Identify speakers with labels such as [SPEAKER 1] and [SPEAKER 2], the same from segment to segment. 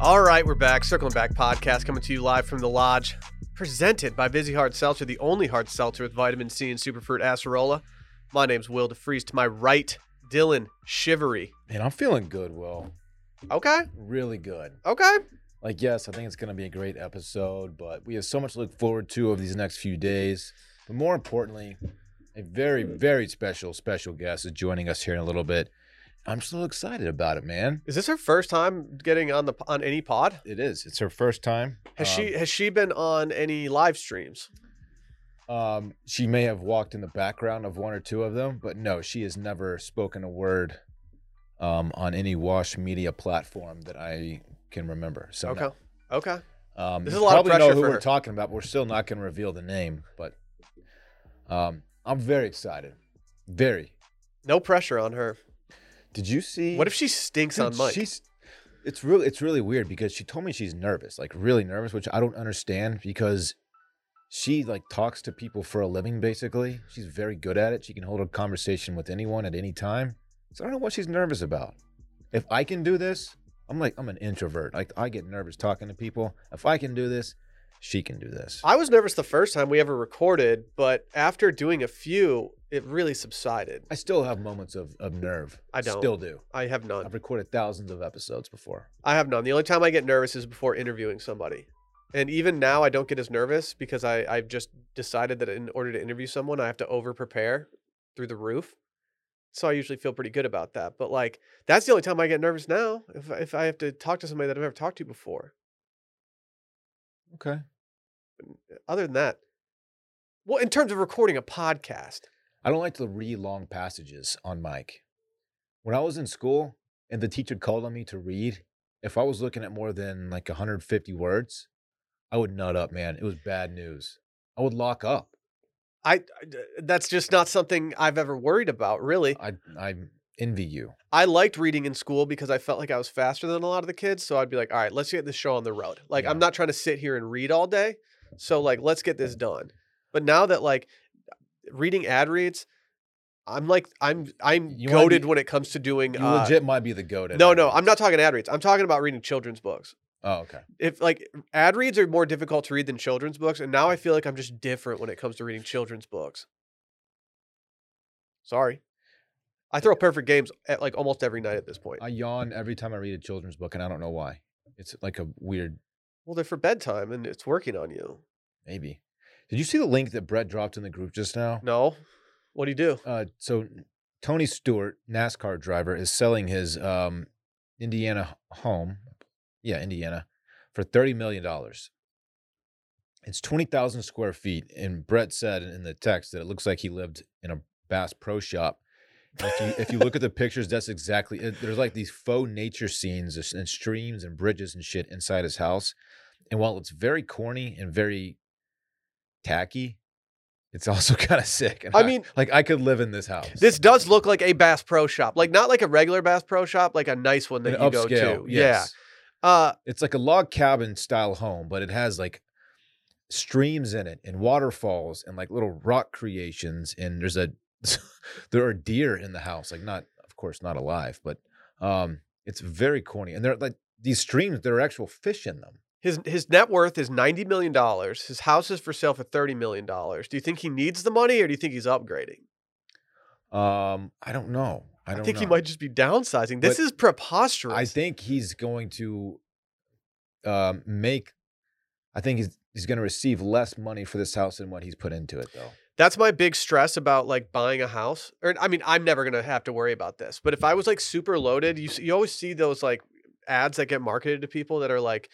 [SPEAKER 1] All right, we're back. Circling Back podcast coming to you live from the lodge, presented by Busy Hard Seltzer, the only hard seltzer with vitamin C and superfruit acerola. My name's Will DeFreeze. To my right, Dylan Shivery.
[SPEAKER 2] Man, I'm feeling good, Will.
[SPEAKER 1] Okay,
[SPEAKER 2] Really good.
[SPEAKER 1] okay.
[SPEAKER 2] Like, yes, I think it's going to be a great episode, but we have so much to look forward to over these next few days. But more importantly, a very, very special, special guest is joining us here in a little bit. I'm so excited about it, man.
[SPEAKER 1] Is this her first time getting on the on any pod?
[SPEAKER 2] It is. It's her first time.
[SPEAKER 1] Has
[SPEAKER 2] Um,
[SPEAKER 1] she has she been on any live streams?
[SPEAKER 2] Um, she may have walked in the background of one or two of them, but no, she has never spoken a word um, on any Wash Media platform that I can remember. So no.
[SPEAKER 1] Okay, okay.
[SPEAKER 2] Um,
[SPEAKER 1] This
[SPEAKER 2] you
[SPEAKER 1] is a lot of
[SPEAKER 2] probably
[SPEAKER 1] pressure
[SPEAKER 2] know who
[SPEAKER 1] for
[SPEAKER 2] we're
[SPEAKER 1] her.
[SPEAKER 2] talking about. We're still not going to reveal the name, but um, I'm very excited. Very.
[SPEAKER 1] No pressure on her.
[SPEAKER 2] Did you see?
[SPEAKER 1] What if she stinks on
[SPEAKER 2] Dude,
[SPEAKER 1] Mike?
[SPEAKER 2] She's. It's really it's really weird because she told me she's nervous, like really nervous, which I don't understand because she like talks to people for a living basically. She's very good at it. She can hold a conversation with anyone at any time. So I don't know what she's nervous about. If I can do this, I'm like I'm an introvert. Like I get nervous talking to people. If I can do this, she can do this.
[SPEAKER 1] I was nervous the first time we ever recorded, but after doing a few, it really subsided.
[SPEAKER 2] I still have moments of, of nerve.
[SPEAKER 1] I don't.
[SPEAKER 2] Still do.
[SPEAKER 1] I have none.
[SPEAKER 2] I've recorded thousands of episodes before.
[SPEAKER 1] I have none. The only time I get nervous is before interviewing somebody. And even now, I don't get as nervous because I, I've just decided that in order to interview someone, I have to over prepare through the roof. So I usually feel pretty good about that. But like, that's the only time I get nervous now if, I- if I have to talk to somebody that I've never talked to before.
[SPEAKER 2] Okay.
[SPEAKER 1] Other than that, well, in terms of recording a podcast,
[SPEAKER 2] I don't like to read long passages on mic. When I was in school and the teacher called on me to read, if I was looking at more than like 150 words, I would nut up, man. It was bad news. I would lock up.
[SPEAKER 1] I that's just not something I've ever worried about, really.
[SPEAKER 2] I I envy you.
[SPEAKER 1] I liked reading in school because I felt like I was faster than a lot of the kids. So I'd be like, all right, let's get this show on the road. Like, I'm
[SPEAKER 2] Yeah.
[SPEAKER 1] not trying to sit here and read all day. So, like, let's get this done. But now that, like, reading ad reads, I'm like, I'm, I'm
[SPEAKER 2] You wanna
[SPEAKER 1] goaded
[SPEAKER 2] be-
[SPEAKER 1] when it comes to doing.
[SPEAKER 2] You
[SPEAKER 1] uh,
[SPEAKER 2] legit might be the goat. at
[SPEAKER 1] no,
[SPEAKER 2] ad
[SPEAKER 1] no, I'm
[SPEAKER 2] reads.
[SPEAKER 1] not talking ad reads. I'm talking about reading children's books.
[SPEAKER 2] Oh, okay.
[SPEAKER 1] If like ad reads are more difficult to read than children's books, and now I feel like I'm just different when it comes to reading children's books. Sorry, I throw perfect games at like almost every night at this point.
[SPEAKER 2] I yawn every time I read a children's book, and I don't know why. It's like a weird
[SPEAKER 1] Well, they're for bedtime and it's working on you.
[SPEAKER 2] maybe. Did you see the link that Brett dropped in the group just now?
[SPEAKER 1] No. What do you do?
[SPEAKER 2] uh, so Tony Stewart, NASCAR driver, is selling his um, Indiana h- home, yeah, Indiana, for thirty million dollars. It's twenty thousand square feet, and Brett said in the text that it looks like he lived in a Bass Pro Shop. And If you, if you look at the pictures, that's exactly. It, there's like these faux nature scenes and s- and streams and bridges and shit inside his house. And while it's very corny and very tacky, it's also kind of sick. And
[SPEAKER 1] I mean-
[SPEAKER 2] like I could live in this house.
[SPEAKER 1] This does look like a Bass Pro Shop. Like not like a regular Bass Pro Shop, like a nice one that
[SPEAKER 2] An
[SPEAKER 1] you go to. Yeah. Uh
[SPEAKER 2] it's like a log cabin style home, but it has like streams in it and waterfalls and like little rock creations. And there's a there are deer in the house, like not of course not alive, but um, it's very corny. And they're like these streams, there are actual fish in them.
[SPEAKER 1] his his net worth is 90 million dollars. His house is for sale for 30 million dollars. Do you think he needs the money or do you think he's upgrading?
[SPEAKER 2] Um, I don't know. I
[SPEAKER 1] I,
[SPEAKER 2] don't
[SPEAKER 1] think he
[SPEAKER 2] know.
[SPEAKER 1] might just be downsizing. This
[SPEAKER 2] But
[SPEAKER 1] is preposterous.
[SPEAKER 2] I think he's going to um, make. I think he's he's going to receive less money for this house than what he's put into it, though.
[SPEAKER 1] That's my big stress about like buying a house. Or I mean, I'm never gonna have to worry about this. But if I was like super loaded, you s- you always see those like ads that get marketed to people that are like,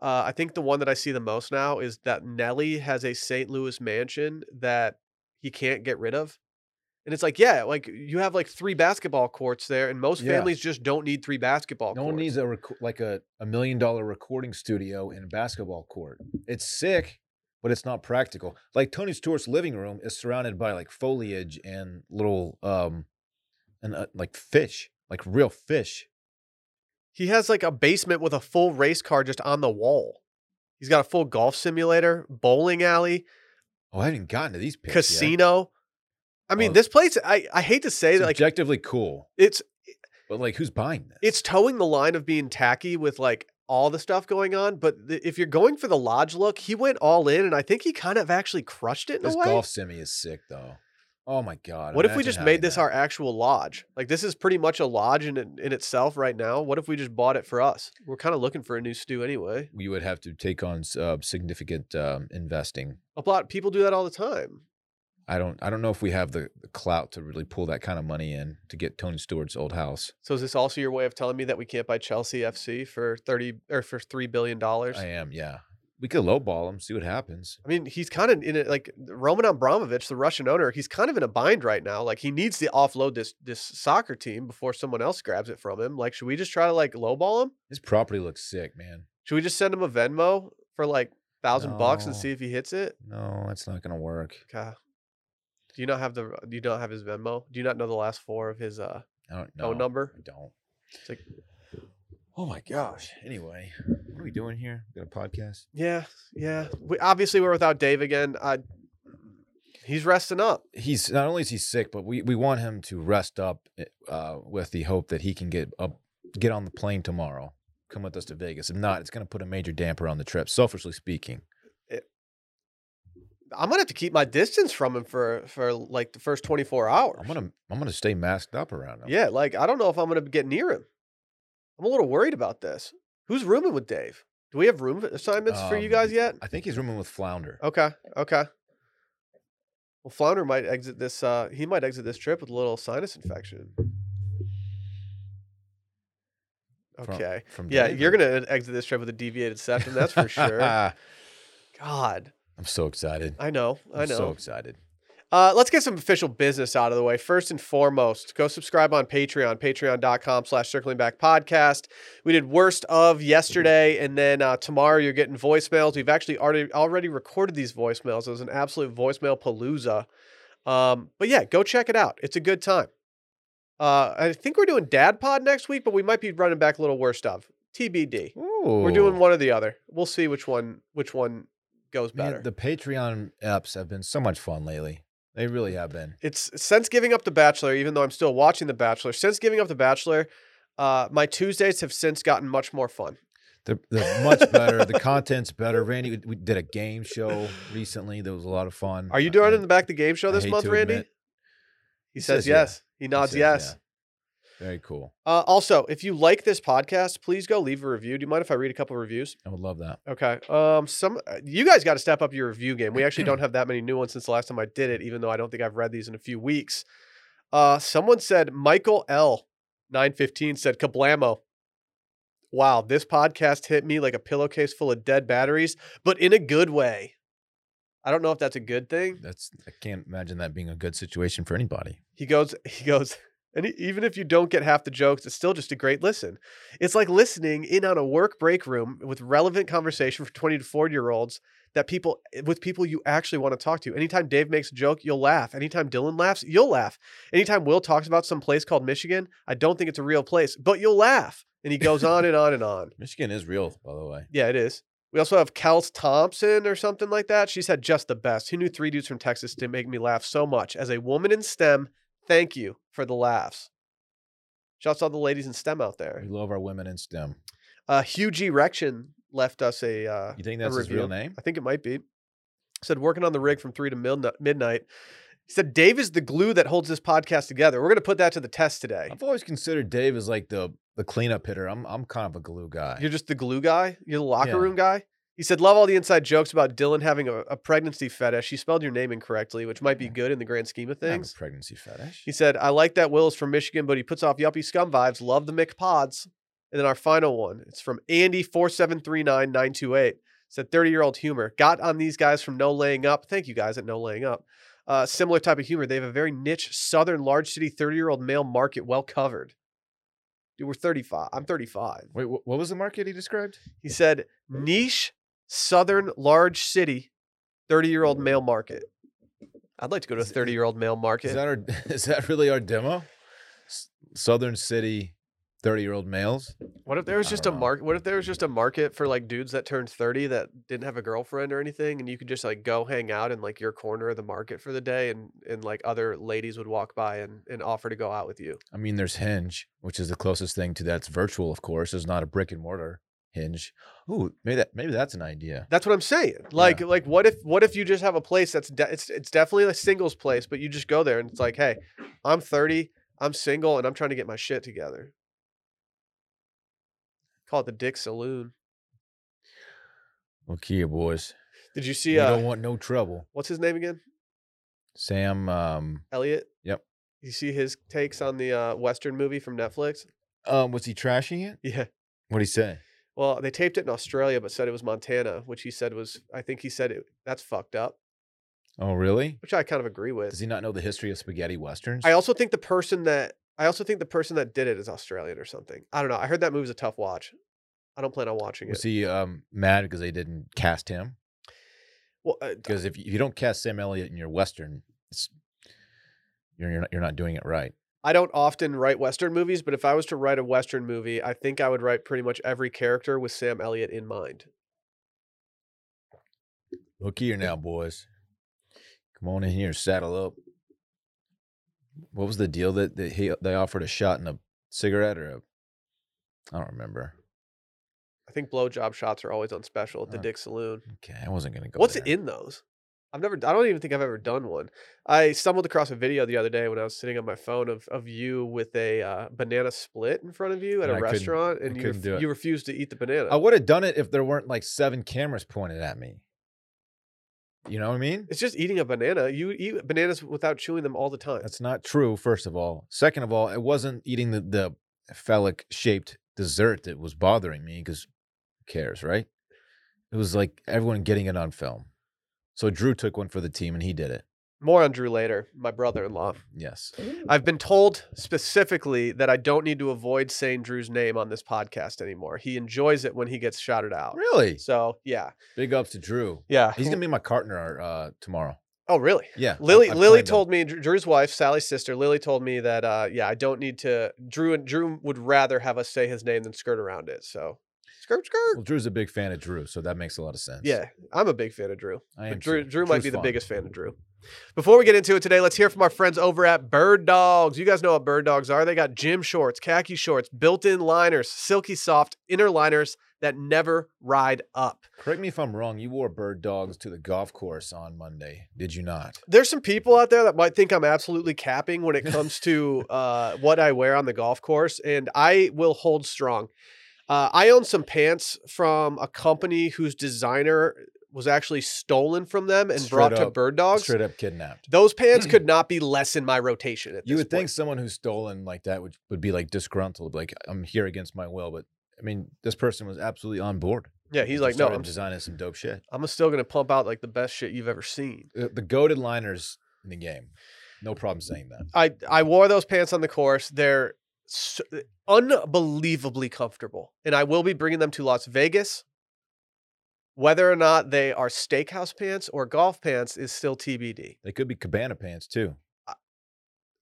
[SPEAKER 1] uh, I think the one that I see the most now is that Nelly has a St. Louis mansion that he can't get rid of. And it's like, yeah, like you have like three basketball courts there, and most
[SPEAKER 2] Yeah.
[SPEAKER 1] families just don't need three basketball
[SPEAKER 2] No
[SPEAKER 1] courts.
[SPEAKER 2] one needs a rec- like a, a million dollar recording studio and a basketball court. It's sick, but it's not practical. Like Tony Stewart's living room is surrounded by like foliage and little um and uh, like fish, like real fish.
[SPEAKER 1] He has like a basement with a full race car just on the wall. He's got a full golf simulator, bowling alley.
[SPEAKER 2] Oh, I haven't gotten to these pics. yet.
[SPEAKER 1] casino. I mean,
[SPEAKER 2] Well,
[SPEAKER 1] this place. I, I hate to say
[SPEAKER 2] It's
[SPEAKER 1] that, like
[SPEAKER 2] objectively cool.
[SPEAKER 1] it's
[SPEAKER 2] But like, who's buying this?
[SPEAKER 1] it's towing the line of being tacky with like all the stuff going on. But th- if you're going for the lodge look, he went all in, and I think he kind of actually crushed it in
[SPEAKER 2] this
[SPEAKER 1] a way.
[SPEAKER 2] golf semi is sick though. Oh my god!
[SPEAKER 1] what if we
[SPEAKER 2] imagine
[SPEAKER 1] just made
[SPEAKER 2] having
[SPEAKER 1] this
[SPEAKER 2] that.
[SPEAKER 1] our actual lodge? Like this is pretty much a lodge in in in itself right now. What if we just bought it for us? We're kind of looking for a new stew anyway.
[SPEAKER 2] We would have to take on uh, significant um, investing.
[SPEAKER 1] A lot people do that all the time.
[SPEAKER 2] I don't. I don't know if we have the, the clout to really pull that kind of money in to get Tony Stewart's old house.
[SPEAKER 1] So is this also your way of telling me that we can't buy Chelsea FC for thirty or for three billion dollars?
[SPEAKER 2] I am. Yeah, we could lowball him. See what happens.
[SPEAKER 1] I mean, he's kind of in it. Like Roman Abramovich, the Russian owner, he's kind of in a bind right now. Like he needs to offload this this soccer team before someone else grabs it from him. Like, should we just try to like lowball him?
[SPEAKER 2] This property looks sick, man.
[SPEAKER 1] Should we just send him a Venmo for like thousand bucks and
[SPEAKER 2] No.
[SPEAKER 1] see if he hits it?
[SPEAKER 2] No, that's not gonna work.
[SPEAKER 1] God. Do you not have the? Do you not have his Venmo? Do you not know the last four of his uh
[SPEAKER 2] I don't know.
[SPEAKER 1] phone number?
[SPEAKER 2] I don't.
[SPEAKER 1] It's like,
[SPEAKER 2] Oh my gosh. Anyway, what are we doing here? Got a podcast.
[SPEAKER 1] yeah, yeah. We obviously we're without Dave again. I, he's resting up.
[SPEAKER 2] He's not only is he sick, but we, we want him to rest up uh, with the hope that he can get up, get on the plane tomorrow, come with us to Vegas. If not, it's going to put a major damper on the trip. Selfishly speaking,
[SPEAKER 1] I'm gonna have to keep my distance from him for for like the first 24 hours.
[SPEAKER 2] I'm gonna I'm gonna stay masked up around him.
[SPEAKER 1] Yeah, like I don't know if I'm going to get near him. I'm a little worried about this. Who's rooming with Dave? Do we have room assignments for you
[SPEAKER 2] Um,
[SPEAKER 1] guys yet?
[SPEAKER 2] I think he's rooming with Flounder.
[SPEAKER 1] Okay, okay. Well, Flounder might exit this. Uh, he might exit this trip with a little sinus infection.
[SPEAKER 2] from-
[SPEAKER 1] Okay.
[SPEAKER 2] From,
[SPEAKER 1] Yeah,
[SPEAKER 2] David.
[SPEAKER 1] you're gonna exit this trip with a deviated septum. That's for sure. God,
[SPEAKER 2] I'm so excited.
[SPEAKER 1] I know, I
[SPEAKER 2] I'm
[SPEAKER 1] know.
[SPEAKER 2] so excited.
[SPEAKER 1] Uh, let's get some official business out of the way. First and foremost, go subscribe on Patreon, patreon.com slash circling back podcast. We did worst of yesterday, and then uh, tomorrow you're getting voicemails. We've actually already already recorded these voicemails. It was an absolute voicemail palooza. Um, but yeah, go check it out. It's a good time. Uh, I think we're doing dad pod next week, but we might be running back a little worst of. TBD. We're doing one or the other. We'll see which one which one goes better.
[SPEAKER 2] Man, the Patreon eps have been so much fun lately. They really have been.
[SPEAKER 1] it's since giving up the bachelor even though i'm still watching the bachelor since giving up the bachelor uh, my tuesdays have since gotten much more fun
[SPEAKER 2] They're, they're much better. the content's better. Randy, we, we did a game show recently that was a lot of fun.
[SPEAKER 1] are you
[SPEAKER 2] I-
[SPEAKER 1] doing
[SPEAKER 2] I-
[SPEAKER 1] it in the back of the game show
[SPEAKER 2] I
[SPEAKER 1] this
[SPEAKER 2] hate
[SPEAKER 1] month
[SPEAKER 2] to
[SPEAKER 1] randy
[SPEAKER 2] admit-
[SPEAKER 1] he says,
[SPEAKER 2] says yeah.
[SPEAKER 1] yes he
[SPEAKER 2] I
[SPEAKER 1] nods
[SPEAKER 2] said,
[SPEAKER 1] yes
[SPEAKER 2] yeah. Very cool.
[SPEAKER 1] Uh, also if you like this podcast please go leave a review do you mind if i read a couple reviews
[SPEAKER 2] I would love that.
[SPEAKER 1] okay um some uh, you guys got to step up your review game we actually don't have that many new ones since the last time i did it even though i don't think i've read these in a few weeks uh someone said michael l 915 said kablamo wow, this podcast hit me like a pillowcase full of dead batteries, but in a good way. I don't know if that's a good thing.
[SPEAKER 2] That's I can't imagine that being a good situation for anybody.
[SPEAKER 1] He goes, he goes, and e- even if you don't get half the jokes, it's still just a great listen. It's like listening in on a work break room with relevant conversation for 20 to 40 year olds that people eh, with people you actually want to talk to. Anytime Dave makes a joke, you'll laugh. Anytime Dylan laughs, you'll laugh. Anytime Will talks about some place called Michigan, I don't think it's a real place, but you'll laugh. And he goes on and on and on.
[SPEAKER 2] Michigan is real, by the way.
[SPEAKER 1] Yeah, it is. We also have Kels Thompson or something like that. She said just the best. Who knew three dudes from Texas didn't make me laugh so much? As a woman in STEM, thank you for the laughs. Shouts to all the ladies in STEM out there.
[SPEAKER 2] We love our women in STEM.
[SPEAKER 1] Uh, Hugh G. Rection left us a. Uh,
[SPEAKER 2] You think that's his real
[SPEAKER 1] review.
[SPEAKER 2] name?
[SPEAKER 1] I think it might be. Said working on the rig from three to midni- midnight. He said Dave is the glue that holds this podcast together. We're going to put that to the test today.
[SPEAKER 2] I've always considered Dave as like the the cleanup hitter. I'm I'm kind of a glue guy.
[SPEAKER 1] You're just the glue guy. You're the locker
[SPEAKER 2] Yeah.
[SPEAKER 1] room guy. He said, "Love all the inside jokes about Dylan having a, a pregnancy fetish. He spelled your name incorrectly, which might be
[SPEAKER 2] Yeah.
[SPEAKER 1] good in the grand scheme of
[SPEAKER 2] I have a
[SPEAKER 1] things."
[SPEAKER 2] pregnancy fetish.
[SPEAKER 1] He said, "I like that Will is from Michigan, but he puts off yuppie scum vibes. Love the McPods." And then our final one, it's from Andy four seven three nine nine two eight. Said thirty year old humor. Got on these guys from No Laying Up. Thank you guys at No Laying Up. Uh, similar type of humor. They have a very niche southern large city thirty year old male market well covered. Dude, we're thirty five. I'm thirty five.
[SPEAKER 2] Wait, wh- what was the market he described?
[SPEAKER 1] He said,
[SPEAKER 2] Mm-hmm.
[SPEAKER 1] niche, southern, large city, 30 year old male market. I'd like to go to a
[SPEAKER 2] Mm-hmm. Is-
[SPEAKER 1] 30 year old male market.
[SPEAKER 2] Is that our? Is that really our demo? S- Southern City, 30 year old males.
[SPEAKER 1] What if there was
[SPEAKER 2] I
[SPEAKER 1] just a
[SPEAKER 2] don't know.
[SPEAKER 1] market? What if there was just a market for like dudes that turned thirty that didn't have a girlfriend or anything, and you could just like go hang out in like your corner of the market for the day, and and like other ladies would walk by and and offer to go out with you.
[SPEAKER 2] I mean, there's Hinge, which is the closest thing to that's virtual, of course. There's not a brick and mortar Hinge. Ooh, maybe that maybe that's an idea.
[SPEAKER 1] That's what I'm saying. Like like what if what if you just have a place that's de- it's it's definitely a singles place, but you just go there and it's like, hey, I'm thirty, I'm single, and I'm trying to get my shit together. Call it the Dick Saloon.
[SPEAKER 2] Well, Kia boys,
[SPEAKER 1] Did you
[SPEAKER 2] you
[SPEAKER 1] see? Uh,
[SPEAKER 2] don't want no trouble.
[SPEAKER 1] what's his name again?
[SPEAKER 2] Sam, um,
[SPEAKER 1] Elliot.
[SPEAKER 2] Yep.
[SPEAKER 1] You see his takes on the uh, Western movie from Netflix?
[SPEAKER 2] um, was he trashing it?
[SPEAKER 1] Yeah.
[SPEAKER 2] What would he say?
[SPEAKER 1] Well, they taped it in Australia, but said it was Montana, which he said was, I think he said it, that's fucked up,
[SPEAKER 2] Oh, really?
[SPEAKER 1] which I kind of agree
[SPEAKER 2] Does
[SPEAKER 1] with.
[SPEAKER 2] he not know the history of spaghetti westerns?
[SPEAKER 1] I also think the person that, I also think the person that did it is Australian or something. I don't know. I heard that movie's a tough watch. I don't plan on watching it.
[SPEAKER 2] was he um, mad because they didn't cast him?
[SPEAKER 1] well, uh, d-
[SPEAKER 2] Because if you- if you don't cast Sam Elliott in your western, it's, you're you're not, you're not doing it right.
[SPEAKER 1] I don't often write Western movies, but if I was to write a Western movie, I think I would write pretty much every character with Sam Elliott in mind.
[SPEAKER 2] Look here now, boys. Come on in here, saddle up. What was the deal that, that he they offered a shot and a cigarette or a I don't remember.
[SPEAKER 1] I think blowjob shots are always on special at the
[SPEAKER 2] Uh,
[SPEAKER 1] Dick Saloon.
[SPEAKER 2] Okay, I wasn't gonna go.
[SPEAKER 1] What's
[SPEAKER 2] there.
[SPEAKER 1] in those? I've never. I don't even think I've ever done one. I stumbled across a video the other day when I was sitting on my phone of of you with a uh, banana split in front of you at
[SPEAKER 2] And
[SPEAKER 1] a
[SPEAKER 2] I couldn't-
[SPEAKER 1] restaurant,
[SPEAKER 2] I
[SPEAKER 1] and you
[SPEAKER 2] couldn't
[SPEAKER 1] ref-
[SPEAKER 2] do it.
[SPEAKER 1] you refused to eat the banana.
[SPEAKER 2] I would have done it if there weren't like seven cameras pointed at me. You know what I mean?
[SPEAKER 1] it's just eating a banana. You eat bananas without chewing them all the time.
[SPEAKER 2] That's not true, first of all. Second of all, it wasn't eating the, the phallic shaped dessert that was bothering me because who cares, right? It was like everyone getting it on film. So Drew took one for the team and he did it.
[SPEAKER 1] More on Drew later. My brother in law.
[SPEAKER 2] Yes.
[SPEAKER 1] I've been told specifically that I don't need to avoid saying Drew's name on this podcast anymore. He enjoys it when he gets shouted out.
[SPEAKER 2] Really?
[SPEAKER 1] So yeah,
[SPEAKER 2] Big ups to Drew.
[SPEAKER 1] yeah.
[SPEAKER 2] He's gonna be my partner uh, tomorrow.
[SPEAKER 1] oh really?
[SPEAKER 2] Yeah. I-
[SPEAKER 1] Lily
[SPEAKER 2] I
[SPEAKER 1] Lily
[SPEAKER 2] planned it.
[SPEAKER 1] told me Dr- Drew's wife, Sally's sister, Lily told me that uh yeah, I don't need to Drew and Drew would rather have us say his name than skirt around it. So skirt skirt.
[SPEAKER 2] Well, Drew's a big fan of Drew, so that makes a lot of sense.
[SPEAKER 1] yeah, I'm a big fan of Drew.
[SPEAKER 2] I
[SPEAKER 1] But
[SPEAKER 2] am
[SPEAKER 1] Drew,
[SPEAKER 2] too.
[SPEAKER 1] Drew might
[SPEAKER 2] Drew's
[SPEAKER 1] be the
[SPEAKER 2] fun.
[SPEAKER 1] biggest fan of Drew. Before we get into it today, let's hear from our friends over at Bird Dogs. You guys know what Bird Dogs are. They got gym shorts, khaki shorts, built-in liners, silky soft inner liners that never ride up.
[SPEAKER 2] Correct me if I'm wrong. You wore bird dogs to the golf course on Monday, did you not?
[SPEAKER 1] There's some people out there that might think I'm absolutely capping when it comes to uh, what I wear on the golf course, and I will hold strong. Uh, I own some pants from a company whose designer was actually stolen from them and
[SPEAKER 2] Straight
[SPEAKER 1] brought to
[SPEAKER 2] up-
[SPEAKER 1] Bird Dogs.
[SPEAKER 2] Straight up kidnapped.
[SPEAKER 1] Those pants could not be less in my rotation. At
[SPEAKER 2] Mm. You
[SPEAKER 1] this
[SPEAKER 2] would think
[SPEAKER 1] point.
[SPEAKER 2] someone who's stolen like that would, would be like disgruntled, like I'm here against my will. But I mean, this person was absolutely on board.
[SPEAKER 1] Yeah,
[SPEAKER 2] He
[SPEAKER 1] he's like, no,
[SPEAKER 2] started
[SPEAKER 1] I'm,
[SPEAKER 2] designing some dope shit. Uh,
[SPEAKER 1] I'm still gonna pump out like the best shit you've ever seen.
[SPEAKER 2] The, the goaded liners in the game. No problem saying that.
[SPEAKER 1] I I wore those pants on the course. They're s unbelievably comfortable, and I will be bringing them to Las Vegas. Whether or not they are steakhouse pants or golf pants is still TBD.
[SPEAKER 2] They could be cabana pants too.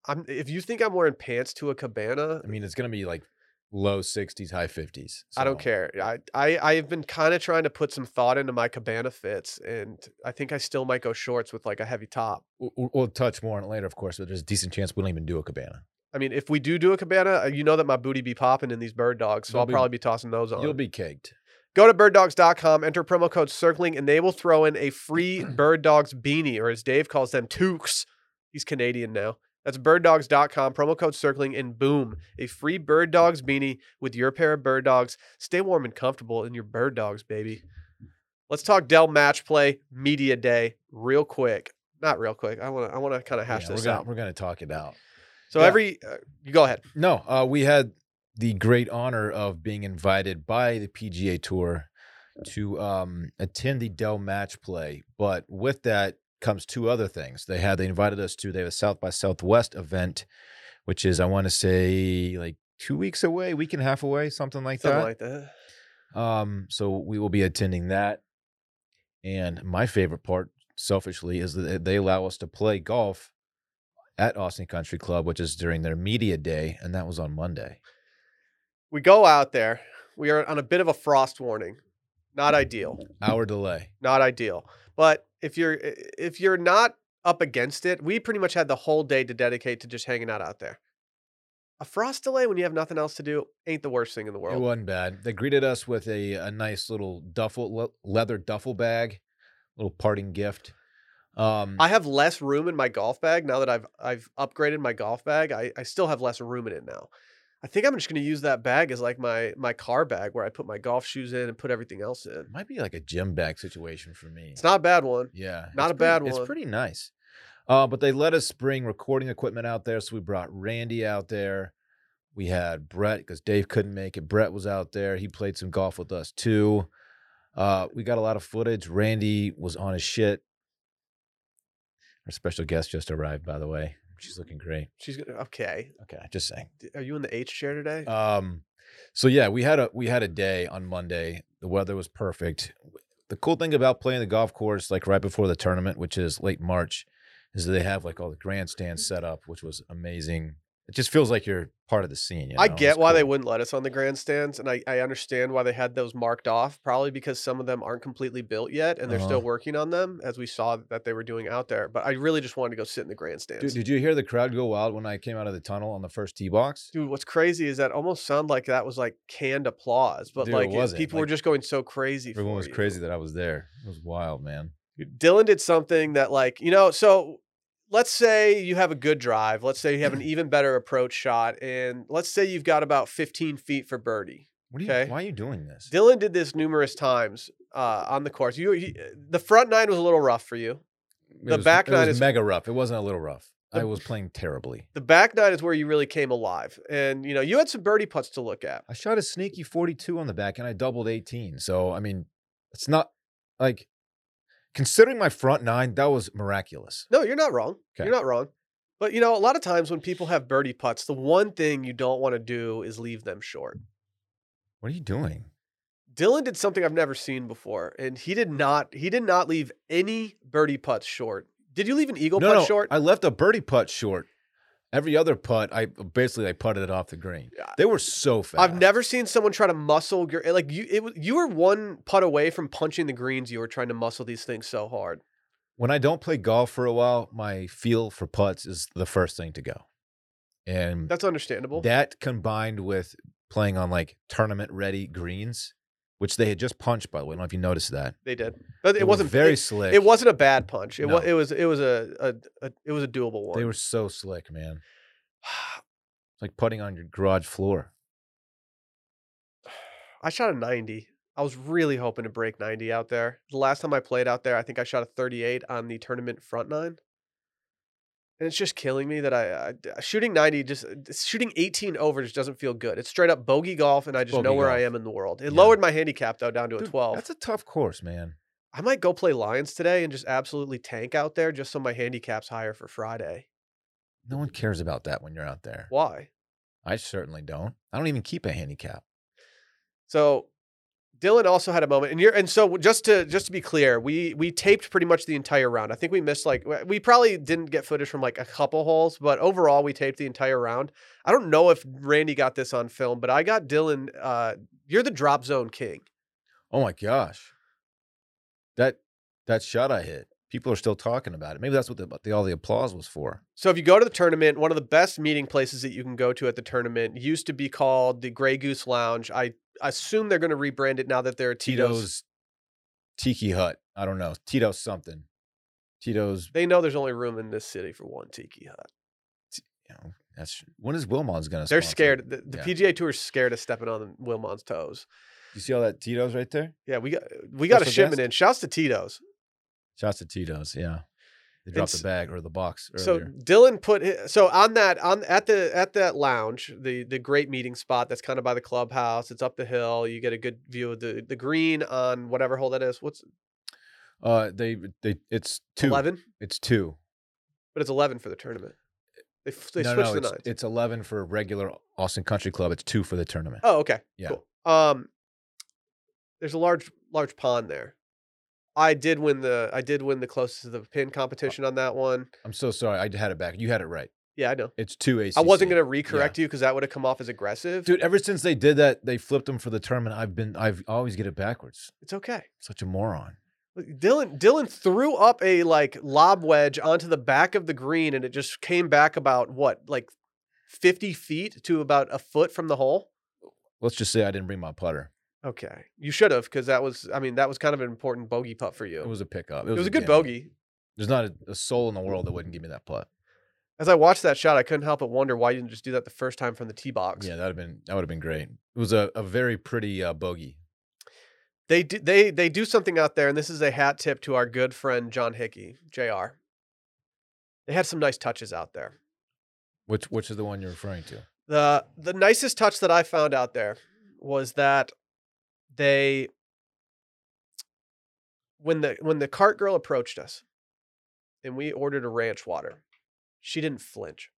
[SPEAKER 1] I'm if you think I'm wearing pants to a cabana,
[SPEAKER 2] I mean, it's gonna be like low 60s, high 50s.
[SPEAKER 1] I don't
[SPEAKER 2] so-
[SPEAKER 1] care. I I I have been kind of trying to put some thought into my cabana fits, and I think I still might go shorts with like a heavy top.
[SPEAKER 2] We'll- We'll, we'll touch more on it later, of course, but there's a decent chance we don't even do a cabana.
[SPEAKER 1] I mean, if we do do a cabana, uh, you know that my booty be popping in these bird dogs, so
[SPEAKER 2] You'll
[SPEAKER 1] I'll
[SPEAKER 2] be-
[SPEAKER 1] probably be tossing those on.
[SPEAKER 2] You'll be caked.
[SPEAKER 1] Go to birddogs.com, enter promo code circling, and they will throw in a free bird dogs beanie, or as Dave calls them, toques. He's Canadian now. That's birddogs.com, promo code circling, and boom, a free bird dogs beanie with your pair of bird dogs. Stay warm and comfortable in your bird dogs, baby. Let's talk Dell match play media day real quick. Not real quick. I want to I want to kind of hash
[SPEAKER 2] Yeah,
[SPEAKER 1] this
[SPEAKER 2] we're gonna,
[SPEAKER 1] out.
[SPEAKER 2] We're gonna talk it out.
[SPEAKER 1] So
[SPEAKER 2] yeah.
[SPEAKER 1] every uh, you go ahead.
[SPEAKER 2] No, uh, we had the great honor of being invited by the PGA Tour to um, attend the Dell Match Play, but with that comes two other things. They had they invited us to they have a South by Southwest event, which is I want to say like two weeks away, week and a half away, something like
[SPEAKER 1] Something
[SPEAKER 2] that.
[SPEAKER 1] like that.
[SPEAKER 2] Um, so we will be attending that. And my favorite part, selfishly, is that eh, they allow us to play golf at Austin Country Club, which is during their media day, and that was on Monday.
[SPEAKER 1] We go out there. We are on a bit of a frost warning. Not ideal.
[SPEAKER 2] Hour delay.
[SPEAKER 1] Not ideal. But if you're if you're not up against it, we pretty much had the whole day to dedicate to just hanging out out there. A frost delay when you have nothing else to do ain't the worst thing in the
[SPEAKER 2] It
[SPEAKER 1] world.
[SPEAKER 2] wasn't bad. They greeted us with a, a nice little duffel le- leather duffel bag, little parting gift. Um,
[SPEAKER 1] I have less room in my golf bag now that I've I've upgraded my golf bag. I, I still have less room in it now. I think I'm just gonna use that bag as like my my car bag where I put my golf shoes in and put everything else in.
[SPEAKER 2] might be like a gym bag situation for me.
[SPEAKER 1] It's not a bad one.
[SPEAKER 2] Yeah.
[SPEAKER 1] Not
[SPEAKER 2] it's
[SPEAKER 1] a bad
[SPEAKER 2] pretty-
[SPEAKER 1] one.
[SPEAKER 2] It's pretty nice. Uh, but they let us bring recording equipment out there. So we brought Randy out there. We had Brett because Dave couldn't make it. Brett was out there. He played some golf with us too. Uh, we got a lot of footage. Randy was on his shit. Our special guest just arrived, by the way. She's looking great.
[SPEAKER 1] She's gonna okay.
[SPEAKER 2] Okay, just saying.
[SPEAKER 1] D- Are you in the H chair today?
[SPEAKER 2] Um, so yeah, we had a we had a day on Monday. The weather was perfect. The cool thing about playing the golf course like right before the tournament, which is late March, is that they have like all the grandstands
[SPEAKER 1] Mm-hmm.
[SPEAKER 2] set up, which was amazing. It just feels like you're part of the scene. You
[SPEAKER 1] I
[SPEAKER 2] know?
[SPEAKER 1] get
[SPEAKER 2] It's
[SPEAKER 1] why they
[SPEAKER 2] cool.
[SPEAKER 1] wouldn't let us on the grandstands, and I, I understand why they had those marked off. Probably because some of them aren't completely built yet, and they're still
[SPEAKER 2] Uh-huh.
[SPEAKER 1] working on them, as we saw that they were doing out there. But I really just wanted to go sit in the grandstands.
[SPEAKER 2] Dude, did you hear the crowd go wild when I came out of the tunnel on the first tee box?
[SPEAKER 1] Dude, what's crazy is that almost sound like that was like canned applause, but
[SPEAKER 2] Dude, it
[SPEAKER 1] like it-
[SPEAKER 2] wasn't.
[SPEAKER 1] people were
[SPEAKER 2] Like,
[SPEAKER 1] just going so crazy.
[SPEAKER 2] Everyone
[SPEAKER 1] for
[SPEAKER 2] was
[SPEAKER 1] you.
[SPEAKER 2] crazy that I was there. It was wild, man.
[SPEAKER 1] Dylan did something that like you know. So let's say you have a good drive. Let's say you have an even better approach shot, and let's say you've got about 15 feet for birdie.
[SPEAKER 2] What are you?
[SPEAKER 1] Okay.
[SPEAKER 2] Why are you doing this?
[SPEAKER 1] Dylan did this numerous times uh, on the course. You, he, the front nine was a little rough for you.
[SPEAKER 2] It
[SPEAKER 1] the
[SPEAKER 2] was-
[SPEAKER 1] back
[SPEAKER 2] it
[SPEAKER 1] nine
[SPEAKER 2] was
[SPEAKER 1] is-
[SPEAKER 2] mega rough. It wasn't a little rough.
[SPEAKER 1] The-
[SPEAKER 2] I was playing terribly.
[SPEAKER 1] The back nine is where you really came alive, and you know you had some birdie putts to look at.
[SPEAKER 2] I shot a sneaky 42 on the back and I doubled 18. So, I mean, it's not like considering my front nine, that was miraculous.
[SPEAKER 1] No, you're not wrong.
[SPEAKER 2] Okay.
[SPEAKER 1] You're not wrong. But you know, a lot of times when people have birdie putts, the one thing you don't want to do is leave them short.
[SPEAKER 2] What are you doing?
[SPEAKER 1] Dylan did something I've never seen before, and he did not he did not leave any birdie putts short. Did you leave an eagle
[SPEAKER 2] no,
[SPEAKER 1] putt
[SPEAKER 2] no,
[SPEAKER 1] short?
[SPEAKER 2] I left a birdie putt short. Every other putt, I basically I putted it off the green.
[SPEAKER 1] Yeah.
[SPEAKER 2] They were so fast.
[SPEAKER 1] I've never seen someone try to muscle your like you. It, was- you were one putt away from punching the greens. You were trying to muscle these things so hard.
[SPEAKER 2] when I don't play golf for a while, my feel for putts is the first thing to go. And
[SPEAKER 1] That's understandable.
[SPEAKER 2] that combined with playing on like tournament ready greens, which they had just punched by the way. I don't know if you noticed that.
[SPEAKER 1] they did, but
[SPEAKER 2] They
[SPEAKER 1] it
[SPEAKER 2] were
[SPEAKER 1] wasn't
[SPEAKER 2] very
[SPEAKER 1] It,
[SPEAKER 2] slick.
[SPEAKER 1] it wasn't a bad punch. It was.
[SPEAKER 2] No.
[SPEAKER 1] It was. It was a, a, a. It was a doable one.
[SPEAKER 2] They were so slick, man. It's like putting on your garage floor.
[SPEAKER 1] I shot a 90. I was really hoping to break 90 out there. The last time I played out there, I think I shot a 38 on the tournament front nine. And it's just killing me that I, I shooting 90 just uh, shooting 18 over just doesn't feel good. It's straight up bogey golf and I just know
[SPEAKER 2] Bogey
[SPEAKER 1] where I
[SPEAKER 2] golf.
[SPEAKER 1] am in the world. It
[SPEAKER 2] Yeah.
[SPEAKER 1] lowered my handicap though down to a
[SPEAKER 2] Dude,
[SPEAKER 1] 12.
[SPEAKER 2] That's a tough course, man.
[SPEAKER 1] I might go play Lions today and just absolutely tank out there just so my handicap's higher for Friday.
[SPEAKER 2] No one cares about that when you're out there.
[SPEAKER 1] Why?
[SPEAKER 2] I certainly don't. I don't even keep a handicap.
[SPEAKER 1] So Dylan also had a moment, and you're and so just to just to be clear, we we taped pretty much the entire round. I think we missed like we- we probably didn't get footage from like a couple holes, but overall we taped the entire round. I don't know if Randy got this on film, but I got Dylan. Uh, you're the drop zone king.
[SPEAKER 2] Oh my gosh. That that shot I hit. People are still talking about it. Maybe that's what the, the- all the applause was for.
[SPEAKER 1] So if you go to the tournament, one of the best meeting places that you can go to at the tournament used to be called the Grey Goose Lounge. I assume they're going to rebrand it now that they're Tito's.
[SPEAKER 2] Tito's Tiki Hut. I don't know. Tito's something. Tito's
[SPEAKER 1] They know there's only room in this city for one tiki hut.
[SPEAKER 2] you know, that's when is Wilmot's gonna
[SPEAKER 1] They're
[SPEAKER 2] sponsor it?
[SPEAKER 1] scared. The, the
[SPEAKER 2] Yeah.
[SPEAKER 1] PGA Tour is scared of stepping on Wilmon's toes.
[SPEAKER 2] You see all that Tito's right there?
[SPEAKER 1] Yeah, we got we got
[SPEAKER 2] That's
[SPEAKER 1] a
[SPEAKER 2] the
[SPEAKER 1] shipment
[SPEAKER 2] best.
[SPEAKER 1] in. Shouts to Tito's.
[SPEAKER 2] Shots at Tito's, yeah. They dropped
[SPEAKER 1] s-
[SPEAKER 2] the bag or the box earlier.
[SPEAKER 1] So Dylan put hi- so on that on at the at that lounge, the the great meeting spot that's kind of by the clubhouse. It's up the hill. You get a good view of the the green on whatever hole that is. What's
[SPEAKER 2] Uh, they they it's two.
[SPEAKER 1] eleven?
[SPEAKER 2] It's two.
[SPEAKER 1] But it's eleven for the tournament. They, f- they
[SPEAKER 2] no,
[SPEAKER 1] switched
[SPEAKER 2] no,
[SPEAKER 1] the
[SPEAKER 2] it's,
[SPEAKER 1] nines.
[SPEAKER 2] it's eleven for regular Austin Country Club. It's two for the tournament.
[SPEAKER 1] Oh, okay.
[SPEAKER 2] Yeah.
[SPEAKER 1] Cool. Um, there's a large large pond there. I did win the I did win the closest to the pin competition on that one.
[SPEAKER 2] I'm so sorry. I had it back. You had it right.
[SPEAKER 1] Yeah, I know.
[SPEAKER 2] It's two ACC.
[SPEAKER 1] I wasn't gonna recorrect you because that would have come off as aggressive.
[SPEAKER 2] Dude, ever since they did that, they flipped them for the term, and I've been I've always get it backwards.
[SPEAKER 1] It's okay.
[SPEAKER 2] Such a moron.
[SPEAKER 1] Look, Dylan Dylan threw up a like lob wedge onto the back of the green, and it just came back about what like fifty feet to about a foot from the hole.
[SPEAKER 2] Let's just say I didn't bring my putter.
[SPEAKER 1] Okay, you should have because that was I mean that was kind of an important bogey putt for you.
[SPEAKER 2] It was a pickup.
[SPEAKER 1] It was a good
[SPEAKER 2] gamble.
[SPEAKER 1] bogey.
[SPEAKER 2] There's not a, a soul in the world that wouldn't give me that putt.
[SPEAKER 1] As I watched that shot, I couldn't help but wonder why you didn't just do that the first time from the tee box.
[SPEAKER 2] Yeah, that would have been that would have been great. It was a, a very pretty uh, bogey.
[SPEAKER 1] They do, they they do something out there, and this is a hat tip to our good friend John Hickey, Jr. They had some nice touches out there.
[SPEAKER 2] Which which is the one you're referring to?
[SPEAKER 1] the The nicest touch that I found out there was that they when the when the cart girl approached us, and we ordered a ranch water, she didn't flinch.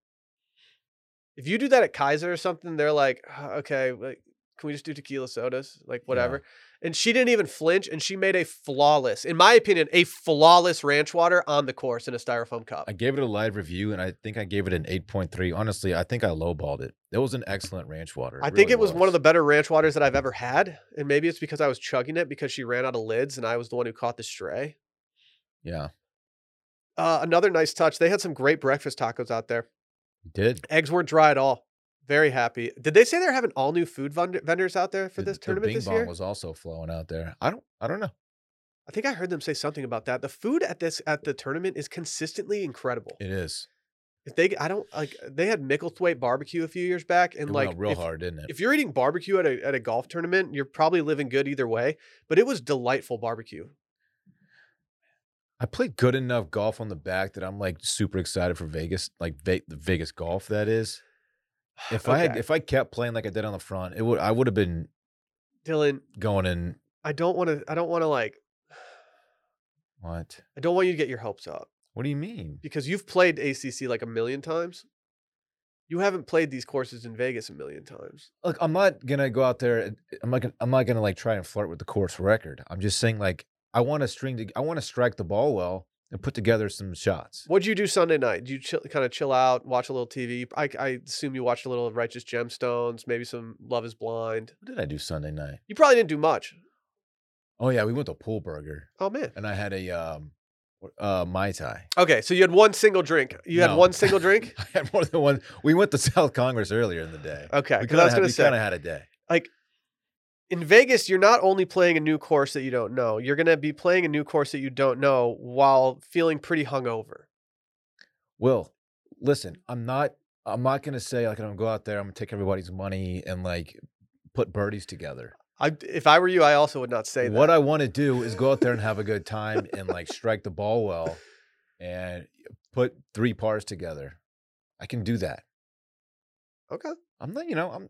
[SPEAKER 1] If you do that at Kaiser or something, they're like, "Uh, okay, like, can we just do tequila sodas, like whatever. And she didn't even flinch, and she made a flawless, in my opinion, a flawless ranch water on the course in a styrofoam cup.
[SPEAKER 2] I gave it a live review, and I think I gave it an 8.3. Honestly, I think I lowballed it. It was an excellent ranch water.
[SPEAKER 1] I think
[SPEAKER 2] really
[SPEAKER 1] it was, one of the better ranch waters that I've ever had, and maybe it's because I was chugging it because she ran out of lids and I was the one who caught the stray.
[SPEAKER 2] yeah.
[SPEAKER 1] Uh, another nice touch. They had some great breakfast tacos out there.
[SPEAKER 2] it Did
[SPEAKER 1] Eggs weren't dry at all. Very happy. Did they say they're having all new food vend- vendors out there for
[SPEAKER 2] The-
[SPEAKER 1] this
[SPEAKER 2] the
[SPEAKER 1] tournament
[SPEAKER 2] Bing
[SPEAKER 1] this
[SPEAKER 2] bong
[SPEAKER 1] year?
[SPEAKER 2] was also flowing out there. I don't I don't know.
[SPEAKER 1] I think I heard them say something about that. The food at this at the tournament is consistently incredible.
[SPEAKER 2] It is.
[SPEAKER 1] If they, I don't like. They had Micklethwaite barbecue a few years back, and
[SPEAKER 2] it
[SPEAKER 1] like
[SPEAKER 2] went out real
[SPEAKER 1] if-
[SPEAKER 2] hard, didn't it?
[SPEAKER 1] if you're eating barbecue at a at a golf tournament, you're probably living good either way. But it was delightful barbecue.
[SPEAKER 2] I played good enough golf on the back that I'm like super excited for Vegas, like Ve- the Vegas golf that is. If I had
[SPEAKER 1] Okay.
[SPEAKER 2] if I kept playing like I did on the front, it would I would have been
[SPEAKER 1] Dylan,
[SPEAKER 2] going in
[SPEAKER 1] I don't want to. I don't want to like.
[SPEAKER 2] what?
[SPEAKER 1] I don't want you to get your hopes up
[SPEAKER 2] What do you mean?
[SPEAKER 1] because you've played ACC like a million times. You haven't played these courses in Vegas a million times.
[SPEAKER 2] Look, I'm not gonna go out there. and- I'm not. Gonna, I'm not gonna like try and flirt with the course record. I'm just saying like I want to string. To, I want to strike the ball well and put together some shots.
[SPEAKER 1] What'd you do Sunday night? Did you chill, kind of chill out, watch a little TV? I, I assume you watched a little of Righteous Gemstones, maybe some Love Is Blind.
[SPEAKER 2] What did I do Sunday night?
[SPEAKER 1] You probably didn't do much.
[SPEAKER 2] Oh yeah, we went to Pool Burger
[SPEAKER 1] Oh man.
[SPEAKER 2] and I had a um, what- uh, mai tai.
[SPEAKER 1] Okay, so you had one single drink. You had
[SPEAKER 2] No.
[SPEAKER 1] one single drink.
[SPEAKER 2] I had more than one. We went to South Congress earlier in the day.
[SPEAKER 1] Okay,
[SPEAKER 2] we
[SPEAKER 1] because
[SPEAKER 2] kind
[SPEAKER 1] I
[SPEAKER 2] of
[SPEAKER 1] was
[SPEAKER 2] had,
[SPEAKER 1] gonna
[SPEAKER 2] we
[SPEAKER 1] say
[SPEAKER 2] kinda had a day.
[SPEAKER 1] in Vegas, you're not only playing a new course that you don't know, you're going to be playing a new course that you don't know while feeling pretty hungover.
[SPEAKER 2] Will, listen, I'm not. I'm not gonna say like I'm gonna go out there. I'm gonna take everybody's money and like put birdies together.
[SPEAKER 1] I, if I were you, I also would not say that.
[SPEAKER 2] what I want to do is go out there and have a good time and like strike the ball well and put three pars together. I can do that.
[SPEAKER 1] okay.
[SPEAKER 2] I'm not, you know, I'm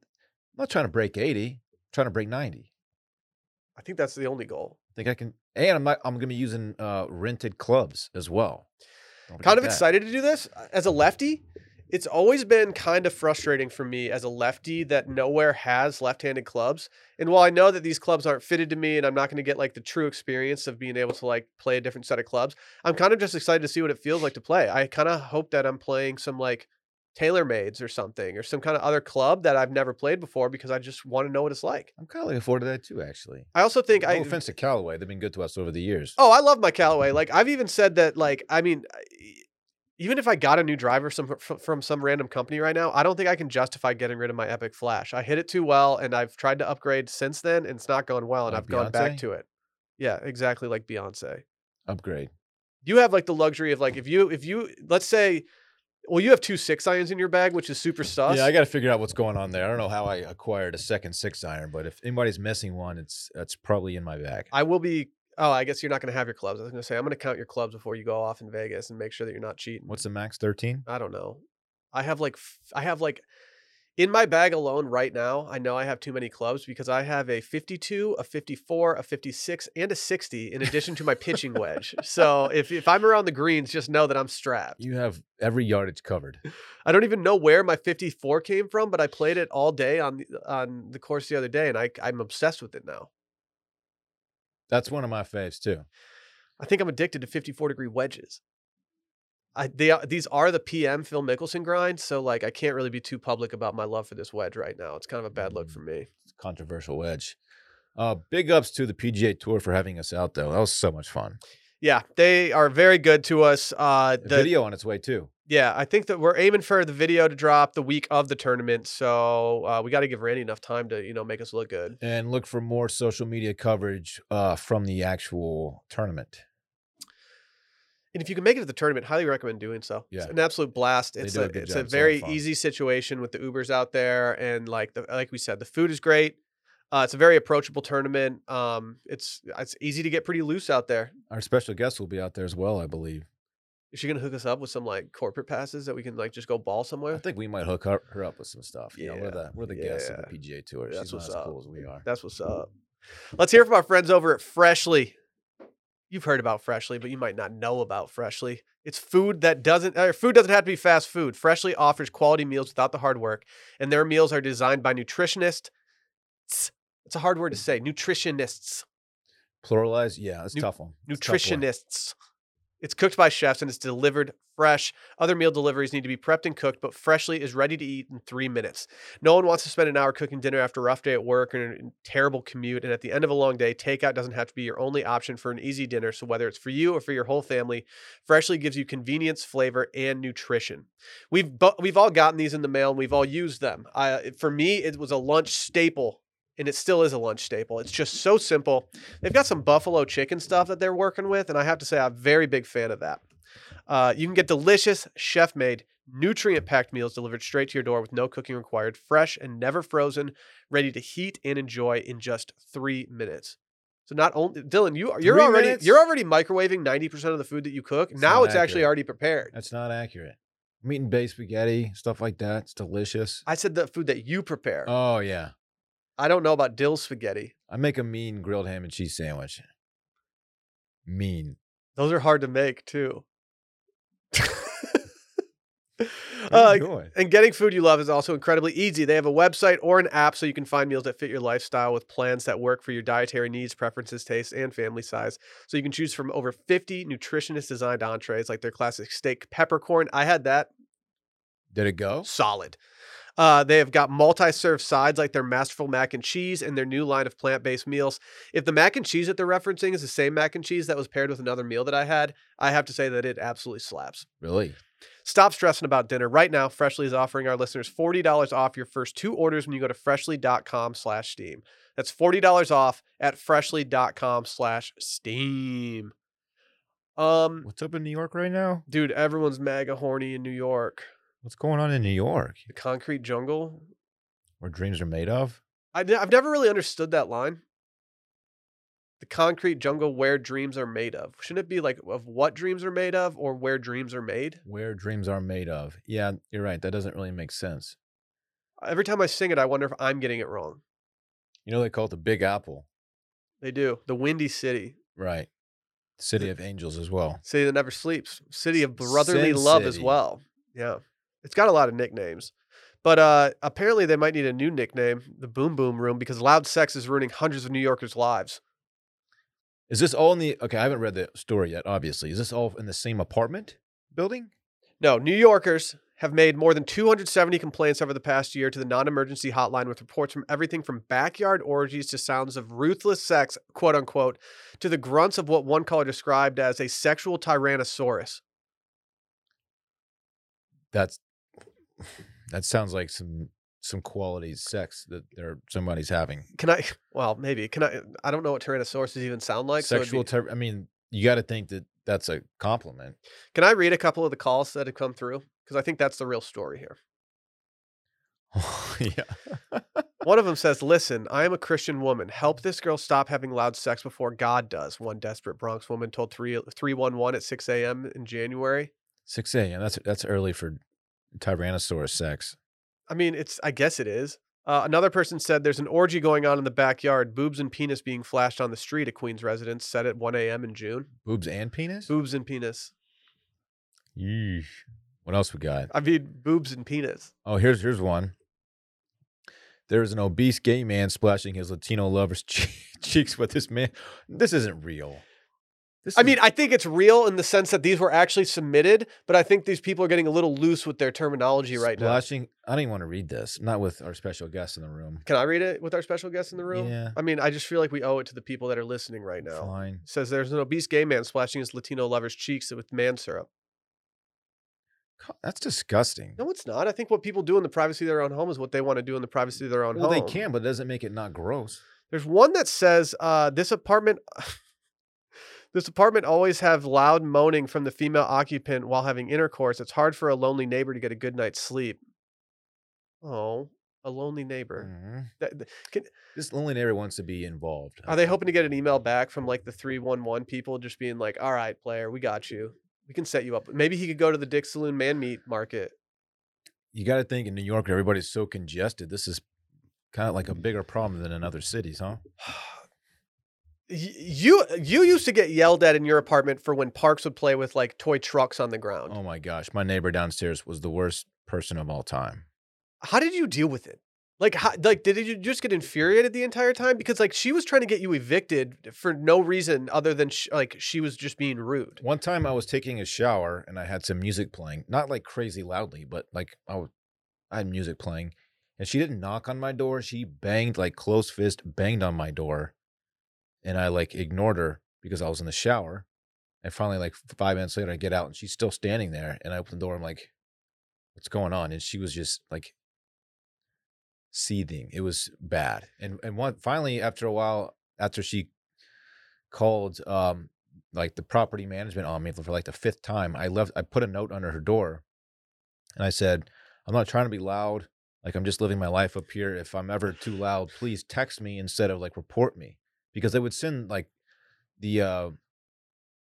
[SPEAKER 2] not trying to break 80, I'm trying to break 90.
[SPEAKER 1] I think that's the only goal.
[SPEAKER 2] I think I can, and I'm not, I'm going to be using uh, rented clubs as well. Don't forget
[SPEAKER 1] Kind of
[SPEAKER 2] that.
[SPEAKER 1] excited to do this as a lefty. It's always been kind of frustrating for me as a lefty that nowhere has left-handed clubs. And while I know that these clubs aren't fitted to me and I'm not going to get like the true experience of being able to like play a different set of clubs, I'm kind of just excited to see what it feels like to play. I kind of hope that I'm playing some like TaylorMade's or something or some kind of other club that I've never played before because I just want to know what it's like.
[SPEAKER 2] I'm kind of looking forward to that too, actually.
[SPEAKER 1] I also think
[SPEAKER 2] no
[SPEAKER 1] I
[SPEAKER 2] offense to Callaway, they've been good to us over the years.
[SPEAKER 1] Oh, I love my Callaway. Like I've even said that. Like I mean, I- even if I got a new driver some from, from some random company right now, I don't think I can justify getting rid of my Epic Flash. I hit it too well, and I've tried to upgrade since then, and it's not going well, and
[SPEAKER 2] Like
[SPEAKER 1] I've gone back
[SPEAKER 2] Beyonce?
[SPEAKER 1] to it. Yeah, exactly like Beyonce.
[SPEAKER 2] Upgrade.
[SPEAKER 1] You have like the luxury of like if you if you let's say, well, you have two six irons in your bag, which is super sus.
[SPEAKER 2] Yeah, I got to figure out what's going on there. I don't know how I acquired a second six iron, but if anybody's missing one, it's that's probably in my bag.
[SPEAKER 1] I will be. Oh, I guess you're not going to have your clubs. I was going to say I'm going to count your clubs before you go off in Vegas and make sure that you're not cheating.
[SPEAKER 2] What's the max? 13?
[SPEAKER 1] I don't know. I have like f- I have like in my bag alone right now. I know I have too many clubs because I have a 52, a 54, a 56, and a 60 in addition to my pitching wedge. So if if I'm around the greens, just know that I'm strapped.
[SPEAKER 2] You have every yardage covered.
[SPEAKER 1] I don't even know where my 54 came from, but I played it all day on the- on the course the other day, and I I'm obsessed with it now.
[SPEAKER 2] That's one of my faves too.
[SPEAKER 1] I think I'm addicted to 54 degree wedges. I, they are, these are the PM Phil Mickelson grind, so like I can't really be too public about my love for this wedge right now. It's kind of a bad look for me.
[SPEAKER 2] Controversial wedge. Uh, big ups to the PGA Tour for having us out, though. That was so much fun.
[SPEAKER 1] Yeah, they are very good to us. Uh,
[SPEAKER 2] A
[SPEAKER 1] the,
[SPEAKER 2] video on its way too.
[SPEAKER 1] Yeah, I think that we're aiming for the video to drop the week of the tournament, so uh, we got to give Randy enough time to you know make us look good.
[SPEAKER 2] and look for more social media coverage uh, from the actual tournament.
[SPEAKER 1] And if you can make it to the tournament, highly recommend doing so.
[SPEAKER 2] Yeah.
[SPEAKER 1] It's an absolute blast.
[SPEAKER 2] They
[SPEAKER 1] It's
[SPEAKER 2] do
[SPEAKER 1] a,
[SPEAKER 2] a good
[SPEAKER 1] it's
[SPEAKER 2] job.
[SPEAKER 1] a
[SPEAKER 2] It's a lot of
[SPEAKER 1] very
[SPEAKER 2] fun.
[SPEAKER 1] easy situation with the Ubers out there, and like the like we said, the food is great. Uh, it's a very approachable tournament. Um, it's it's easy to get pretty loose out there.
[SPEAKER 2] Our special guest will be out there as well, I believe.
[SPEAKER 1] Is she gonna hook us up with some like corporate passes that we can like just go ball
[SPEAKER 2] I
[SPEAKER 1] somewhere?
[SPEAKER 2] think we might hook her, her up with some stuff. Yeah, we're
[SPEAKER 1] Yeah,
[SPEAKER 2] the we're the guests of the PGA Tour.
[SPEAKER 1] That's
[SPEAKER 2] She's not
[SPEAKER 1] what's
[SPEAKER 2] as
[SPEAKER 1] up.
[SPEAKER 2] cool as we are.
[SPEAKER 1] That's what's up. Let's hear from our friends over at Freshly. You've heard about Freshly, but you might not know about Freshly. It's food that doesn't or food doesn't have to be fast food. Freshly offers quality meals without the hard work, and their meals are designed by nutritionists. It's a hard word to say. Nutritionists. Pluralize?
[SPEAKER 2] Pluralize, yeah, it's
[SPEAKER 1] Nu-
[SPEAKER 2] tough one. It's a tough one.
[SPEAKER 1] Nutritionists. It's cooked by chefs and it's delivered fresh. Other meal deliveries need to be prepped and cooked, but Freshly is ready to eat in three minutes. No one wants to spend an hour cooking dinner after a rough day at work or a terrible commute. And at the end of a long day, takeout doesn't have to be your only option for an easy dinner. So whether it's for you or for your whole family, Freshly gives you convenience, flavor, and nutrition. We've bo- we've all gotten these in the mail and we've all used them. I, for me, it was a lunch staple. And it still is a lunch staple. It's just so simple. They've got some buffalo chicken stuff that they're working with, and I have to say, I'm a very big fan of that. Uh, you can get delicious, chef made, nutrient packed meals delivered straight to your door with no cooking required, fresh and never frozen, ready to heat and enjoy in just three minutes. So not only Dylan, you are you're
[SPEAKER 2] Three
[SPEAKER 1] already
[SPEAKER 2] minutes?
[SPEAKER 1] you're already microwaving ninety percent of the food that you cook.
[SPEAKER 2] That's
[SPEAKER 1] now
[SPEAKER 2] not
[SPEAKER 1] it's actually
[SPEAKER 2] accurate.
[SPEAKER 1] already prepared.
[SPEAKER 2] That's not accurate. I'm eating baked spaghetti, stuff like that. It's delicious.
[SPEAKER 1] I said the food that you prepare.
[SPEAKER 2] Oh yeah,
[SPEAKER 1] I don't know about dill spaghetti.
[SPEAKER 2] I make a mean grilled ham and cheese sandwich. Mean.
[SPEAKER 1] Those are hard to make too.
[SPEAKER 2] What are
[SPEAKER 1] uh,
[SPEAKER 2] you doing?
[SPEAKER 1] And getting food you love is also incredibly easy. They have a website or an app so you can find meals that fit your lifestyle with plans that work for your dietary needs, preferences, tastes, and family size. So you can choose from over 50 nutritionist designed entrees like their classic steak peppercorn. I had that
[SPEAKER 2] Did it go?
[SPEAKER 1] solid. Uh, they have got multi-serve sides like their masterful mac and cheese and their new line of plant-based meals. If the mac and cheese that they're referencing is the same mac and cheese that was paired with another meal that I had, I have to say that it absolutely slaps.
[SPEAKER 2] Really?
[SPEAKER 1] Stop stressing about dinner. Right now, Freshly is offering our listeners $40 off your first two orders when you go to freshly.com slash steam. That's $40 off at freshly.com slash steam. Um,
[SPEAKER 2] What's up in New York right now?
[SPEAKER 1] dude, everyone's mega horny in New York.
[SPEAKER 2] What's going on in New York?
[SPEAKER 1] The concrete jungle.
[SPEAKER 2] Where dreams are made of?
[SPEAKER 1] I, ne- I've never really understood that line. The concrete jungle where dreams are made of. Shouldn't it be like of what dreams are made of or where dreams are made?
[SPEAKER 2] Where dreams are made of. Yeah, you're right. That doesn't really make sense.
[SPEAKER 1] Every time I sing it, I wonder if I'm getting it wrong.
[SPEAKER 2] You know they call it the Big Apple,
[SPEAKER 1] They do. The Windy City.
[SPEAKER 2] right? City of Angels as well.
[SPEAKER 1] City that never sleeps. City of brotherly
[SPEAKER 2] Sin
[SPEAKER 1] love as
[SPEAKER 2] City.
[SPEAKER 1] well. Yeah. It's got a lot of nicknames. But uh, apparently they might need a new nickname, the Boom Boom Room, because loud sex is ruining hundreds of New Yorkers' lives.
[SPEAKER 2] Is this all in the? Okay, I haven't read the story yet. Obviously, is this all in the same apartment building?
[SPEAKER 1] No, New Yorkers have made more than 270 complaints over the past year to the non-emergency hotline with reports from everything from backyard orgies to sounds of ruthless sex, quote unquote, to the grunts of what one caller described as a sexual tyrannosaurus.
[SPEAKER 2] That's that sounds like some some quality sex that there somebody's having.
[SPEAKER 1] Can I well, maybe. Can I I don't know what tyrannosauruses even sound like. so it'd be-
[SPEAKER 2] Sexual. ter- I mean, you got to think that that's a compliment.
[SPEAKER 1] Can I read a couple of the calls that have come through? Because I think that's the real story here.
[SPEAKER 2] yeah.
[SPEAKER 1] One of them says, Listen, I am a Christian woman. Help this girl stop having loud sex before God does. One desperate Bronx woman told 3, 311 at 6 a.m. in January.
[SPEAKER 2] Six a.m. That's that's early for Tyrannosaurus sex.
[SPEAKER 1] I mean, it's, I guess it is. Uh, another person said, There's an orgy going on in the backyard, boobs and penis being flashed on the street, a Queens residence said at 1 a.m. in June.
[SPEAKER 2] Boobs and penis.
[SPEAKER 1] Boobs and penis.
[SPEAKER 2] Yeesh. What else we got?
[SPEAKER 1] I mean, boobs and penis.
[SPEAKER 2] Oh, here's here's one. There is an obese gay man splashing his Latino lover's che- cheeks with this man. This isn't real. This
[SPEAKER 1] I
[SPEAKER 2] is-
[SPEAKER 1] mean, I think it's real in the sense that these were actually submitted, but I think these people are getting a little loose with their terminology right now.
[SPEAKER 2] splashing. I don't even want to read this. Not with our special guest in the room.
[SPEAKER 1] Can I read it with our special guest in the room?
[SPEAKER 2] Yeah.
[SPEAKER 1] I mean, I just feel like we owe it to the people that are listening right now.
[SPEAKER 2] Fine.
[SPEAKER 1] It says there's an obese gay man splashing his Latino lover's cheeks with man syrup.
[SPEAKER 2] Co- That's disgusting.
[SPEAKER 1] No, it's not. I think what people do in the privacy of their own home is what they want to do in the privacy of their own
[SPEAKER 2] well,
[SPEAKER 1] home.
[SPEAKER 2] they can, but it doesn't make it not gross.
[SPEAKER 1] There's one that says uh, this apartment. This apartment always have loud moaning from the female occupant while having intercourse. It's hard for a lonely neighbor to get a good night's sleep. Oh, a lonely neighbor.
[SPEAKER 2] Mhm.
[SPEAKER 1] That- th- can-
[SPEAKER 2] This lonely neighbor wants to be involved. I
[SPEAKER 1] are they
[SPEAKER 2] think.
[SPEAKER 1] hoping to get an email back from like the 311 people just being like, all right, player, we got you. We can set you up. Maybe he could go to the Dick Saloon Man Meat Market.
[SPEAKER 2] You got to think in New York, everybody's so congested. This is kind of like a bigger problem than in other cities, huh?
[SPEAKER 1] Y- You you used to get yelled at in your apartment for when Parks would play with like toy trucks on the ground.
[SPEAKER 2] Oh my gosh, my neighbor downstairs was the worst person of all time.
[SPEAKER 1] How did you deal with it? Like how, like did you just get infuriated the entire time because like she was trying to get you evicted for no reason other than sh- like she was just being rude.
[SPEAKER 2] One time I was taking a shower and I had some music playing, not like crazy loudly, but like I, was, I had music playing. And she didn't knock on my door. She banged like close fist, banged on my door. And I like ignored her because I was in the shower. And finally, like f- five minutes later, I get out and she's still standing there. And I open the door. I'm like, what's going on? And she was just like seething. It was bad. And and one finally, after a while, after she called um like the property management on me for like the fifth time. I left. I put a note under her door, and I said, "I'm not trying to be loud. Like I'm just living my life up here. If I'm ever too loud, please text me instead of like report me, because they would send like the uh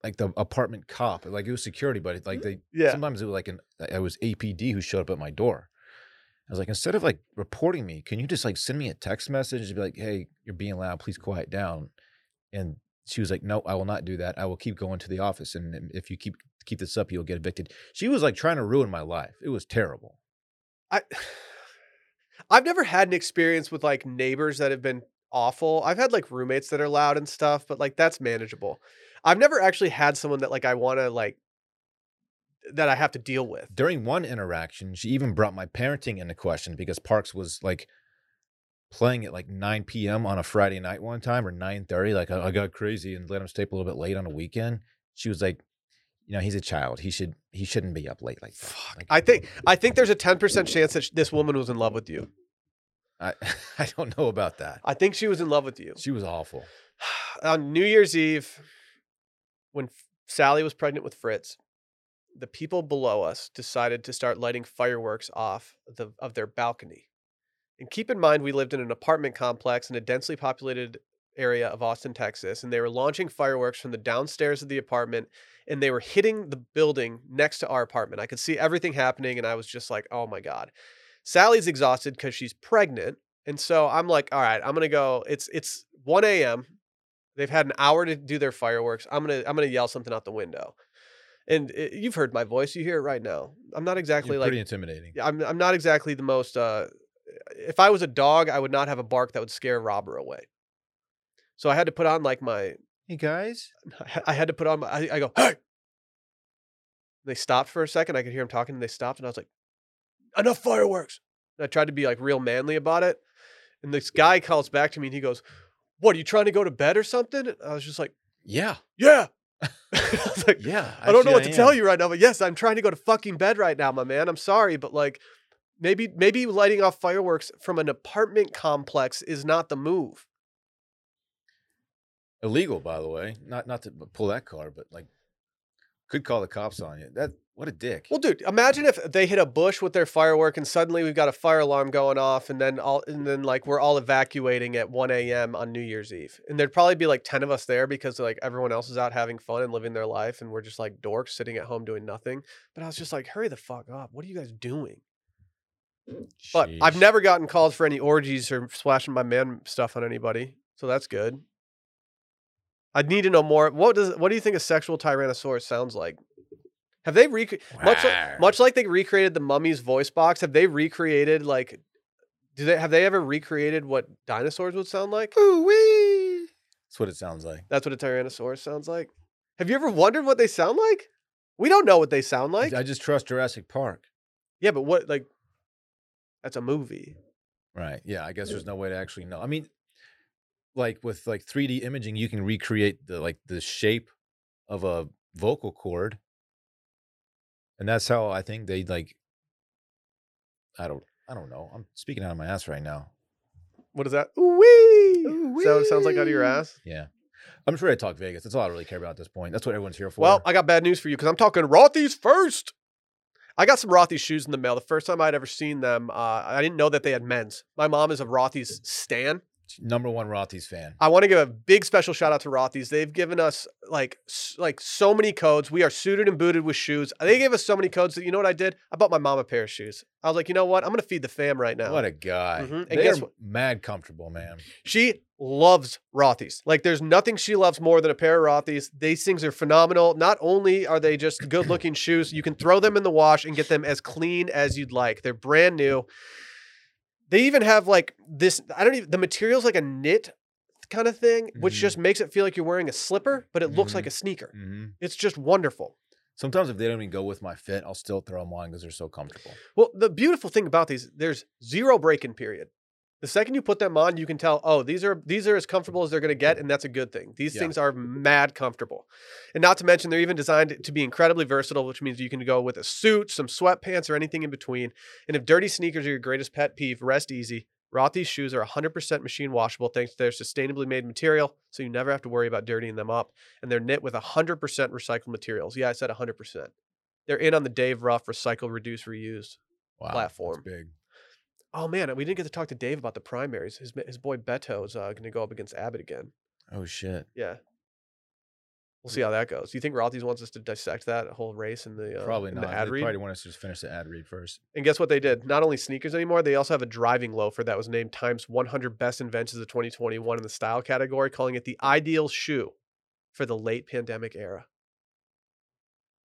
[SPEAKER 2] like the apartment cop. Like it was security, but it, like they
[SPEAKER 1] Yeah.
[SPEAKER 2] sometimes it was like an it was APD who showed up at my door. I was like, instead of like reporting me, can you just like send me a text message and be like, hey, you're being loud, please quiet down. And she was like, no, I will not do that. I will keep going to the office, and if you keep keep this up, you'll get evicted. She was like trying to ruin my life. It was terrible.
[SPEAKER 1] I I've never had an experience with like neighbors that have been awful. I've had like roommates that are loud and stuff, but like that's manageable. I've never actually had someone that like I want to like that I have to deal with.
[SPEAKER 2] During one interaction, she even brought my parenting into question because Parks was like playing at like 9 p.m. on a Friday night one time or 9:30. Like I, I got crazy and let him stay up a little bit late on a weekend. She was like, you know, he's a child. He should he shouldn't be up late like that.
[SPEAKER 1] Fuck.
[SPEAKER 2] Like,
[SPEAKER 1] I think I think there's a 10% chance that sh- this woman was in love with you.
[SPEAKER 2] I I don't know about that.
[SPEAKER 1] I think she was in love with you.
[SPEAKER 2] She was awful.
[SPEAKER 1] on New Year's Eve, when F- Sally was pregnant with Fritz, the people below us decided to start lighting fireworks off the, of their balcony. And keep in mind, we lived in an apartment complex in a densely populated area of Austin, Texas, and they were launching fireworks from the downstairs of the apartment and they were hitting the building next to our apartment. I could see everything happening and I was just like, oh my God. Sally's exhausted because she's pregnant. And so I'm like, all right, I'm gonna go. It's it's 1 a.m. They've had an hour to do their fireworks. I'm gonna I'm gonna yell something out the window. And it, you've heard my voice. You hear it right now. I'm not exactly
[SPEAKER 2] You're
[SPEAKER 1] like
[SPEAKER 2] pretty intimidating.
[SPEAKER 1] yeah, I'm I'm not exactly the most uh if I was a dog, I would not have a bark that would scare a robber away. So I had to put on like my
[SPEAKER 2] Hey guys,
[SPEAKER 1] I had to put on my I, I go, "Hey!" They stopped for a second. I could hear them talking and they stopped and I was like, "Enough fireworks." And I tried to be like real manly about it. And this guy calls back to me and he goes, "What, are you trying to go to bed or something?" And I was just like,
[SPEAKER 2] yeah,
[SPEAKER 1] "Yeah." I was like,
[SPEAKER 2] yeah.
[SPEAKER 1] I don't know
[SPEAKER 2] actually
[SPEAKER 1] what to tell
[SPEAKER 2] am.
[SPEAKER 1] you right now, but yes, I'm trying to go to fucking bed right now, my man. I'm sorry, but like maybe maybe lighting off fireworks from an apartment complex is not the move.
[SPEAKER 2] Illegal, by the way. Not not to b- pull that car, but like could call the cops on you. That what a dick.
[SPEAKER 1] Well, dude, imagine if they hit a bush with their firework and suddenly we've got a fire alarm going off and then all and then like we're all evacuating at 1 a.m. on New Year's Eve. And there'd probably be like 10 of us there because like everyone else is out having fun and living their life and we're just like dorks sitting at home doing nothing. But I was just like, hurry the fuck up. What are you guys doing? But I've
[SPEAKER 2] Sheesh.
[SPEAKER 1] never gotten called for any orgies or splashing my man stuff on anybody, so that's good. I'd need to know more. What does what do you think a sexual tyrannosaurus sounds like? Have they rec- much like,
[SPEAKER 2] Rawr.
[SPEAKER 1] much like they recreated the mummy's voice box? Have they recreated like do they have they ever recreated what dinosaurs would sound like?
[SPEAKER 2] Ooh wee. That's what it sounds like.
[SPEAKER 1] That's what a tyrannosaurus sounds like. Have you ever wondered what they sound like? We don't know what they sound like.
[SPEAKER 2] I just trust Jurassic Park.
[SPEAKER 1] yeah, but what like that's a movie.
[SPEAKER 2] Right. Yeah. I guess there's no way to actually know. I mean, like with like 3D imaging, you can recreate the like the shape of a vocal cord, and that's how I think they like. I don't. I don't know. I'm speaking out of my ass right now.
[SPEAKER 1] What is that? Ooh-wee.
[SPEAKER 2] Ooh-wee.
[SPEAKER 1] Is that what it sounds like out of your ass?
[SPEAKER 2] Yeah. I'm sure I talk Vegas. That's all I really care about at this point. That's what everyone's here for.
[SPEAKER 1] Well, I got bad news for you because I'm talking Rothy's first. I got some Rothy's shoes in the mail. The first time I'd ever seen them, uh, I didn't know that they had men's. My mom is a Rothy's stan.
[SPEAKER 2] number one Rothy's fan.
[SPEAKER 1] I want to give a big special shout out to Rothy's. They've given us like s- like so many codes. We are suited and booted with shoes. They gave us so many codes that you know what I did? I bought my mom a pair of shoes. I was like, you know what? I'm gonna feed the fam right now.
[SPEAKER 2] What a guy.
[SPEAKER 1] Mhm. And
[SPEAKER 2] They
[SPEAKER 1] guess
[SPEAKER 2] are
[SPEAKER 1] what-
[SPEAKER 2] mad comfortable, man.
[SPEAKER 1] She loves Rothy's. Like, there's nothing she loves more than a pair of Rothy's. These things are phenomenal. Not only are they just good looking shoes, you can throw them in the wash and get them as clean as you'd like. They're brand new. They even have like this, I don't even, the material's like a knit kind of thing, which
[SPEAKER 2] Mhm.
[SPEAKER 1] just makes it feel like you're wearing a slipper, but it looks
[SPEAKER 2] Mhm.
[SPEAKER 1] like a sneaker.
[SPEAKER 2] hmm
[SPEAKER 1] It's just wonderful.
[SPEAKER 2] Sometimes if they don't even go with my fit, I'll still throw them on because they're so comfortable.
[SPEAKER 1] Well, the beautiful thing about these, there's zero break-in period. The second you put them on, you can tell, oh, these are these are as comfortable as they're going to get, and that's a good thing. These
[SPEAKER 2] Yeah.
[SPEAKER 1] things are mad comfortable, and not to mention they're even designed to be incredibly versatile, which means you can go with a suit, some sweatpants, or anything in between. And if dirty sneakers are your greatest pet peeve, rest easy. Rothy's shoes are 100% machine washable thanks to their sustainably made material, so you never have to worry about dirtying them up. And they're knit with 100% recycled materials. Yeah, I said 100%. They're in on the Dave Ruff recycle, reduce, reuse.
[SPEAKER 2] Wow.
[SPEAKER 1] Platform.
[SPEAKER 2] That's big.
[SPEAKER 1] Oh man, we didn't get to talk to Dave about the primaries. His his boy Beto's uh, going to go up against Abbott again.
[SPEAKER 2] Oh shit.
[SPEAKER 1] Yeah, we'll
[SPEAKER 2] Hmm.
[SPEAKER 1] see how that goes. Do you think Rothy's wants us to dissect that whole race in the uh,
[SPEAKER 2] probably
[SPEAKER 1] in
[SPEAKER 2] not.
[SPEAKER 1] the ad
[SPEAKER 2] they
[SPEAKER 1] read?
[SPEAKER 2] probably want us to just finish the ad read first.
[SPEAKER 1] And guess what they did? Not only sneakers anymore, they also have a driving loafer that was named Time's 100 Best Inventions of 2021 in the style category, calling it the ideal shoe for the late pandemic era.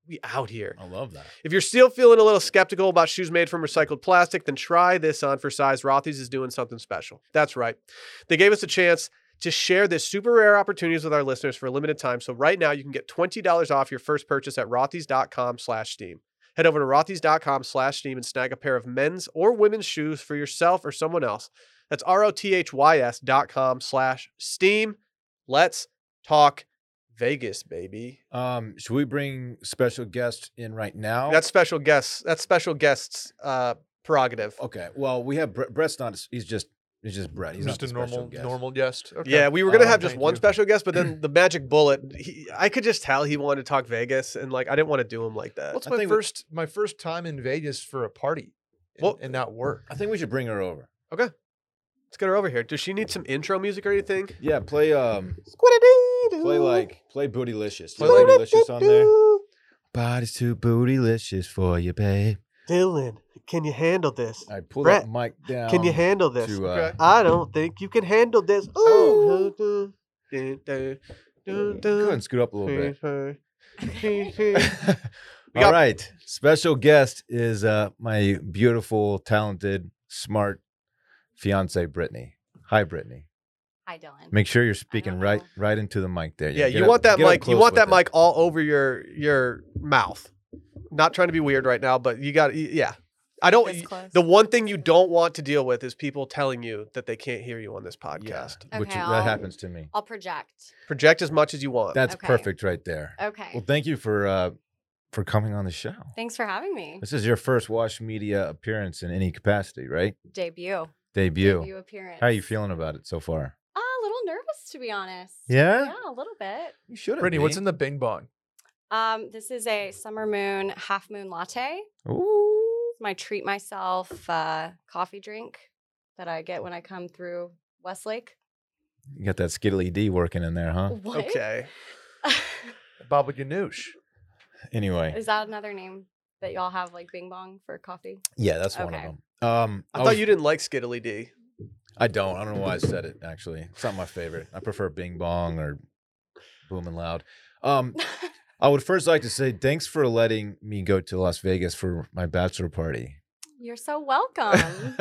[SPEAKER 1] We out here.
[SPEAKER 2] I love that.
[SPEAKER 1] If you're still feeling a little skeptical about shoes made from recycled plastic, then try this on for size. Rothy's is doing something special. That's right. They gave us a chance to share this super rare opportunities with our listeners for a limited time. So right now you can get $20 off your first purchase at rothys.com slash steam. Head over to rothys.com slash steam and snag a pair of men's or women's shoes for yourself or someone else. That's R-O-T-H-Y-S dot com slash steam. Let's talk Vegas, baby.
[SPEAKER 2] Um, should we bring special guest in right now?
[SPEAKER 1] That's special guests. That's special guests uh, prerogative.
[SPEAKER 2] okay. Well, we have Bre- Brett's not. He's just. He's just Brett. He's
[SPEAKER 3] just
[SPEAKER 2] not
[SPEAKER 3] a
[SPEAKER 2] the special
[SPEAKER 3] normal
[SPEAKER 2] guest.
[SPEAKER 3] normal guest. Okay.
[SPEAKER 1] Yeah, we were
[SPEAKER 2] Oh,
[SPEAKER 1] gonna
[SPEAKER 3] Um,
[SPEAKER 1] have just
[SPEAKER 3] thank
[SPEAKER 1] one
[SPEAKER 3] you.
[SPEAKER 1] special guest, but then the magic bullet. He, I could just tell he wanted to talk Vegas, and like I didn't want to do him like that.
[SPEAKER 3] What's
[SPEAKER 2] I
[SPEAKER 3] my
[SPEAKER 2] think we-
[SPEAKER 3] first my first time in Vegas for a party and,
[SPEAKER 1] Well-
[SPEAKER 3] and not work?
[SPEAKER 2] I think we should bring her over.
[SPEAKER 1] Let's get her over here. Does she need some intro music or anything?
[SPEAKER 2] Yeah. Play. Um.
[SPEAKER 1] Squiddy-dee-doo.
[SPEAKER 2] Play like. Play bootylicious. Play bootylicious on there.
[SPEAKER 1] Squiddy-doo.
[SPEAKER 2] Body's too bootylicious for you, babe.
[SPEAKER 1] Dylan, can you handle this?
[SPEAKER 2] I pull
[SPEAKER 1] Brett,
[SPEAKER 2] that mic down.
[SPEAKER 1] Can you handle this?
[SPEAKER 2] To, uh,
[SPEAKER 3] Okay.
[SPEAKER 1] I don't think you can handle this.
[SPEAKER 2] Oh.
[SPEAKER 1] Ooh. Dun, dun,
[SPEAKER 2] Go
[SPEAKER 1] dun,
[SPEAKER 2] ahead and
[SPEAKER 1] dun.
[SPEAKER 2] scoot up a little bit.
[SPEAKER 1] Hey, hey.
[SPEAKER 2] All right,
[SPEAKER 1] We got-
[SPEAKER 2] Special guest is uh, my beautiful, talented, smart fiance, Brittany. Hi, Brittany.
[SPEAKER 4] Hi, Dylan.
[SPEAKER 2] Make sure you're speaking
[SPEAKER 4] don't
[SPEAKER 2] right
[SPEAKER 4] know.
[SPEAKER 2] right into the mic there.
[SPEAKER 1] Yeah, you
[SPEAKER 2] get
[SPEAKER 1] want
[SPEAKER 2] up-
[SPEAKER 1] that
[SPEAKER 2] get up
[SPEAKER 1] mic. You
[SPEAKER 2] close
[SPEAKER 1] want
[SPEAKER 2] with
[SPEAKER 1] that
[SPEAKER 2] it.
[SPEAKER 1] mic all over your your mouth. Not trying to be weird right now, but you got yeah. I
[SPEAKER 2] Oh,
[SPEAKER 1] don't.
[SPEAKER 4] This close?
[SPEAKER 1] The one thing you don't want to deal with is people telling you that they can't hear you on this podcast.
[SPEAKER 2] Yeah, which
[SPEAKER 4] Okay,
[SPEAKER 2] that
[SPEAKER 4] I'll-
[SPEAKER 2] happens to me.
[SPEAKER 4] I'll project.
[SPEAKER 1] Project as much as you want.
[SPEAKER 2] That's
[SPEAKER 4] Okay.
[SPEAKER 2] perfect right there.
[SPEAKER 4] Okay.
[SPEAKER 2] Well, thank you for uh, for coming on the show.
[SPEAKER 4] Thanks for having me.
[SPEAKER 2] This is your first Wash Media appearance in any capacity, right?
[SPEAKER 4] Debut.
[SPEAKER 2] Debut.
[SPEAKER 4] Debut appearance.
[SPEAKER 2] How are you feeling about it so far?
[SPEAKER 4] Uh, a little nervous, to be honest.
[SPEAKER 2] Yeah,
[SPEAKER 4] Yeah, a little bit.
[SPEAKER 2] you should.
[SPEAKER 3] Brittany, what's in the Bing Bong?
[SPEAKER 4] Um, this is a summer moon half moon latte.
[SPEAKER 2] Ooh.
[SPEAKER 4] It's my treat myself uh, coffee drink that I get when I come through Westlake.
[SPEAKER 2] You got that Skiddly D working in there, huh?
[SPEAKER 4] What?
[SPEAKER 1] okay.
[SPEAKER 3] Baba Ganoush.
[SPEAKER 2] Anyway,
[SPEAKER 4] is that another name that y'all have, like Bing Bong for coffee?
[SPEAKER 2] Yeah, that's one of
[SPEAKER 4] Okay.
[SPEAKER 2] them. Um,
[SPEAKER 1] I, thought
[SPEAKER 2] was-
[SPEAKER 1] you didn't like Skiddly D.
[SPEAKER 2] I don't. I don't know why I said it. Actually, it's not my favorite. I prefer Bing Bong or Booming Loud. Um, I would first like to say thanks for letting me go to Las Vegas for my bachelor party.
[SPEAKER 4] You're so welcome.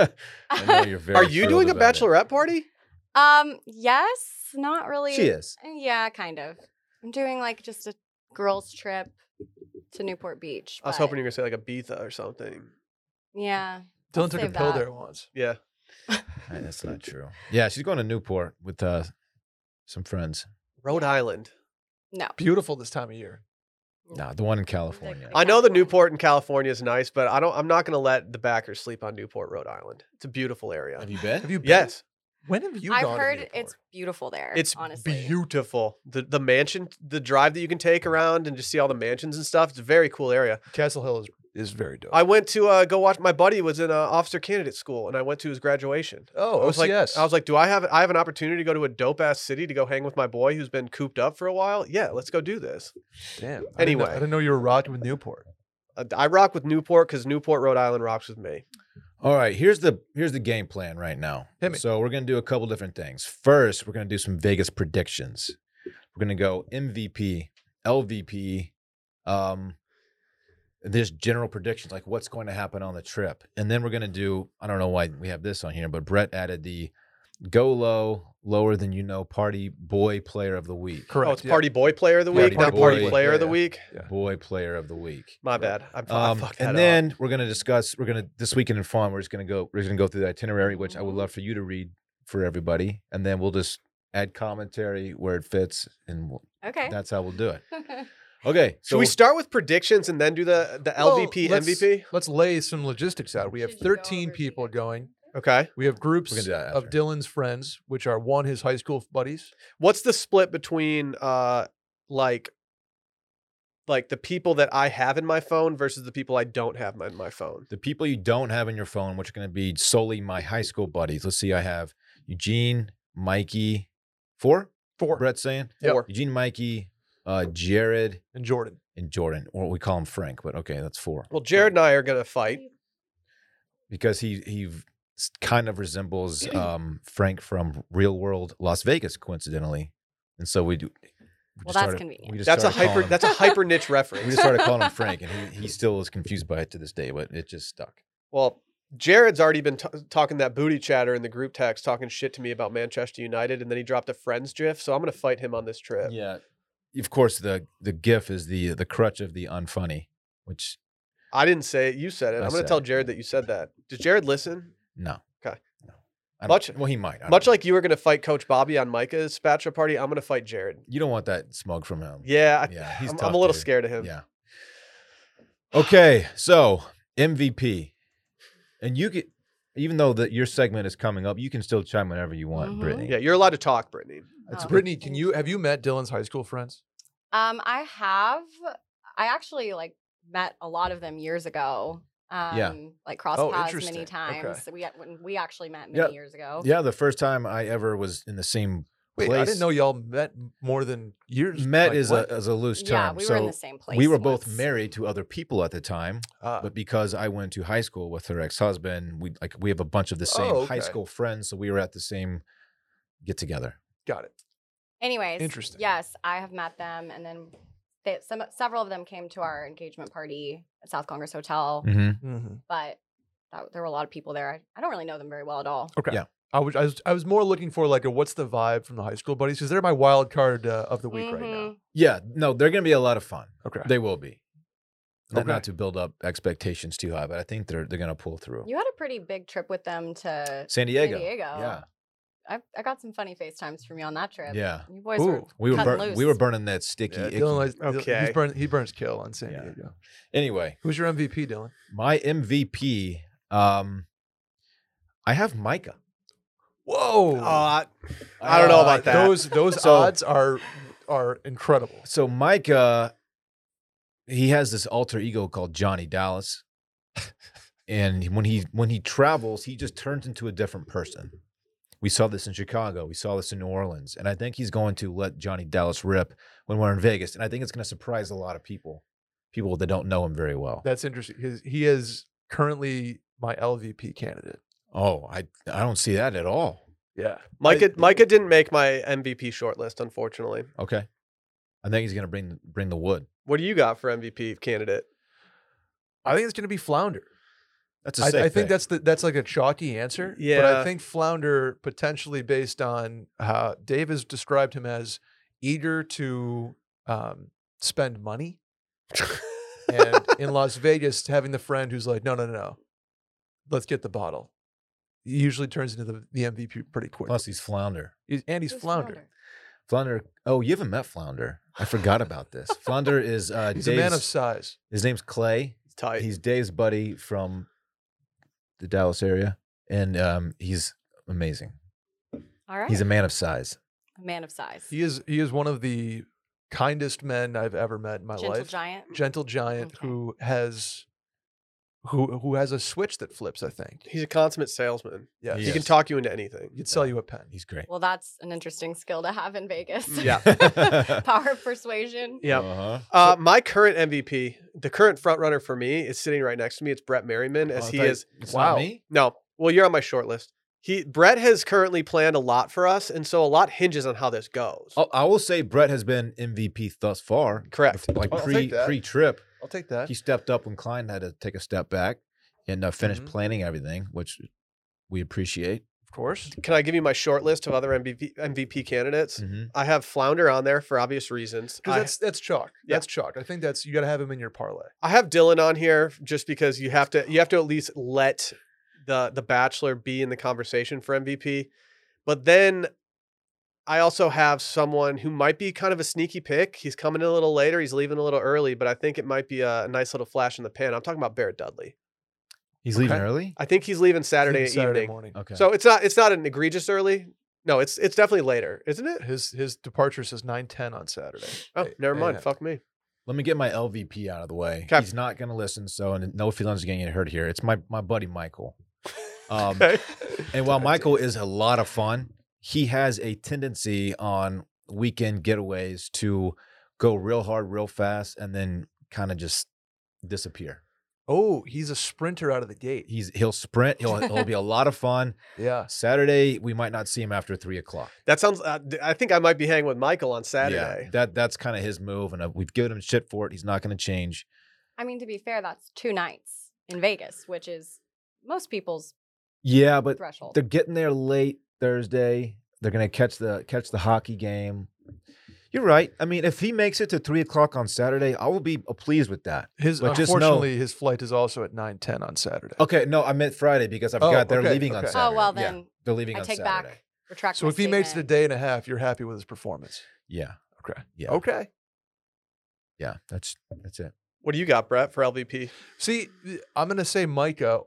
[SPEAKER 2] I know you're very.
[SPEAKER 1] Um, Are you
[SPEAKER 2] thrilled
[SPEAKER 1] doing a
[SPEAKER 2] about it.
[SPEAKER 1] bachelorette party?
[SPEAKER 4] um, yes, not really.
[SPEAKER 2] She is.
[SPEAKER 4] Uh, Yeah, kind of. I'm doing like just a girls' trip to Newport Beach.
[SPEAKER 1] I was
[SPEAKER 4] but
[SPEAKER 1] hoping you were gonna say like Ibiza or something.
[SPEAKER 4] Yeah. I'll
[SPEAKER 3] Dylan took a
[SPEAKER 4] save
[SPEAKER 3] pill
[SPEAKER 4] that.
[SPEAKER 3] there once.
[SPEAKER 1] Yeah.
[SPEAKER 2] Hey, that's not true. Yeah, she's going to Newport with uh, some friends.
[SPEAKER 1] Rhode Island.
[SPEAKER 4] No.
[SPEAKER 3] Beautiful this time of year.
[SPEAKER 2] No, the one in California.
[SPEAKER 1] I know the
[SPEAKER 4] California.
[SPEAKER 1] Newport in California is nice, but I don't. I'm not gonna let the backers sleep on Newport, Rhode Island. It's a beautiful area.
[SPEAKER 2] Have you been?
[SPEAKER 3] Have you been?
[SPEAKER 1] Yes,
[SPEAKER 3] When have you
[SPEAKER 4] I've
[SPEAKER 3] gone to
[SPEAKER 4] heard
[SPEAKER 3] Newport?
[SPEAKER 4] it's beautiful there.
[SPEAKER 1] it's
[SPEAKER 4] honestly.
[SPEAKER 1] beautiful. The the mansion, the drive that you can take around and just see all the mansions and stuff. It's a very cool area.
[SPEAKER 3] Castle Hill is, is very dope.
[SPEAKER 1] I went to uh, go watch. My buddy was in uh, officer candidate school, and I went to his graduation.
[SPEAKER 3] oh,
[SPEAKER 1] I was like,
[SPEAKER 3] OCS.
[SPEAKER 1] I was like, do I have I have an opportunity to go to a dope ass city to go hang with my boy who's been cooped up for a while? Yeah, let's go do this.
[SPEAKER 3] damn. I didn't know- I
[SPEAKER 1] Anyway.
[SPEAKER 3] didn't know you were rocking with Newport.
[SPEAKER 1] Uh, I rock with Newport because Newport, Rhode Island, rocks with me.
[SPEAKER 2] All right, here's the here's the game plan right now.
[SPEAKER 3] Hit me.
[SPEAKER 2] So we're gonna do a couple different things. First, we're gonna do some Vegas predictions. We're gonna go MVP, LVP, um, there's general predictions like what's going to happen on the trip, and then we're gonna do I don't know why we have this on here, but Brett added the go low, lower than you know, party boy player of the week,
[SPEAKER 1] Oh, it's party boy player of the
[SPEAKER 2] Party
[SPEAKER 1] week, not party
[SPEAKER 2] boy.
[SPEAKER 1] player of the
[SPEAKER 3] Yeah, yeah.
[SPEAKER 1] week.
[SPEAKER 2] boy player of the week.
[SPEAKER 1] My bad. I, I
[SPEAKER 2] Um,
[SPEAKER 1] fucked that
[SPEAKER 2] and
[SPEAKER 1] up.
[SPEAKER 2] then we're gonna discuss. We're gonna this weekend in fun. We're just gonna go. We're just gonna go through the itinerary, which I would
[SPEAKER 1] Mm-hmm.
[SPEAKER 2] love for you to read for everybody, and then we'll just add commentary where it fits, and we'll,
[SPEAKER 4] Okay.
[SPEAKER 2] that's how we'll do it. Okay.
[SPEAKER 1] Should we start with predictions and then do the the
[SPEAKER 3] Well,
[SPEAKER 1] LVP
[SPEAKER 3] let's-
[SPEAKER 1] MVP?
[SPEAKER 3] Let's lay some logistics out. We have
[SPEAKER 4] Should you go
[SPEAKER 3] 13
[SPEAKER 4] over
[SPEAKER 3] people
[SPEAKER 4] here?
[SPEAKER 3] going.
[SPEAKER 1] Okay.
[SPEAKER 3] We have groups
[SPEAKER 2] do that
[SPEAKER 3] of
[SPEAKER 2] after.
[SPEAKER 3] Dylan's friends, which are one, his high school buddies.
[SPEAKER 1] What's the split between uh like like the people that I have in my phone versus the people I don't have in my phone?
[SPEAKER 2] the people you don't have in your phone, which are gonna be solely my high school buddies. Let's see. I have Eugene, Mikey, four.
[SPEAKER 3] Four.
[SPEAKER 2] Brett's saying
[SPEAKER 3] Yep.
[SPEAKER 1] Or
[SPEAKER 2] Eugene, Mikey, uh, Jared,
[SPEAKER 3] And Jordan.
[SPEAKER 2] and Jordan, or we call him Frank, but okay, that's four.
[SPEAKER 1] well, Jared and I are gonna fight.
[SPEAKER 2] because he he v- s- kind of resembles um, Frank from Real World Las Vegas, coincidentally, and so we do. we
[SPEAKER 4] Well,
[SPEAKER 2] just
[SPEAKER 4] that's
[SPEAKER 2] started-
[SPEAKER 4] convenient.
[SPEAKER 2] we just
[SPEAKER 1] That's a
[SPEAKER 2] started
[SPEAKER 1] hyper.
[SPEAKER 2] calling him-
[SPEAKER 1] That's a hyper niche
[SPEAKER 2] we
[SPEAKER 1] reference.
[SPEAKER 2] just started calling him Frank, and he, he still is confused by it to this day, but it just stuck.
[SPEAKER 1] Well, Jared's already been t- talking that booty chatter in the group text, talking shit to me about Manchester United, and then he dropped a friends gif. So I'm gonna fight him on this trip.
[SPEAKER 2] Yeah, of course the the GIF is the the crutch of the unfunny, which
[SPEAKER 1] I didn't say it. You said it.
[SPEAKER 2] I
[SPEAKER 1] I am going
[SPEAKER 2] said
[SPEAKER 1] to tell
[SPEAKER 2] it.
[SPEAKER 1] Jared that you said that. Does Jared listen?
[SPEAKER 2] no.
[SPEAKER 1] Okay.
[SPEAKER 2] No. I don't-
[SPEAKER 1] Much-
[SPEAKER 2] well, he might. I don't
[SPEAKER 1] Much
[SPEAKER 2] know.
[SPEAKER 1] like you were going to fight Coach Bobby on Micah's bachelor party, I'm going to fight Jared.
[SPEAKER 2] you don't want that smug from him.
[SPEAKER 1] Yeah, I,
[SPEAKER 2] Yeah, he's
[SPEAKER 1] I'm, I'm
[SPEAKER 2] tough,
[SPEAKER 1] a little
[SPEAKER 2] dude.
[SPEAKER 1] scared of him.
[SPEAKER 2] Yeah. Okay, so MVP, and you can, even though that your segment is coming up, you can still chime whenever you want,
[SPEAKER 4] Mhm.
[SPEAKER 2] Brittany.
[SPEAKER 1] Yeah, you're allowed to talk, Brittany.
[SPEAKER 3] It's
[SPEAKER 4] Oh.
[SPEAKER 3] Brittany, can you have you met Dylan's high school friends?
[SPEAKER 4] Um, I have. I actually like met a lot of them years ago. Um,
[SPEAKER 2] Yeah.
[SPEAKER 4] Like cross
[SPEAKER 3] Oh,
[SPEAKER 4] paths
[SPEAKER 3] interesting.
[SPEAKER 4] many
[SPEAKER 3] Okay.
[SPEAKER 4] times. We when we actually met many
[SPEAKER 2] Yeah.
[SPEAKER 4] years ago.
[SPEAKER 2] Yeah, the first time I ever was in the same
[SPEAKER 3] Wait, I
[SPEAKER 2] Place.
[SPEAKER 3] didn't know y'all met m- more than years.
[SPEAKER 2] met
[SPEAKER 3] like,
[SPEAKER 2] is
[SPEAKER 3] what?
[SPEAKER 2] a as a loose term.
[SPEAKER 4] Yeah, we
[SPEAKER 2] so
[SPEAKER 4] were in the same place.
[SPEAKER 2] we were both
[SPEAKER 4] once.
[SPEAKER 2] married to other people at the time,
[SPEAKER 3] Ah,
[SPEAKER 2] but because I went to high school with her ex husband, we like we have a bunch of the same
[SPEAKER 3] Oh,
[SPEAKER 2] high
[SPEAKER 3] okay.
[SPEAKER 2] school friends, so we were at the same get together.
[SPEAKER 3] got it.
[SPEAKER 4] Anyways,
[SPEAKER 3] Interesting.
[SPEAKER 4] Yes, I have met them, and then they, some several of them came to our engagement party at South Congress Hotel.
[SPEAKER 2] Mm-hmm.
[SPEAKER 3] hmm
[SPEAKER 4] But that, there were a lot of people there. I, I don't really know them very well at all.
[SPEAKER 3] Okay.
[SPEAKER 2] Yeah.
[SPEAKER 3] I was, I was I was more looking for like a what's the vibe from the high school buddies because they're my wild card uh, of the week right now.
[SPEAKER 4] Mhm.
[SPEAKER 2] Yeah, no, they're gonna be a lot of fun.
[SPEAKER 3] Okay.
[SPEAKER 2] They will be. Not,
[SPEAKER 3] Okay.
[SPEAKER 2] not to build up expectations too high, but I think they're they're gonna pull through.
[SPEAKER 4] You had a pretty big trip with them to
[SPEAKER 2] San Diego.
[SPEAKER 4] Diego.
[SPEAKER 2] Yeah.
[SPEAKER 4] I, I got some funny FaceTimes from you on that trip.
[SPEAKER 2] Yeah.
[SPEAKER 4] You boys were
[SPEAKER 3] Ooh.
[SPEAKER 2] We were
[SPEAKER 4] Cutting
[SPEAKER 2] burn, we
[SPEAKER 4] loose.
[SPEAKER 2] were burning that sticky.
[SPEAKER 3] Yeah,
[SPEAKER 2] icky-
[SPEAKER 3] Dylan likes- Dylan-
[SPEAKER 1] Okay.
[SPEAKER 3] he's burn, he burns kill on San
[SPEAKER 2] Yeah.
[SPEAKER 3] Diego.
[SPEAKER 2] Anyway,
[SPEAKER 3] Who's your MVP, Dylan?
[SPEAKER 2] my MVP um I have Micah. Uh,
[SPEAKER 3] Whoa!
[SPEAKER 1] Oh, I, I don't know about that.
[SPEAKER 3] Those those
[SPEAKER 2] Oh, So-
[SPEAKER 3] odds are are incredible.
[SPEAKER 2] So Micah he has this alter ego called Johnny Dallas. and when he when he travels, he just turns into a different person. We saw this in Chicago. We saw this in New Orleans. And I think he's going to let Johnny Dallas rip when we're in Vegas. And I think it's going to surprise a lot of people, people that don't know him very well.
[SPEAKER 3] That's interesting. His, he is currently my LVP candidate.
[SPEAKER 2] Oh, I I don't see that at all.
[SPEAKER 3] Yeah,
[SPEAKER 1] Micah,
[SPEAKER 3] I-
[SPEAKER 1] Micah didn't make my MVP shortlist, unfortunately.
[SPEAKER 2] Okay, I think he's gonna bring bring the wood.
[SPEAKER 1] What do you got for MVP candidate?
[SPEAKER 3] I think it's going to be Flounder.
[SPEAKER 2] That's a
[SPEAKER 3] I,
[SPEAKER 2] safe
[SPEAKER 3] I think
[SPEAKER 2] pick.
[SPEAKER 3] that's the that's like a chalky answer. but I
[SPEAKER 1] Yeah.
[SPEAKER 3] think Flounder potentially based on how Dave has described him as eager to um, spend money. and in Las Vegas, having the friend who's like, no, no, no, no, let's get the bottle. Usually turns into the, the MVP pretty quick.
[SPEAKER 2] Plus, he's Flounder.
[SPEAKER 3] He's- and he's
[SPEAKER 4] Who's
[SPEAKER 3] flounder.
[SPEAKER 2] Flounder. Oh, you haven't met Flounder. I forgot about this. Flounder is uh,
[SPEAKER 3] He's a man of
[SPEAKER 2] Dave's.
[SPEAKER 3] size.
[SPEAKER 2] His name's Clay.
[SPEAKER 1] It's tight.
[SPEAKER 2] He's Dave's buddy from the Dallas area, and um, he's amazing.
[SPEAKER 4] All right.
[SPEAKER 2] He's a man of size.
[SPEAKER 4] a man of size.
[SPEAKER 3] He is he is one of the kindest men I've ever met in my
[SPEAKER 4] Gentle
[SPEAKER 3] life.
[SPEAKER 4] giant.
[SPEAKER 3] Gentle giant
[SPEAKER 4] Okay.
[SPEAKER 3] who has who who has a switch that flips. I think.
[SPEAKER 1] He's a consummate salesman.
[SPEAKER 3] Yeah,
[SPEAKER 1] He
[SPEAKER 3] he
[SPEAKER 2] Yes. Oh,
[SPEAKER 1] can talk you into anything.
[SPEAKER 3] could sell you a pen.
[SPEAKER 2] He's great.
[SPEAKER 4] Well, that's an interesting skill to have in Vegas.
[SPEAKER 1] Yeah.
[SPEAKER 3] Mm,
[SPEAKER 4] Power of persuasion.
[SPEAKER 1] Yeah.
[SPEAKER 2] Uh-huh.
[SPEAKER 1] Uh, my current MVP, the current front runner for me, is sitting right next to me. It's Brett Merriman,
[SPEAKER 2] Oh,
[SPEAKER 1] as
[SPEAKER 2] I
[SPEAKER 1] he
[SPEAKER 2] thought-
[SPEAKER 1] is.
[SPEAKER 2] It's
[SPEAKER 3] Wow.
[SPEAKER 2] not me.
[SPEAKER 1] No, well, you're on my short list. He Brett has currently planned a lot for us, and so a lot hinges on how this goes.
[SPEAKER 2] Oh, I will say Brett has been MVP thus far.
[SPEAKER 1] Correct.
[SPEAKER 2] bef- Like
[SPEAKER 3] I'll take
[SPEAKER 2] pre
[SPEAKER 3] that.
[SPEAKER 2] pre trip,
[SPEAKER 3] I'll take that.
[SPEAKER 2] he stepped up when Klein had to take a step back and uh, finish
[SPEAKER 3] Mhm.
[SPEAKER 2] planning everything, which we appreciate.
[SPEAKER 3] of course.
[SPEAKER 1] Can I give you my short list of other MVP, MVP candidates?
[SPEAKER 2] Mhm.
[SPEAKER 1] I have Flounder on there for obvious reasons.
[SPEAKER 3] Because
[SPEAKER 1] I,
[SPEAKER 3] that's that's chalk.
[SPEAKER 1] Yeah.
[SPEAKER 3] That's chalk. I think that's you got to have him in your parlay.
[SPEAKER 1] I have Dylan on here just because you have to you have to at least let the the bachelor be in the conversation for MVP. But then I also have someone who might be kind of a sneaky pick. He's coming in a little later. He's leaving a little early, but I think it might be a nice little flash in the pan. I'm talking about Barrett Dudley.
[SPEAKER 2] He's
[SPEAKER 3] Okay.
[SPEAKER 2] leaving early.
[SPEAKER 1] I think he's leaving Saturday,
[SPEAKER 3] Even Saturday
[SPEAKER 1] evening.
[SPEAKER 3] morning.
[SPEAKER 2] Okay.
[SPEAKER 1] So it's not it's not an egregious early. No, it's it's definitely later, isn't it?
[SPEAKER 3] His his departure says nine ten on Saturday.
[SPEAKER 1] Oh,
[SPEAKER 3] A-
[SPEAKER 1] never mind.
[SPEAKER 3] AM.
[SPEAKER 1] Fuck me.
[SPEAKER 2] Let me get my LVP out of the way.
[SPEAKER 1] Okay.
[SPEAKER 2] He's not going to listen, so and no feelings are getting hurt here. It's my my buddy Michael. Um,
[SPEAKER 1] Okay.
[SPEAKER 2] And while Michael is a lot of fun, he has a tendency on weekend getaways to go real hard, real fast, and then kind of just disappear.
[SPEAKER 3] Oh, he's a sprinter out of the gate.
[SPEAKER 2] He's he'll sprint. He'll he'll be a lot of fun.
[SPEAKER 3] Yeah.
[SPEAKER 2] Saturday we might not see him after three o'clock.
[SPEAKER 1] That sounds. Uh, th- I think I might be hanging with Michael on
[SPEAKER 2] Yeah,
[SPEAKER 1] Saturday.
[SPEAKER 2] that that's kind of his move, and uh, we've given him shit for it. He's not going to change.
[SPEAKER 4] I mean, to be fair, that's two nights in Vegas, which is most people's
[SPEAKER 2] Yeah, but
[SPEAKER 4] threshold.
[SPEAKER 2] they're getting there late Thursday. They're gonna catch the catch the hockey game. You're right. I mean, if he makes it to three o'clock on Saturday, I will be uh, pleased with that.
[SPEAKER 3] His
[SPEAKER 2] But just know- Oh,
[SPEAKER 3] unfortunately, his flight is also at nine ten on Saturday.
[SPEAKER 2] Okay, no, I meant Friday because I've
[SPEAKER 3] Oh,
[SPEAKER 2] got they're
[SPEAKER 3] okay,
[SPEAKER 2] leaving on
[SPEAKER 3] okay.
[SPEAKER 2] Saturday.
[SPEAKER 4] oh well,
[SPEAKER 2] Yeah,
[SPEAKER 4] then
[SPEAKER 2] they're leaving
[SPEAKER 4] I
[SPEAKER 2] on
[SPEAKER 4] take
[SPEAKER 2] Saturday.
[SPEAKER 4] back retract.
[SPEAKER 3] So
[SPEAKER 4] my
[SPEAKER 3] if he makes it a
[SPEAKER 4] statement.
[SPEAKER 3] day and a half, you're happy with his performance.
[SPEAKER 2] Yeah,
[SPEAKER 3] Okay.
[SPEAKER 2] Yeah.
[SPEAKER 3] Okay.
[SPEAKER 2] yeah. That's that's it.
[SPEAKER 1] What do you got, Brett, for LVP?
[SPEAKER 3] See, th- I'm going to say Micah,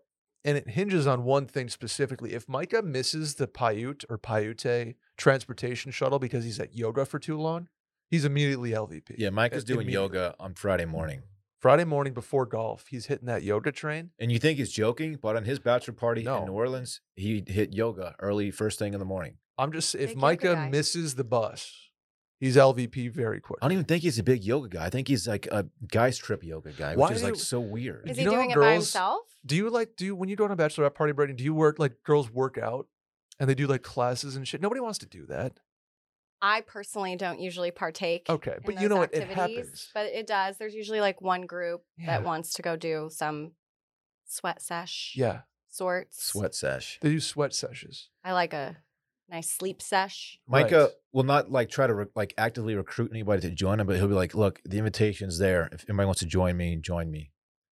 [SPEAKER 3] and it hinges on one thing specifically. If Micah misses the Paiute or Paiute transportation shuttle because he's at yoga for too long, he's immediately LVP.
[SPEAKER 2] Yeah, Mike is
[SPEAKER 3] Uh,
[SPEAKER 2] doing
[SPEAKER 3] immediately.
[SPEAKER 2] yoga on Friday morning,
[SPEAKER 3] Friday morning before golf, he's hitting that yoga train.
[SPEAKER 2] and you think he's joking, but on his bachelor party
[SPEAKER 3] No.
[SPEAKER 2] in New Orleans, he hit yoga early, first thing in the morning.
[SPEAKER 3] I'm just, if
[SPEAKER 4] Big yoga
[SPEAKER 3] Micah
[SPEAKER 4] guy.
[SPEAKER 3] misses the bus, he's LVP very quick.
[SPEAKER 2] I don't even think he's a big yoga guy. I think he's like a guy's trip yoga guy,
[SPEAKER 3] Why
[SPEAKER 2] which is
[SPEAKER 3] do
[SPEAKER 2] like
[SPEAKER 3] you-
[SPEAKER 2] so weird.
[SPEAKER 4] Is
[SPEAKER 3] You
[SPEAKER 4] he
[SPEAKER 3] know how
[SPEAKER 4] doing it by
[SPEAKER 3] girls-
[SPEAKER 4] himself?
[SPEAKER 3] Do you like, do you, when you go to a bachelorette party, Brady, do you work like girls work out and they do like classes and shit? Nobody wants to do that.
[SPEAKER 4] I personally don't usually partake.
[SPEAKER 3] Okay.
[SPEAKER 4] in
[SPEAKER 3] But you
[SPEAKER 4] those
[SPEAKER 3] know what? It
[SPEAKER 4] activities,
[SPEAKER 3] happens.
[SPEAKER 4] But it does. There's usually like one group
[SPEAKER 3] Yeah.
[SPEAKER 4] that wants to go do some sweat sesh
[SPEAKER 3] yeah.
[SPEAKER 4] sorts.
[SPEAKER 2] Sweat sesh.
[SPEAKER 3] They do sweat sessions.
[SPEAKER 4] I like a nice sleep sesh.
[SPEAKER 3] Right.
[SPEAKER 2] Micah will not like try to re- like actively recruit anybody to join him, but he'll be like, "Look, the invitation's there. If anybody wants to join me, join me."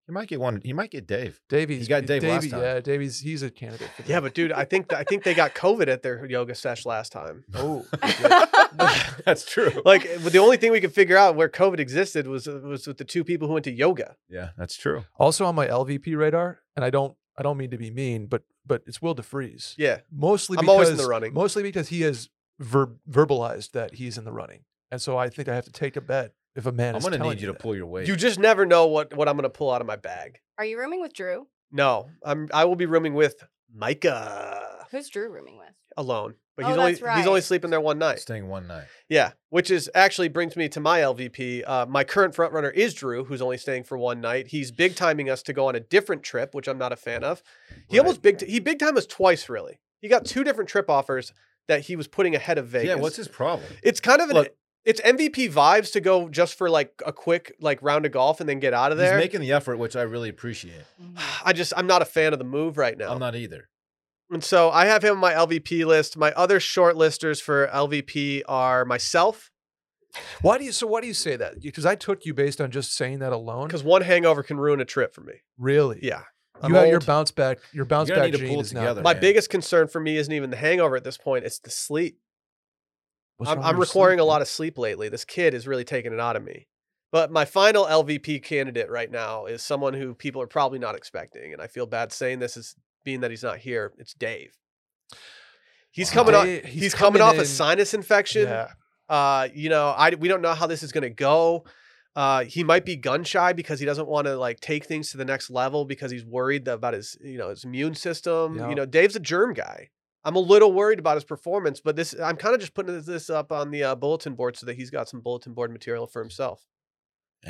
[SPEAKER 2] You might get one. You might get Dave.
[SPEAKER 3] Davey's
[SPEAKER 2] got Dave last time.
[SPEAKER 3] Yeah, Davey's he's a candidate. For
[SPEAKER 1] Yeah,
[SPEAKER 3] that.
[SPEAKER 1] but dude, I think th- I think they got COVID at their yoga sesh last time.
[SPEAKER 3] oh,
[SPEAKER 2] That's true.
[SPEAKER 1] Like eh, the only thing we could figure out where COVID existed was uh, was with the two people who went to yoga.
[SPEAKER 2] Yeah, that's true.
[SPEAKER 3] also on my LVP radar, and I don't I don't mean to be mean, but but it's Will DeFreeze.
[SPEAKER 1] Yeah,
[SPEAKER 3] Mostly
[SPEAKER 1] I'm
[SPEAKER 3] because,
[SPEAKER 1] always in the running.
[SPEAKER 3] Mostly because he has ver- verbalized that he's in the running, and so I think I have to take a bet if a man.
[SPEAKER 2] I'm
[SPEAKER 3] is
[SPEAKER 2] gonna
[SPEAKER 3] telling
[SPEAKER 2] need you to
[SPEAKER 3] that.
[SPEAKER 2] pull your weight.
[SPEAKER 1] you just never know what what I'm gonna pull out of my bag.
[SPEAKER 4] Are you rooming with Drew?
[SPEAKER 1] No, I'm I will be rooming with Micah
[SPEAKER 4] Who's Drew rooming with?
[SPEAKER 1] alone, but he's
[SPEAKER 4] Oh,
[SPEAKER 1] only
[SPEAKER 4] that's
[SPEAKER 1] he's only
[SPEAKER 4] right.
[SPEAKER 1] sleeping there one night.
[SPEAKER 2] staying one night.
[SPEAKER 1] Yeah, which is actually brings me to my LVP. Uh, my current front runner is Drew, who's only staying for one night. He's big timing us to go on a different trip, which I'm not a fan of. He
[SPEAKER 3] Right.
[SPEAKER 1] almost big t- he big timed us twice, really. He got two different trip offers that he was putting ahead of Vegas.
[SPEAKER 2] Yeah, what's his problem?
[SPEAKER 1] It's kind of an
[SPEAKER 2] Look-
[SPEAKER 1] it's MVP vibes to go just for like a quick like round of golf and then get out of
[SPEAKER 2] He's
[SPEAKER 1] there.
[SPEAKER 2] making the effort, which I really appreciate.
[SPEAKER 4] Mm-hmm.
[SPEAKER 1] I just I'm not a fan of the move right now.
[SPEAKER 2] I'm not either.
[SPEAKER 1] And so I have him on my LVP list. My other short listers for LVP are myself,
[SPEAKER 3] Why do you? So why do you say that? Because I took you based on just saying that alone.
[SPEAKER 1] Because one hangover can ruin a trip for me.
[SPEAKER 3] really,
[SPEAKER 1] Yeah. I'm
[SPEAKER 3] you have your
[SPEAKER 1] old.
[SPEAKER 3] bounce back. Your bounce
[SPEAKER 2] gonna
[SPEAKER 3] back
[SPEAKER 2] need to
[SPEAKER 3] gene
[SPEAKER 2] pull it
[SPEAKER 3] is not-
[SPEAKER 2] together.
[SPEAKER 1] My
[SPEAKER 2] man.
[SPEAKER 1] biggest concern for me isn't even the hangover at this point, it's the sleep.
[SPEAKER 3] What's
[SPEAKER 1] I'm,
[SPEAKER 3] wrong
[SPEAKER 1] I'm
[SPEAKER 3] with your
[SPEAKER 1] requiring a
[SPEAKER 3] sleep?
[SPEAKER 1] lot of sleep lately. This kid is really taking it out of me. But my final LVP candidate right now is someone who people are probably not expecting, and I feel bad saying this is being that he's not here. It's Dave. He's
[SPEAKER 2] Wow.
[SPEAKER 1] coming off.
[SPEAKER 3] Dave-
[SPEAKER 1] He's, coming, off
[SPEAKER 3] in-
[SPEAKER 1] a sinus infection.
[SPEAKER 3] Yeah.
[SPEAKER 1] Uh, you know, I we don't know how this is going to go. Uh, he might be gun shy because he doesn't want to like take things to the next level because he's worried about his you know his immune system.
[SPEAKER 3] Yeah.
[SPEAKER 1] You know, Dave's a germ guy. I'm a little worried about his performance, but this I'm kind of just putting this up on the uh, bulletin board so that he's got some bulletin board material for himself.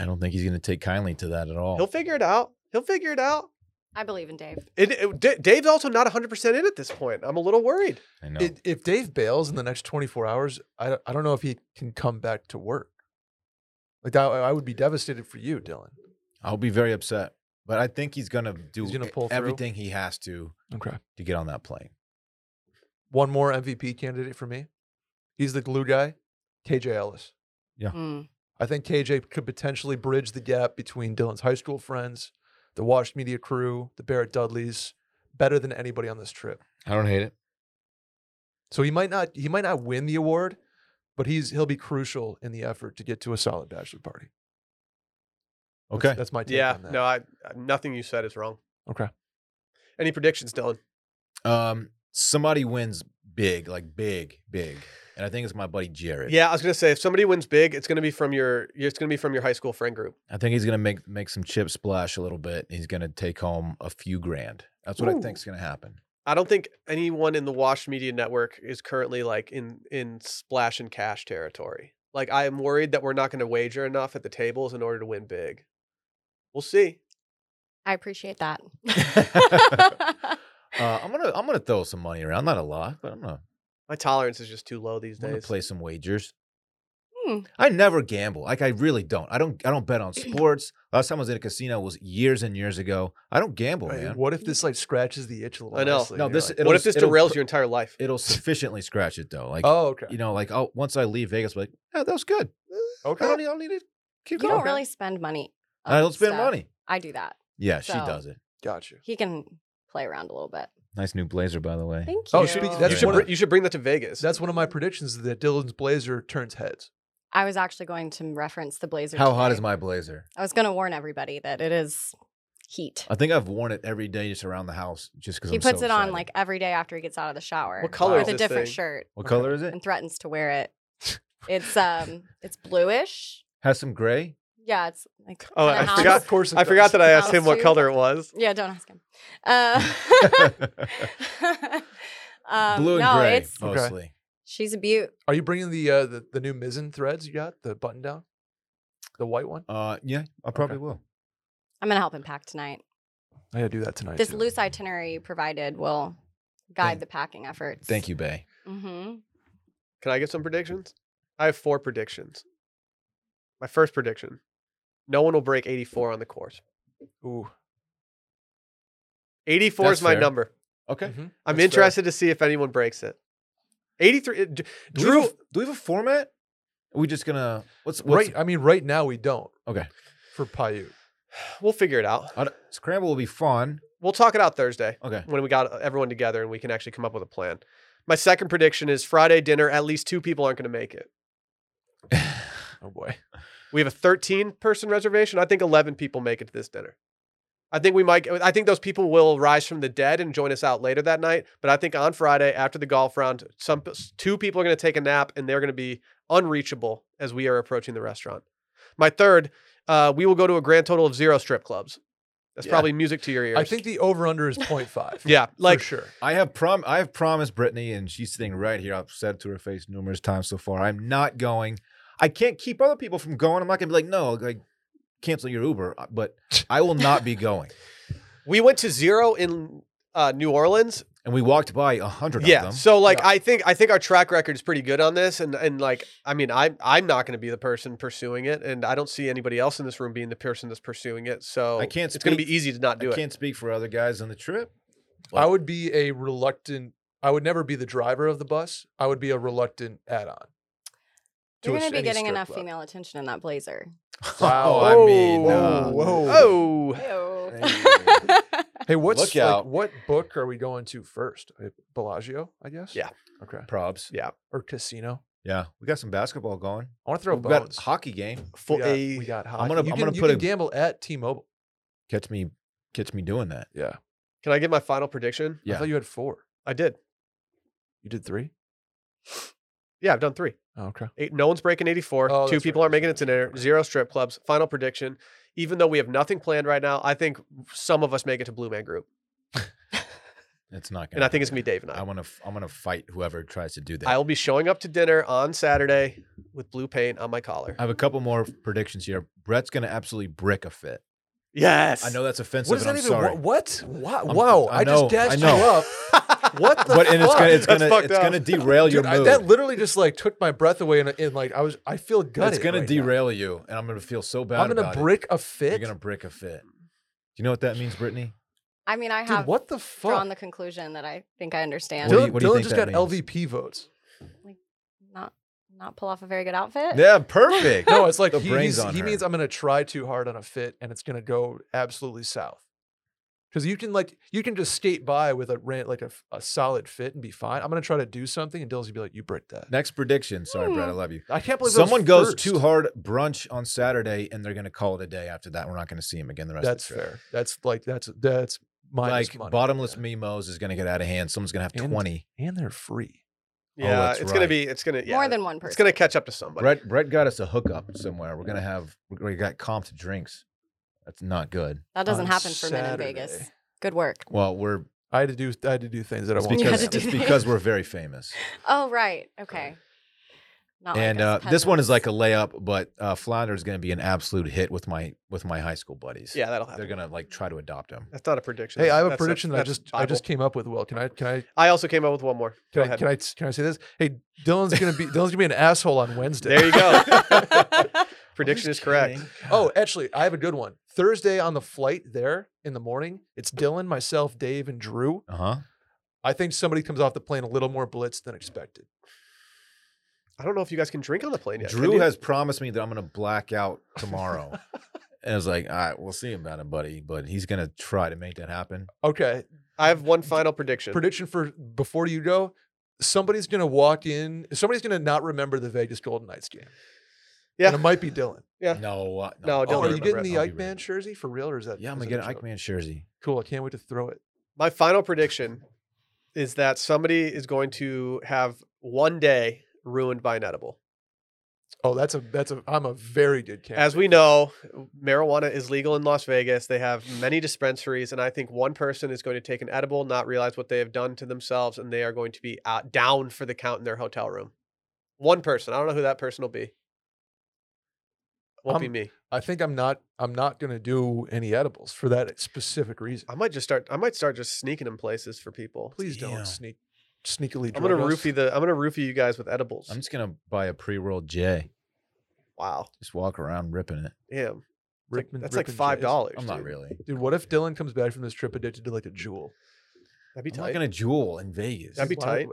[SPEAKER 2] I don't think he's going to take kindly to that at
[SPEAKER 3] Oh.
[SPEAKER 2] all.
[SPEAKER 1] He'll figure it out. He'll figure it out.
[SPEAKER 4] I believe in Dave.
[SPEAKER 1] It, it- D- Dave's also not 100% in at this point. I'm a little worried.
[SPEAKER 2] I know.
[SPEAKER 3] It, if Dave bails in the next 24 hours, I, don't- I don't know if he can come back to work. Like that, I would be devastated for you, Dylan.
[SPEAKER 2] I'll be very upset, but I think he's going to do
[SPEAKER 3] He's gonna
[SPEAKER 2] e-
[SPEAKER 3] pull through?
[SPEAKER 2] everything he has to
[SPEAKER 3] Okay.
[SPEAKER 2] to get on that plane.
[SPEAKER 3] One more MVP candidate for me. He's the glue guy, KJ Ellis.
[SPEAKER 4] Mm.
[SPEAKER 3] I think KJ could potentially bridge the gap between Dylan's high school friends, the Washed Media crew, the Barrett Dudleys, better than anybody on this trip.
[SPEAKER 2] I don't hate it.
[SPEAKER 3] So he might not he might not win the award, but he's he'll be crucial in the effort to get to a solid bachelor party. That's-
[SPEAKER 2] Okay.
[SPEAKER 3] that's, my take
[SPEAKER 1] yeah.
[SPEAKER 3] on that.
[SPEAKER 1] No, I, nothing you said is wrong.
[SPEAKER 3] Okay.
[SPEAKER 1] Any predictions, Dylan?
[SPEAKER 2] Um, somebody wins big, like big, big, and I think it's my buddy Jared.
[SPEAKER 1] Yeah, I was gonna say if somebody wins big, it's gonna be from your it's gonna be from your high school friend group.
[SPEAKER 2] I think he's gonna make make some chip splash a little bit. He's gonna take home a few grand. That's what I
[SPEAKER 1] Ooh.
[SPEAKER 2] think's gonna happen.
[SPEAKER 1] I don't think anyone in the Wash Media Network is currently like in in splash and cash territory. Like I am worried that we're not gonna wager enough at the tables in order to win big. We'll see.
[SPEAKER 4] I appreciate that.
[SPEAKER 2] Uh, I'm gonna I'm gonna throw some money around. Not a lot, but I'm gonna,
[SPEAKER 1] My tolerance is just too low these
[SPEAKER 2] I'm gonna
[SPEAKER 1] days.
[SPEAKER 2] play some wagers.
[SPEAKER 4] Hmm.
[SPEAKER 2] I never gamble. Like I really don't. I don't I don't bet on sports. Last time I was in a casino was years and years ago. I don't gamble,
[SPEAKER 3] Right,
[SPEAKER 2] man.
[SPEAKER 3] What if this like scratches the itch a little?
[SPEAKER 1] I know.
[SPEAKER 3] honestly,
[SPEAKER 2] No,
[SPEAKER 3] and you're
[SPEAKER 2] this-
[SPEAKER 3] like,
[SPEAKER 2] it'll-
[SPEAKER 1] what if this
[SPEAKER 2] it'll
[SPEAKER 1] derails
[SPEAKER 2] pr-
[SPEAKER 1] your entire life?
[SPEAKER 2] It'll sufficiently scratch it though. Like
[SPEAKER 3] oh, okay.
[SPEAKER 2] you know, like oh, once I leave Vegas, like oh, that was good. I
[SPEAKER 3] Okay.
[SPEAKER 2] don't need, I don't need to keep
[SPEAKER 4] you
[SPEAKER 2] going.
[SPEAKER 4] don't really spend money.
[SPEAKER 2] I
[SPEAKER 4] on
[SPEAKER 2] don't spend
[SPEAKER 4] stuff.
[SPEAKER 2] money.
[SPEAKER 4] I do that.
[SPEAKER 2] Yeah, she
[SPEAKER 4] So-
[SPEAKER 2] does it.
[SPEAKER 3] Got you.
[SPEAKER 4] He can play around a little bit.
[SPEAKER 2] Nice new blazer, by the way.
[SPEAKER 4] Thank you.
[SPEAKER 3] Oh, speak- that's
[SPEAKER 1] you,
[SPEAKER 2] Yeah.
[SPEAKER 1] should
[SPEAKER 2] one
[SPEAKER 1] br-
[SPEAKER 2] of-
[SPEAKER 1] you should bring that to Vegas.
[SPEAKER 3] That's one of my predictions is that Dylan's blazer turns heads.
[SPEAKER 4] I was actually going to reference the blazer.
[SPEAKER 2] How hot
[SPEAKER 4] today.
[SPEAKER 2] is my blazer?
[SPEAKER 4] I was going to warn everybody that it is heat.
[SPEAKER 2] I think I've worn it every day just around the house, just because
[SPEAKER 4] He
[SPEAKER 2] I'm
[SPEAKER 4] puts
[SPEAKER 2] so
[SPEAKER 4] it on
[SPEAKER 2] excited.
[SPEAKER 4] like every day after he gets out of the shower.
[SPEAKER 1] what color
[SPEAKER 3] Wow.
[SPEAKER 1] is
[SPEAKER 4] with
[SPEAKER 1] this
[SPEAKER 4] a different
[SPEAKER 1] thing?
[SPEAKER 4] shirt
[SPEAKER 2] What
[SPEAKER 3] Okay.
[SPEAKER 2] color is
[SPEAKER 4] and
[SPEAKER 2] it?
[SPEAKER 4] threatens to wear it. It's um, it's bluish.
[SPEAKER 2] Has some gray.
[SPEAKER 4] Yeah, it's like
[SPEAKER 1] Oh,
[SPEAKER 4] kinda
[SPEAKER 1] I
[SPEAKER 4] house-
[SPEAKER 1] forgot-
[SPEAKER 3] course, it
[SPEAKER 1] I forgot
[SPEAKER 3] does.
[SPEAKER 1] that I asked him what
[SPEAKER 4] House
[SPEAKER 1] color it was.
[SPEAKER 4] Yeah, don't ask him. Uh, um,
[SPEAKER 2] Blue and
[SPEAKER 4] no,
[SPEAKER 2] gray
[SPEAKER 4] it's
[SPEAKER 3] Okay.
[SPEAKER 2] mostly.
[SPEAKER 4] she's a beaut.
[SPEAKER 3] Are you bringing the uh, the, the new mizzen threads you got? The button down, the white one.
[SPEAKER 2] Uh, yeah, I probably will.
[SPEAKER 4] I'm gonna help him pack tonight.
[SPEAKER 3] I gotta do that tonight.
[SPEAKER 4] This
[SPEAKER 3] too.
[SPEAKER 4] loose itinerary you provided will guide
[SPEAKER 2] Thank-
[SPEAKER 4] the packing efforts.
[SPEAKER 2] Thank you, Bay.
[SPEAKER 4] Mm-hmm.
[SPEAKER 1] Can I get some predictions? I have four predictions. My first prediction no one will break 84 on the course.
[SPEAKER 3] Ooh.
[SPEAKER 1] 84
[SPEAKER 2] That's
[SPEAKER 1] is my
[SPEAKER 2] fair.
[SPEAKER 1] number.
[SPEAKER 2] Okay.
[SPEAKER 3] Mhm.
[SPEAKER 1] I'm
[SPEAKER 3] That's fair.
[SPEAKER 1] interested to see if anyone breaks it. 83. it- d-
[SPEAKER 3] Mm-hmm.
[SPEAKER 2] Do we have
[SPEAKER 1] Drew,
[SPEAKER 2] a f- do we have a format? Are we just gonna what's, what's
[SPEAKER 3] Right. I mean, right now we don't.
[SPEAKER 2] Okay.
[SPEAKER 3] For Paiute.
[SPEAKER 1] we'll figure it out.
[SPEAKER 2] I don't- scramble will be fun.
[SPEAKER 1] We'll talk it out Thursday
[SPEAKER 2] Okay.
[SPEAKER 1] when we got uh, everyone together and we can actually come up with a plan. My second prediction is Friday dinner, at least two people aren't going to make it.
[SPEAKER 3] Oh boy.
[SPEAKER 1] We have a 13 person reservation. I think 11 people make it to this dinner. I think we might, I think those people will rise from the dead and join us out later that night. But I think on Friday after the golf round, some two people are going to take a nap and they're going to be unreachable as we are approaching the restaurant. My third, uh, we will go to a grand total of zero strip clubs. That's
[SPEAKER 3] Yeah.
[SPEAKER 1] probably music to your ears.
[SPEAKER 3] I think the over under is 0.5.
[SPEAKER 1] yeah, like
[SPEAKER 3] for sure.
[SPEAKER 2] I have prom I have promised Brittany, and she's sitting right here. I've said it to her face numerous times so far. I'm not going. I can't keep other people from going. I'm not gonna be like, no, like cancel your Uber, uh, but I will not be going.
[SPEAKER 1] we went to zero in uh, New Orleans.
[SPEAKER 2] And we walked by a hundred
[SPEAKER 1] Yeah,
[SPEAKER 2] of them.
[SPEAKER 1] so like
[SPEAKER 3] Yeah.
[SPEAKER 1] I think I think our track record is pretty good on this, and and like I mean I I'm not going to be the person pursuing it, and I don't see anybody else in this room being the person that's pursuing it. So
[SPEAKER 2] I can't
[SPEAKER 1] It's going to
[SPEAKER 2] speak-
[SPEAKER 1] be easy to not do
[SPEAKER 2] I
[SPEAKER 1] it.
[SPEAKER 2] can't speak for other guys on the trip.
[SPEAKER 3] I would be a reluctant. I would never be the driver of the bus. I would be a reluctant add-on.
[SPEAKER 4] You're
[SPEAKER 3] to a
[SPEAKER 4] going to be
[SPEAKER 3] any
[SPEAKER 4] getting
[SPEAKER 3] strip
[SPEAKER 4] enough
[SPEAKER 3] club.
[SPEAKER 4] female attention in that blazer.
[SPEAKER 3] Wow,
[SPEAKER 2] I mean,
[SPEAKER 3] Whoa,
[SPEAKER 2] uh,
[SPEAKER 3] whoa.
[SPEAKER 1] Oh,
[SPEAKER 4] Ew.
[SPEAKER 3] Hey, what's
[SPEAKER 2] Look
[SPEAKER 3] like,
[SPEAKER 2] out.
[SPEAKER 3] what book are we going to first? Uh, Bellagio, I guess.
[SPEAKER 1] Yeah.
[SPEAKER 3] Okay.
[SPEAKER 2] Probs.
[SPEAKER 1] Yeah.
[SPEAKER 3] Or Casino.
[SPEAKER 2] Yeah, we got some basketball going.
[SPEAKER 3] I want to throw
[SPEAKER 2] We've got
[SPEAKER 3] bones.
[SPEAKER 2] a hockey game.
[SPEAKER 1] for
[SPEAKER 3] we got,
[SPEAKER 1] a
[SPEAKER 3] we got hockey.
[SPEAKER 2] I'm gonna-
[SPEAKER 3] you
[SPEAKER 2] I'm
[SPEAKER 3] can,
[SPEAKER 2] gonna
[SPEAKER 3] you
[SPEAKER 2] put
[SPEAKER 3] can
[SPEAKER 2] a-
[SPEAKER 3] gamble at T-Mobile.
[SPEAKER 2] Catch me, catch me doing that.
[SPEAKER 3] Yeah.
[SPEAKER 1] Can I get my final prediction?
[SPEAKER 2] Yeah.
[SPEAKER 3] I thought you had four.
[SPEAKER 1] I did.
[SPEAKER 3] You did three.
[SPEAKER 1] Yeah, I've done three.
[SPEAKER 3] Oh, okay.
[SPEAKER 1] Eight, no one's breaking 84.
[SPEAKER 3] Oh,
[SPEAKER 1] Two
[SPEAKER 3] that's
[SPEAKER 1] people
[SPEAKER 3] right,
[SPEAKER 1] aren't
[SPEAKER 3] that's
[SPEAKER 1] making
[SPEAKER 3] right,
[SPEAKER 1] it to
[SPEAKER 3] that's
[SPEAKER 1] dinner.
[SPEAKER 3] right.
[SPEAKER 1] Zero strip clubs. Final prediction. Even though we have nothing planned right now, I think some of us make it to Blue Man Group.
[SPEAKER 2] It's not gonna.
[SPEAKER 1] And I think it's uh, going to be Dave and
[SPEAKER 2] I
[SPEAKER 1] I.
[SPEAKER 2] want to. I'm gonna fight whoever tries to do that.
[SPEAKER 1] I'll be showing up to dinner on Saturday with blue paint on my collar.
[SPEAKER 2] I have a couple more predictions here. Brett's gonna absolutely brick a fit.
[SPEAKER 1] Yes.
[SPEAKER 2] I know that's offensive.
[SPEAKER 3] What does
[SPEAKER 2] and
[SPEAKER 3] that
[SPEAKER 2] I'm
[SPEAKER 3] even?
[SPEAKER 2] sorry.
[SPEAKER 3] What? What?
[SPEAKER 2] I'm-
[SPEAKER 3] wow!
[SPEAKER 2] I
[SPEAKER 3] I, just
[SPEAKER 2] know, I
[SPEAKER 3] gassed you
[SPEAKER 2] know.
[SPEAKER 3] up. What the
[SPEAKER 2] But and it's
[SPEAKER 3] fuck?
[SPEAKER 2] gonna it's
[SPEAKER 1] That's
[SPEAKER 2] gonna
[SPEAKER 1] fucked
[SPEAKER 2] it's
[SPEAKER 1] up.
[SPEAKER 2] gonna derail your
[SPEAKER 3] Dude, I,
[SPEAKER 2] mood.
[SPEAKER 3] that literally just like took my breath away, and, and like I was, I feel gutted.
[SPEAKER 2] it's gonna
[SPEAKER 3] right now.
[SPEAKER 2] derail you, and I'm gonna feel so bad.
[SPEAKER 3] I'm gonna
[SPEAKER 2] about it.
[SPEAKER 3] brick a fit.
[SPEAKER 2] You're gonna brick a fit. Do you know what that means, Brittany?
[SPEAKER 4] I mean, I
[SPEAKER 3] Dude,
[SPEAKER 4] have
[SPEAKER 3] what the
[SPEAKER 4] drawn
[SPEAKER 3] fuck?
[SPEAKER 4] the conclusion that I think I
[SPEAKER 2] What
[SPEAKER 4] understand.
[SPEAKER 2] do
[SPEAKER 3] Dylan,
[SPEAKER 2] you- what do you
[SPEAKER 3] Dylan
[SPEAKER 2] think
[SPEAKER 3] just
[SPEAKER 2] that
[SPEAKER 3] got
[SPEAKER 2] means?
[SPEAKER 3] LVP votes.
[SPEAKER 4] Not not pull off a very good outfit.
[SPEAKER 2] Yeah, perfect.
[SPEAKER 3] No, it's like
[SPEAKER 2] The
[SPEAKER 3] he,
[SPEAKER 2] brain's
[SPEAKER 3] he's-
[SPEAKER 2] on
[SPEAKER 3] he
[SPEAKER 2] her.
[SPEAKER 3] means I'm gonna try too hard on a fit, and it's gonna go absolutely south. Because you can like you can just skate by with a rant like a, f- a solid fit and be fine. I'm gonna try to do something, and Dylan's gonna be like, "You brick that."
[SPEAKER 2] Next prediction. Sorry, Brett. I love you.
[SPEAKER 3] I can't believe Hmm. that was
[SPEAKER 2] Someone goes
[SPEAKER 3] first.
[SPEAKER 2] too hard brunch on Saturday, and they're gonna call it a day. After that, we're not gonna see him again the rest
[SPEAKER 3] That's
[SPEAKER 2] of the trip.
[SPEAKER 3] fair. That's like that's that's minus
[SPEAKER 2] Like
[SPEAKER 3] money.
[SPEAKER 2] bottomless
[SPEAKER 3] Yeah.
[SPEAKER 2] memos is gonna get out of hand. Someone's gonna have
[SPEAKER 3] And-
[SPEAKER 2] twenty.
[SPEAKER 3] and they're free.
[SPEAKER 2] Oh,
[SPEAKER 1] Yeah,
[SPEAKER 2] that's
[SPEAKER 1] it's going to
[SPEAKER 2] right.
[SPEAKER 1] be, it's going to, yeah.
[SPEAKER 4] More than one person.
[SPEAKER 1] it's going to catch up to somebody.
[SPEAKER 2] Brett Brett got us a hookup somewhere. We're gonna have we got comped drinks. That's not good.
[SPEAKER 4] that doesn't
[SPEAKER 3] on
[SPEAKER 4] happen for men in Vegas.
[SPEAKER 3] Saturday.
[SPEAKER 4] Good work.
[SPEAKER 2] Well, we're
[SPEAKER 3] I had to do I had to do things that I
[SPEAKER 2] it's
[SPEAKER 3] won't.
[SPEAKER 4] You had
[SPEAKER 2] because,
[SPEAKER 4] to do
[SPEAKER 2] it's
[SPEAKER 4] that.
[SPEAKER 2] because we're very famous.
[SPEAKER 4] Oh right. Okay.
[SPEAKER 1] Oh,
[SPEAKER 4] Not like
[SPEAKER 2] and uh,
[SPEAKER 4] us
[SPEAKER 2] this one is like a
[SPEAKER 4] peasants.
[SPEAKER 2] layup, but uh, Flounder is gonna be an absolute hit with my with my high school buddies.
[SPEAKER 1] Yeah, that'll happen.
[SPEAKER 2] they're gonna like try to adopt him.
[SPEAKER 1] That's not a prediction.
[SPEAKER 3] Hey, I have a
[SPEAKER 1] That's- that's-
[SPEAKER 3] prediction that I
[SPEAKER 1] that's
[SPEAKER 3] just I just came up with. Will can I can I
[SPEAKER 1] Bible. I also came up with one more. Go
[SPEAKER 3] can I,
[SPEAKER 1] ahead.
[SPEAKER 3] can I can I say this? Hey, Dylan's gonna be Dylan's gonna be an asshole on Wednesday.
[SPEAKER 1] There you go. prediction is correct.
[SPEAKER 3] Oh, actually, I have a good one. Thursday on the flight there in the morning, it's
[SPEAKER 2] Mm-hmm.
[SPEAKER 3] Dylan, myself, Dave, and Drew.
[SPEAKER 2] Uh huh.
[SPEAKER 3] I think somebody comes off the plane a little more blitzed than expected.
[SPEAKER 1] I don't know if you guys can drink on the plane yet. can
[SPEAKER 2] Drew
[SPEAKER 1] you?
[SPEAKER 2] has promised me that I'm gonna black out tomorrow. and I was like, all right, we'll see about it, buddy. But he's gonna try to make that happen.
[SPEAKER 3] Okay,
[SPEAKER 1] I have one final prediction.
[SPEAKER 3] prediction for before you go. Somebody's gonna walk in. Somebody's gonna not remember the Vegas Golden Knights game.
[SPEAKER 1] Yeah.
[SPEAKER 3] and it might be Dylan.
[SPEAKER 2] No, uh,
[SPEAKER 1] No, don't
[SPEAKER 3] Oh,
[SPEAKER 2] I'll
[SPEAKER 3] are
[SPEAKER 2] be
[SPEAKER 3] you
[SPEAKER 1] remember
[SPEAKER 2] ready.
[SPEAKER 3] getting
[SPEAKER 1] it.
[SPEAKER 2] I'll
[SPEAKER 3] the
[SPEAKER 2] be
[SPEAKER 3] Ike
[SPEAKER 2] ready.
[SPEAKER 3] Man jersey for real, or is that?
[SPEAKER 2] Yeah, I'm
[SPEAKER 3] is
[SPEAKER 2] gonna get
[SPEAKER 3] that a
[SPEAKER 2] an Ike
[SPEAKER 3] joke?
[SPEAKER 2] Man jersey.
[SPEAKER 3] Cool. I can't wait to throw it.
[SPEAKER 1] My final prediction is that somebody is going to have one day ruined by an edible.
[SPEAKER 3] Oh, that's a that's a. I'm a very good candidate.
[SPEAKER 1] As we know, marijuana is legal in Las Vegas. They have many dispensaries, and I think one person is going to take an edible, not realize what they have done to themselves, and they are going to be out, down for the count in their hotel room. One person. I don't know who that person will be. Won't be
[SPEAKER 2] Um,
[SPEAKER 3] I'm-
[SPEAKER 1] me.
[SPEAKER 3] I think I'm not. I'm not gonna do any edibles for that specific reason.
[SPEAKER 1] I might just start. I might start just sneaking in places for people.
[SPEAKER 3] Please
[SPEAKER 2] Damn.
[SPEAKER 3] don't sneak sneakily.
[SPEAKER 1] I'm gonna
[SPEAKER 3] drug us.
[SPEAKER 1] roofie the. I'm gonna roofie you guys with edibles.
[SPEAKER 2] I'm just gonna buy a pre-rolled J.
[SPEAKER 1] wow.
[SPEAKER 2] Just walk around ripping it.
[SPEAKER 1] Damn. It's like-
[SPEAKER 3] Ripping-
[SPEAKER 1] that's like
[SPEAKER 3] ripping
[SPEAKER 1] five
[SPEAKER 3] J's.
[SPEAKER 1] dollars.
[SPEAKER 2] I'm not really.
[SPEAKER 3] Dude, what if Dylan comes back from this trip addicted to like a jewel?
[SPEAKER 1] That'd be
[SPEAKER 2] I'm not
[SPEAKER 1] tight.
[SPEAKER 2] gonna jewel in Vegas.
[SPEAKER 1] That'd be
[SPEAKER 3] Why-
[SPEAKER 1] tight.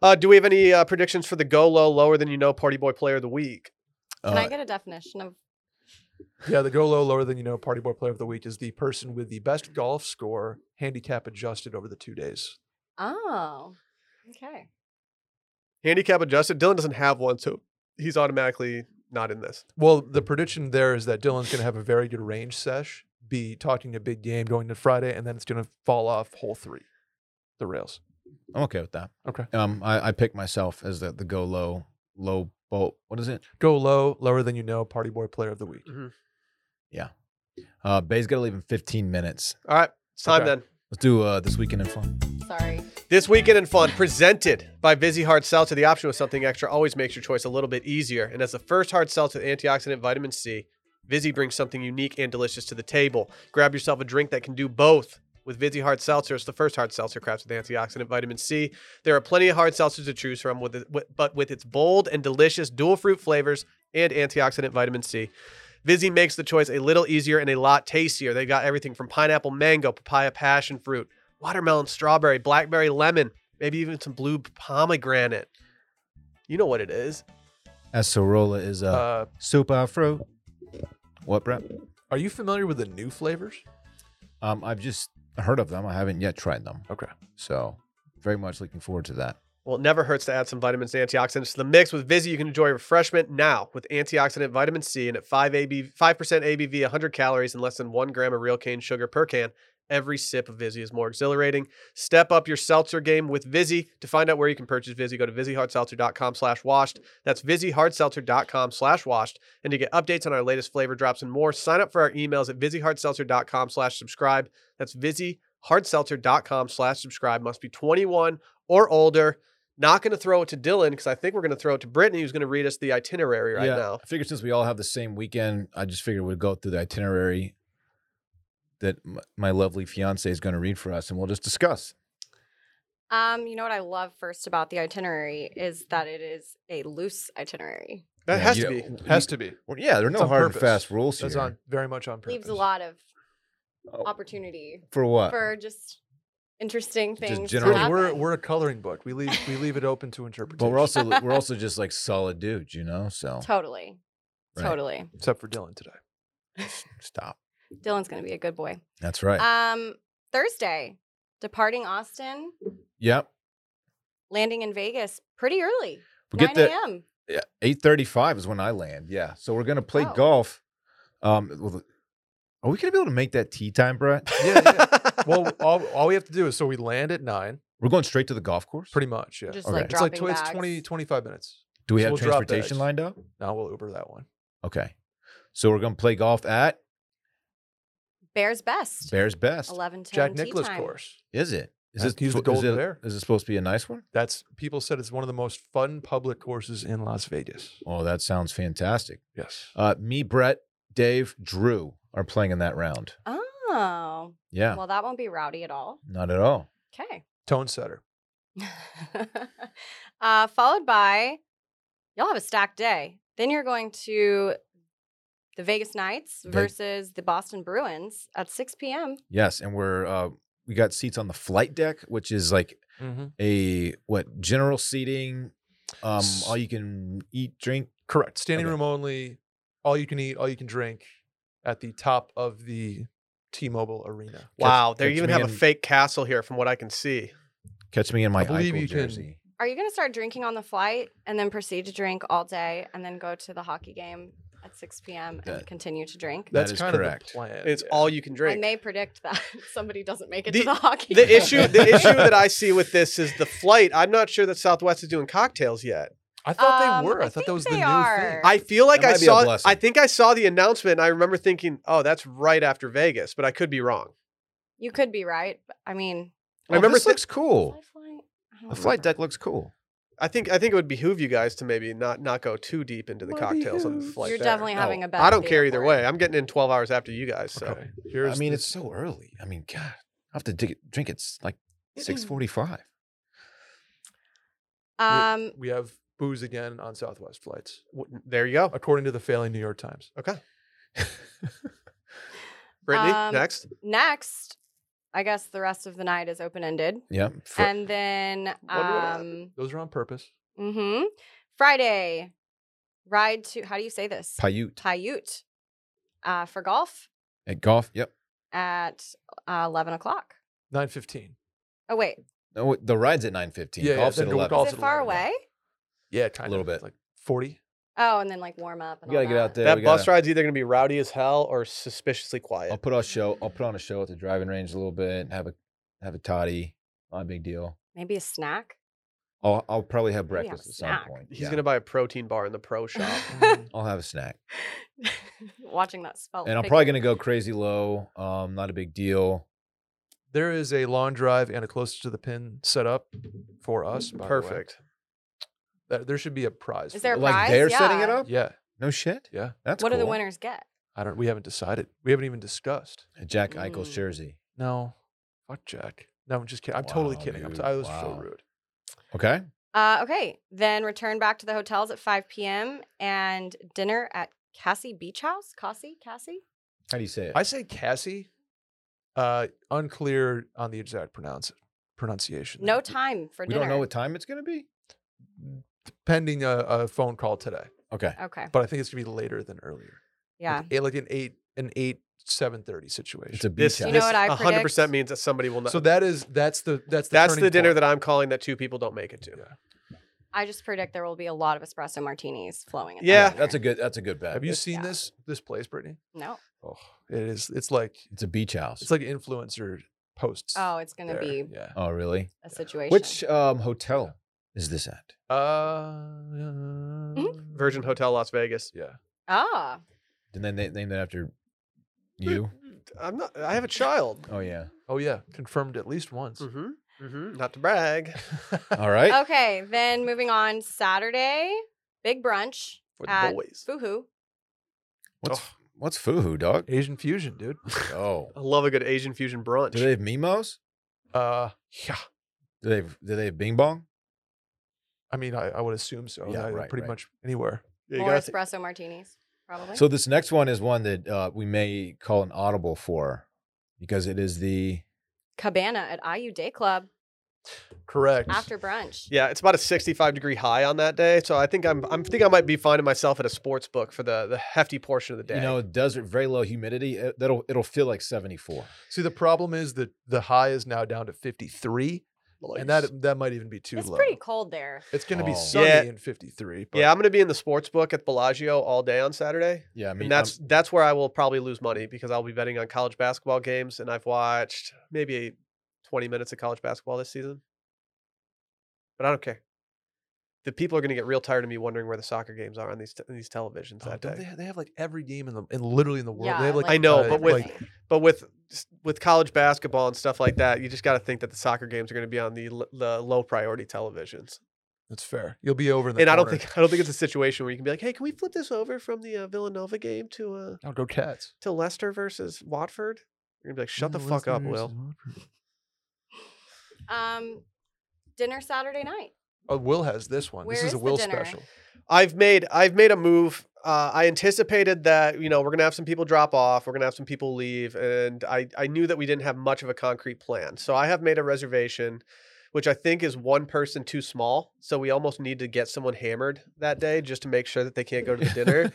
[SPEAKER 1] Uh, do we have any uh, predictions for the go low, lower than you know, party boy player of the week?
[SPEAKER 4] Can
[SPEAKER 2] Uh,
[SPEAKER 4] I get a definition of
[SPEAKER 3] yeah, the go low lower than you know party boy player of the week is the person with the best golf score handicap adjusted over the two days.
[SPEAKER 4] Oh. Okay.
[SPEAKER 1] Handicap adjusted. Dylan doesn't have one, so he's automatically not in this.
[SPEAKER 3] Well, the prediction there is that Dylan's gonna have a very good range sesh, be talking a big game going to Friday, and then it's gonna fall off hole three, the rails.
[SPEAKER 2] I'm okay with that.
[SPEAKER 3] Okay.
[SPEAKER 2] Um, I, I pick myself as the, the go low, low boat. What is it?
[SPEAKER 3] Go low lower than you know party boy player of the week.
[SPEAKER 2] Uh, Bay's got to leave in 15 minutes.
[SPEAKER 1] All right, it's time
[SPEAKER 3] Okay.
[SPEAKER 1] then.
[SPEAKER 2] Let's do uh, this weekend in fun.
[SPEAKER 4] Sorry.
[SPEAKER 1] This weekend in fun, presented by Vizzy Hard Seltzer. The option with something extra always makes your choice a little bit easier. And as the first hard seltzer with antioxidant vitamin C, Vizzy brings something unique and delicious to the table. Grab yourself a drink that can do both. With Vizzy Hard Seltzer, it's the first hard seltzer crafted with antioxidant vitamin C. There are plenty of hard seltzers to choose from, with it, with, but with its bold and delicious dual fruit flavors and antioxidant vitamin C, Vizzy makes the choice a little easier and a lot tastier. They've got everything from pineapple, mango, papaya, passion fruit, watermelon, strawberry, blackberry, lemon, maybe even some blue pomegranate. You know what it is.
[SPEAKER 2] Acerola is a
[SPEAKER 3] Uh,
[SPEAKER 2] super fruit. What, Brett?
[SPEAKER 3] are you familiar with the new flavors?
[SPEAKER 2] Um, I've just heard of them. I haven't yet tried them.
[SPEAKER 3] Okay.
[SPEAKER 2] So, very much looking forward to that.
[SPEAKER 1] Well, it never hurts to add some vitamins and antioxidants to the mix. With Vizzy, you can enjoy refreshment now with antioxidant vitamin C and at 5 AB, 5% ABV, 100 calories, and less than one gram of real cane sugar per can. Every sip of Vizzy is more exhilarating. Step up your seltzer game with Vizzy. To find out where you can purchase Vizzy, go to VizzyHardSeltzer.com slash washed. That's VizzyHardSeltzer.com slash washed. And to get updates on our latest flavor drops and more, sign up for our emails at VizzyHardSeltzer.com slash subscribe. That's VizzyHardSeltzer.com slash subscribe. Must be 21 or older. Not going to throw it to Dylan because I think we're going to throw it to Brittany, who's going to read us the itinerary right now.
[SPEAKER 2] I figured since we all have the same weekend, I just figured we'd go through the itinerary that m- my lovely fiance is going to read for us, and we'll just discuss.
[SPEAKER 4] Um, you know what I love first about the itinerary is that it is a loose itinerary.
[SPEAKER 1] That
[SPEAKER 2] Yeah,
[SPEAKER 1] has
[SPEAKER 2] you
[SPEAKER 1] to be.
[SPEAKER 2] know, you-
[SPEAKER 3] Has to be.
[SPEAKER 2] well, yeah, there are
[SPEAKER 3] It's
[SPEAKER 2] no
[SPEAKER 3] on
[SPEAKER 2] hard and
[SPEAKER 3] purpose.
[SPEAKER 2] fast rules
[SPEAKER 3] That's
[SPEAKER 2] here.
[SPEAKER 3] on very much on purpose.
[SPEAKER 4] Leaves a lot of
[SPEAKER 2] Oh,
[SPEAKER 4] opportunity
[SPEAKER 2] for what?
[SPEAKER 4] for just interesting
[SPEAKER 2] Just
[SPEAKER 4] things. to
[SPEAKER 2] general-
[SPEAKER 3] Pretty,
[SPEAKER 2] Pretty,
[SPEAKER 4] happen.
[SPEAKER 3] we're we're a coloring book. We leave we leave it open to interpretation.
[SPEAKER 2] but we're also we're also just like solid dudes, you know.
[SPEAKER 3] Oh.
[SPEAKER 2] So
[SPEAKER 4] totally,
[SPEAKER 2] Right.
[SPEAKER 4] totally.
[SPEAKER 3] except for Dylan today.
[SPEAKER 2] stop.
[SPEAKER 4] Dylan's gonna be a good boy.
[SPEAKER 2] That's right.
[SPEAKER 4] Um, Thursday, departing Austin,
[SPEAKER 2] yep.
[SPEAKER 4] landing in Vegas pretty early,
[SPEAKER 2] We
[SPEAKER 4] nine
[SPEAKER 2] get the
[SPEAKER 4] a.m.
[SPEAKER 2] yeah, 8:35 is when I land. Yeah. So we're going to play
[SPEAKER 4] Oh.
[SPEAKER 2] golf. Um well, the- Are we going to be able to make that tea time, Brett?
[SPEAKER 3] Yeah, yeah. well, all, all we have to do is so we land at nine,
[SPEAKER 2] We're going straight to the golf course?
[SPEAKER 3] pretty much. Yeah,
[SPEAKER 4] Just
[SPEAKER 2] Okay.
[SPEAKER 4] like
[SPEAKER 3] it's like
[SPEAKER 4] dropping
[SPEAKER 3] tw- it's
[SPEAKER 4] bags.
[SPEAKER 3] 20, 25 minutes.
[SPEAKER 2] Do we
[SPEAKER 3] So
[SPEAKER 2] have
[SPEAKER 3] we'll drop
[SPEAKER 2] transportation
[SPEAKER 3] bags.
[SPEAKER 2] lined up?
[SPEAKER 3] Now we'll Uber that one.
[SPEAKER 2] Okay. So we're going to play golf at
[SPEAKER 4] Bears best.
[SPEAKER 2] Bears Best.
[SPEAKER 4] Eleven ten.
[SPEAKER 3] Jack
[SPEAKER 4] tea
[SPEAKER 3] Nicklaus
[SPEAKER 4] time.
[SPEAKER 3] course.
[SPEAKER 2] Is it? Is this
[SPEAKER 3] I have to use the
[SPEAKER 2] is
[SPEAKER 3] Golden
[SPEAKER 2] it-
[SPEAKER 3] Bear.
[SPEAKER 2] Is it supposed to be a nice one?
[SPEAKER 3] That's people said it's one of the most fun public courses in Las Vegas.
[SPEAKER 2] Oh, that sounds fantastic.
[SPEAKER 3] Yes.
[SPEAKER 2] Uh, me, Brett, Dave, Drew are playing in that round.
[SPEAKER 4] Oh,
[SPEAKER 2] Yeah,
[SPEAKER 4] well, that won't be rowdy at all.
[SPEAKER 2] not at all.
[SPEAKER 4] Okay.
[SPEAKER 3] Tone setter.
[SPEAKER 4] uh, followed by, y'all have a stacked day. Then you're going to the Vegas Knights
[SPEAKER 2] Ve-
[SPEAKER 4] versus the Boston Bruins at 6 p.m.
[SPEAKER 2] Yes, and we're uh, we got seats on the flight deck, which is like
[SPEAKER 3] Mm-hmm.
[SPEAKER 2] a what general seating, um,
[SPEAKER 3] S-
[SPEAKER 2] all you can eat, drink.
[SPEAKER 3] Correct. Standing
[SPEAKER 2] Okay.
[SPEAKER 3] room only. All you can eat, all you can drink, at the top of the T-Mobile Arena.
[SPEAKER 1] wow, they
[SPEAKER 2] catch
[SPEAKER 1] even
[SPEAKER 2] me
[SPEAKER 1] have a
[SPEAKER 2] in-
[SPEAKER 1] fake castle here from what I can see.
[SPEAKER 2] Catch me in my
[SPEAKER 3] believe
[SPEAKER 2] Eichel
[SPEAKER 3] you can-
[SPEAKER 2] jersey.
[SPEAKER 4] Are you going to start drinking on the flight and then proceed to drink all day and then go to the hockey game at 6 p.m. and
[SPEAKER 2] That-
[SPEAKER 4] continue to drink?
[SPEAKER 2] That
[SPEAKER 3] That's
[SPEAKER 2] is
[SPEAKER 3] kind
[SPEAKER 2] correct.
[SPEAKER 3] of the plan.
[SPEAKER 1] It's
[SPEAKER 3] yeah.
[SPEAKER 1] all you can
[SPEAKER 4] I
[SPEAKER 1] drink.
[SPEAKER 4] may predict that somebody doesn't make it
[SPEAKER 1] The-
[SPEAKER 4] to the hockey
[SPEAKER 1] The
[SPEAKER 4] game.
[SPEAKER 1] issue, the issue that I see with this is the flight. I'm not sure that Southwest is doing cocktails yet.
[SPEAKER 3] I thought
[SPEAKER 4] Um,
[SPEAKER 3] they were.
[SPEAKER 4] I
[SPEAKER 3] I, thought that
[SPEAKER 4] think
[SPEAKER 3] was the
[SPEAKER 4] they
[SPEAKER 3] new
[SPEAKER 4] are.
[SPEAKER 1] I feel like
[SPEAKER 2] That
[SPEAKER 1] I
[SPEAKER 2] might be a
[SPEAKER 1] saw.
[SPEAKER 2] blessing.
[SPEAKER 1] I think I saw the announcement. And I remember thinking, "Oh, that's right after Vegas," but I could be wrong.
[SPEAKER 4] You could be right. but I mean,
[SPEAKER 1] I remember.
[SPEAKER 2] this
[SPEAKER 1] thi-
[SPEAKER 2] looks cool.
[SPEAKER 4] fly flying? I don't
[SPEAKER 2] The flight
[SPEAKER 4] remember.
[SPEAKER 2] deck looks cool.
[SPEAKER 1] I think. I think it would behoove you guys to maybe not not go too deep into the
[SPEAKER 3] Might
[SPEAKER 1] cocktails on the
[SPEAKER 3] behoove.
[SPEAKER 1] flight.
[SPEAKER 4] You're
[SPEAKER 1] there.
[SPEAKER 4] definitely
[SPEAKER 2] No,
[SPEAKER 4] having a bad
[SPEAKER 1] I don't care either way. I'm getting in 12 hours after you guys.
[SPEAKER 3] thing.
[SPEAKER 1] So
[SPEAKER 3] Okay.
[SPEAKER 2] I
[SPEAKER 3] Here's
[SPEAKER 2] mean,
[SPEAKER 3] the-
[SPEAKER 2] it's so early. I mean, God, I have to dig it, drink. It's like six forty-five.
[SPEAKER 4] Um,
[SPEAKER 3] we have booze again on Southwest flights,
[SPEAKER 1] w- there you go,
[SPEAKER 3] according to the failing New York Times.
[SPEAKER 1] Brittany.
[SPEAKER 4] Um,
[SPEAKER 1] next,
[SPEAKER 4] next, I guess the rest of the night is open ended.
[SPEAKER 2] Yeah, for-
[SPEAKER 4] And then
[SPEAKER 1] would
[SPEAKER 4] um
[SPEAKER 1] happen.
[SPEAKER 3] Those are on purpose.
[SPEAKER 4] mhm. Friday ride to how do you say this?
[SPEAKER 2] Paiute
[SPEAKER 4] Paiute uh for golf
[SPEAKER 2] at golf. Yep.
[SPEAKER 4] at uh, 11 o'clock.
[SPEAKER 3] Nine fifteen.
[SPEAKER 4] Oh wait,
[SPEAKER 2] No, wait, the ride's at nine fifteen.
[SPEAKER 3] Yeah, yeah,
[SPEAKER 2] Golf's
[SPEAKER 3] then
[SPEAKER 2] at
[SPEAKER 3] go
[SPEAKER 2] eleven.
[SPEAKER 3] golf.
[SPEAKER 4] is
[SPEAKER 3] Also
[SPEAKER 4] it far
[SPEAKER 3] 11, yeah.
[SPEAKER 4] away?
[SPEAKER 3] Yeah, kind
[SPEAKER 2] little
[SPEAKER 3] of
[SPEAKER 2] bit.
[SPEAKER 3] like forty.
[SPEAKER 4] Oh, and then like warm up. And
[SPEAKER 2] We gotta
[SPEAKER 4] all
[SPEAKER 2] get out there.
[SPEAKER 1] that
[SPEAKER 2] we
[SPEAKER 1] bus
[SPEAKER 2] gotta-
[SPEAKER 1] ride's either going to be rowdy as hell or suspiciously quiet.
[SPEAKER 2] I'll put on a show. I'll put on a show at the driving range a little bit. Have a have a toddy. Not a big deal.
[SPEAKER 4] Maybe a snack.
[SPEAKER 2] I'll I'll probably have
[SPEAKER 4] Maybe have
[SPEAKER 2] breakfast
[SPEAKER 4] a
[SPEAKER 2] at some
[SPEAKER 4] snack.
[SPEAKER 2] point.
[SPEAKER 1] He's
[SPEAKER 2] yeah.
[SPEAKER 1] going to buy a protein bar in the pro shop.
[SPEAKER 3] Mm-hmm.
[SPEAKER 2] I'll have a snack,
[SPEAKER 4] Watching that spell.
[SPEAKER 2] and I'm probably gonna go crazy low. Um, not a big deal.
[SPEAKER 3] There is a long drive and a close to the pin set up for us. by the way.
[SPEAKER 1] Perfect.
[SPEAKER 3] That- There should be a prize.
[SPEAKER 4] Is
[SPEAKER 3] for
[SPEAKER 4] there a
[SPEAKER 3] that.
[SPEAKER 2] like
[SPEAKER 4] prize?
[SPEAKER 2] they're setting it
[SPEAKER 4] Yeah.
[SPEAKER 2] up.
[SPEAKER 3] Yeah,
[SPEAKER 2] No shit.
[SPEAKER 3] yeah.
[SPEAKER 2] That's
[SPEAKER 4] What do the
[SPEAKER 2] cool.
[SPEAKER 4] winners get?
[SPEAKER 3] I don't. We haven't decided. We haven't even discussed.
[SPEAKER 2] A Jack Eichel's
[SPEAKER 4] Mm.
[SPEAKER 2] jersey.
[SPEAKER 3] No. Fuck Jack. No, I'm just kidding. I'm totally
[SPEAKER 2] Wow,
[SPEAKER 3] kidding. I'm t-
[SPEAKER 2] dude.
[SPEAKER 3] I was so
[SPEAKER 2] Wow.
[SPEAKER 3] rude.
[SPEAKER 2] Okay.
[SPEAKER 4] Uh, okay, then return back to the hotels at 5 p.m. and dinner at Cassie Beach House. Cassie, Cassie.
[SPEAKER 2] How do you say it?
[SPEAKER 3] I say Cassie. Uh, unclear on the exact pronounce pronunciation.
[SPEAKER 4] No
[SPEAKER 3] time.
[SPEAKER 4] time for
[SPEAKER 2] we
[SPEAKER 4] dinner.
[SPEAKER 2] don't know what time it's gonna be.
[SPEAKER 3] pending a, a phone call today.
[SPEAKER 2] Okay.
[SPEAKER 4] Okay.
[SPEAKER 3] but I think it's gonna be later than earlier.
[SPEAKER 4] Yeah.
[SPEAKER 3] like, eight- like an eight, an eight, seven thirty situation.
[SPEAKER 2] It's a beach
[SPEAKER 1] This,
[SPEAKER 2] house.
[SPEAKER 4] You know
[SPEAKER 1] this
[SPEAKER 4] what I
[SPEAKER 1] 100%
[SPEAKER 4] predict?
[SPEAKER 1] means that somebody will not.
[SPEAKER 3] so that is that's the that's the
[SPEAKER 1] that's
[SPEAKER 3] turning
[SPEAKER 1] the dinner
[SPEAKER 3] point.
[SPEAKER 1] that I'm calling that two people don't make it to.
[SPEAKER 3] Yeah.
[SPEAKER 4] I just predict there will be a lot of espresso martinis flowing. at that
[SPEAKER 1] Yeah.
[SPEAKER 2] that's a
[SPEAKER 4] dinner.
[SPEAKER 2] good. That's a good bet.
[SPEAKER 3] Have you
[SPEAKER 2] It's-
[SPEAKER 3] seen
[SPEAKER 4] Yeah.
[SPEAKER 3] this this place, Brittany?
[SPEAKER 4] No.
[SPEAKER 3] Oh, it is. It's like
[SPEAKER 2] It's a beach house.
[SPEAKER 3] it's like influencer posts.
[SPEAKER 4] Oh, it's gonna
[SPEAKER 3] there,
[SPEAKER 4] be
[SPEAKER 3] yeah.
[SPEAKER 2] oh, really?
[SPEAKER 4] a situation.
[SPEAKER 2] Which um, hotel is this at?
[SPEAKER 4] Mm-hmm.
[SPEAKER 3] Uh,
[SPEAKER 1] Virgin Hotel Las Vegas.
[SPEAKER 3] Yeah.
[SPEAKER 4] Ah.
[SPEAKER 2] And then they named it after you.
[SPEAKER 1] I'm not. I have a child.
[SPEAKER 2] Oh yeah.
[SPEAKER 3] Oh yeah, confirmed at least once.
[SPEAKER 1] Mm-hmm. Mm-hmm. Not to brag.
[SPEAKER 2] All right.
[SPEAKER 4] Okay. Then moving on. Saturday, big brunch.
[SPEAKER 1] For the
[SPEAKER 4] At
[SPEAKER 1] boys.
[SPEAKER 4] Boohoo.
[SPEAKER 2] What's what's fuhu, dog?
[SPEAKER 3] Asian fusion, dude.
[SPEAKER 2] Oh,
[SPEAKER 1] I love a good Asian fusion brunch.
[SPEAKER 2] do they have mimos?
[SPEAKER 3] Uh, yeah.
[SPEAKER 2] Do they have, do they have bing bong?
[SPEAKER 3] I mean, I, I would assume so.
[SPEAKER 2] Yeah,
[SPEAKER 3] Yeah,
[SPEAKER 2] right,
[SPEAKER 3] pretty
[SPEAKER 2] right.
[SPEAKER 3] much anywhere.
[SPEAKER 1] You
[SPEAKER 4] More
[SPEAKER 1] gotta th-
[SPEAKER 4] espresso martinis, probably.
[SPEAKER 2] So this next one is one that uh, we may call an audible for because it is the
[SPEAKER 4] Cabana at IU Day Club
[SPEAKER 3] Correct.
[SPEAKER 4] after brunch.
[SPEAKER 1] yeah, it's about a 65 degree high on that day, so I think I'm I'm think I might be finding myself at a sports book for the the hefty portion of the day.
[SPEAKER 2] you know desert, very low humidity. It, that'll it'll feel like seventy four.
[SPEAKER 3] See, the problem is that the high is now down to 53, and that that might even be too
[SPEAKER 4] It's
[SPEAKER 3] low.
[SPEAKER 4] pretty cold there.
[SPEAKER 3] It's going to
[SPEAKER 2] Oh.
[SPEAKER 3] be sunny
[SPEAKER 1] Yeah.
[SPEAKER 3] in 53. But
[SPEAKER 1] yeah, I'm gonna be in the sports book at Bellagio all day on Saturday,
[SPEAKER 2] Yeah, I mean
[SPEAKER 1] and that's
[SPEAKER 2] I'm-
[SPEAKER 1] that's where I will probably lose money because I'll be betting on college basketball games, and I've watched maybe 20 minutes of college basketball this season, but I don't care. The people are gonna get real tired of me wondering where the soccer games are on these t- these televisions
[SPEAKER 3] Oh,
[SPEAKER 1] that
[SPEAKER 3] don't
[SPEAKER 1] day.
[SPEAKER 3] they, have, they have like every game in the in literally in the world.
[SPEAKER 4] Yeah,
[SPEAKER 3] they have,
[SPEAKER 1] I know,
[SPEAKER 3] uh,
[SPEAKER 1] but with-
[SPEAKER 3] like,
[SPEAKER 1] but with s- with college basketball and stuff like that, you just got to think that the soccer games are going to be on the l- the low priority televisions.
[SPEAKER 3] that's fair. You'll be over in the
[SPEAKER 1] And I don't
[SPEAKER 3] corner.
[SPEAKER 1] think I don't think it's a situation where you can be like, "Hey, can we flip this over from the uh, Villanova game to uh,
[SPEAKER 3] I'll go cats.
[SPEAKER 1] to Leicester versus Watford?" You're gonna be like, "Shut the
[SPEAKER 3] Ooh,
[SPEAKER 1] fuck up,
[SPEAKER 3] listeners,
[SPEAKER 1] Will."
[SPEAKER 3] Watford.
[SPEAKER 4] um, dinner Saturday night.
[SPEAKER 3] Oh, Will has this one.
[SPEAKER 4] Where
[SPEAKER 3] this is,
[SPEAKER 4] is
[SPEAKER 3] a
[SPEAKER 4] the
[SPEAKER 3] Will
[SPEAKER 4] dinner?
[SPEAKER 3] special.
[SPEAKER 1] I've made I've made a move. Uh, I anticipated that you know we're gonna have some people drop off, we're gonna have some people leave, and I I knew that we didn't have much of a concrete plan. So I have made a reservation, which I think is one person too small. So we almost need to get someone hammered that day just to make sure that they can't go to the dinner.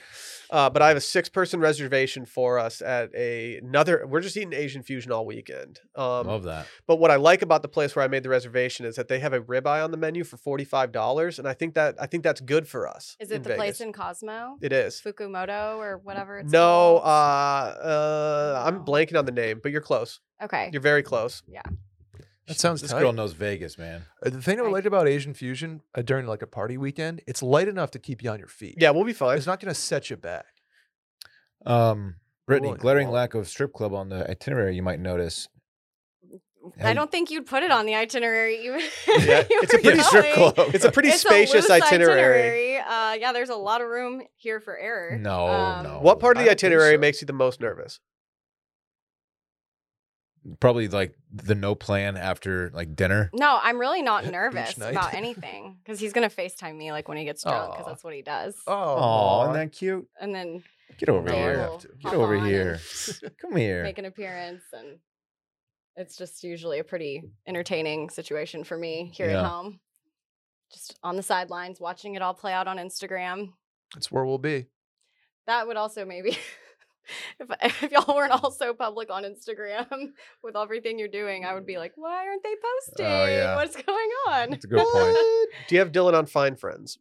[SPEAKER 1] Uh, but I have a six person reservation for us at a, another. We're just eating Asian fusion all weekend. Um,
[SPEAKER 2] love that.
[SPEAKER 1] but what I like about the place where I made the reservation is that they have a ribeye on the menu for forty five dollars, and I think that I think that's good for us.
[SPEAKER 4] Is it
[SPEAKER 1] in
[SPEAKER 4] the
[SPEAKER 1] Vegas.
[SPEAKER 4] place in Cosmo?
[SPEAKER 1] It is.
[SPEAKER 4] Fukumoto or whatever it's
[SPEAKER 1] No, uh,
[SPEAKER 4] called?
[SPEAKER 1] uh, I'm
[SPEAKER 4] No.
[SPEAKER 1] blanking on the name, but you're close.
[SPEAKER 4] okay.
[SPEAKER 1] uh, You're very close.
[SPEAKER 3] That sounds
[SPEAKER 2] This
[SPEAKER 3] tight.
[SPEAKER 2] girl knows Vegas, man.
[SPEAKER 3] Uh, The thing I
[SPEAKER 4] I-
[SPEAKER 3] liked about Asian fusion uh, during like a party weekend, it's light enough to keep you on your feet.
[SPEAKER 1] Yeah, we'll be fine.
[SPEAKER 3] it's not going to set you back.
[SPEAKER 2] Um, Brittany,
[SPEAKER 3] Really
[SPEAKER 2] glaring
[SPEAKER 3] long.
[SPEAKER 2] lack of strip club on the itinerary. You might notice.
[SPEAKER 4] I don't think you'd put it on the itinerary even.
[SPEAKER 1] Yeah,
[SPEAKER 4] if you
[SPEAKER 1] it's a
[SPEAKER 4] were
[SPEAKER 1] pretty strip
[SPEAKER 4] going.
[SPEAKER 2] club.
[SPEAKER 1] It's a pretty
[SPEAKER 4] It's a
[SPEAKER 1] spacious
[SPEAKER 4] loose
[SPEAKER 1] itinerary.
[SPEAKER 4] itinerary. Uh, yeah, there's a lot of room here for error.
[SPEAKER 2] No,
[SPEAKER 4] Um,
[SPEAKER 2] no.
[SPEAKER 1] What part of
[SPEAKER 3] I
[SPEAKER 1] the
[SPEAKER 3] don't think
[SPEAKER 1] itinerary
[SPEAKER 3] so.
[SPEAKER 1] makes you the most nervous?
[SPEAKER 2] Probably like the no plan after like dinner.
[SPEAKER 4] No, I'm really not
[SPEAKER 3] Beach
[SPEAKER 4] nervous
[SPEAKER 3] night.
[SPEAKER 4] about anything because he's gonna Facetime me like when he gets drunk because
[SPEAKER 3] Aw.
[SPEAKER 4] that's what he does.
[SPEAKER 2] Oh,
[SPEAKER 3] Oh,
[SPEAKER 2] isn't that cute?
[SPEAKER 4] And then
[SPEAKER 2] Get over
[SPEAKER 3] No, I
[SPEAKER 2] here.
[SPEAKER 3] have to.
[SPEAKER 4] hop
[SPEAKER 2] Get over
[SPEAKER 4] on and
[SPEAKER 2] here. Come here.
[SPEAKER 4] Make an appearance, and it's just usually a pretty entertaining situation for me here
[SPEAKER 2] Yeah.
[SPEAKER 4] at home. Just on the sidelines, watching it all play out on Instagram.
[SPEAKER 3] that's where we'll be.
[SPEAKER 4] That would also maybe, if, if y'all weren't all so public on Instagram with everything you're doing, I would be like, why aren't they posting?
[SPEAKER 2] Oh, yeah.
[SPEAKER 4] What's going on?
[SPEAKER 2] That's a good point.
[SPEAKER 1] Do you have Dylan on Fine Friends?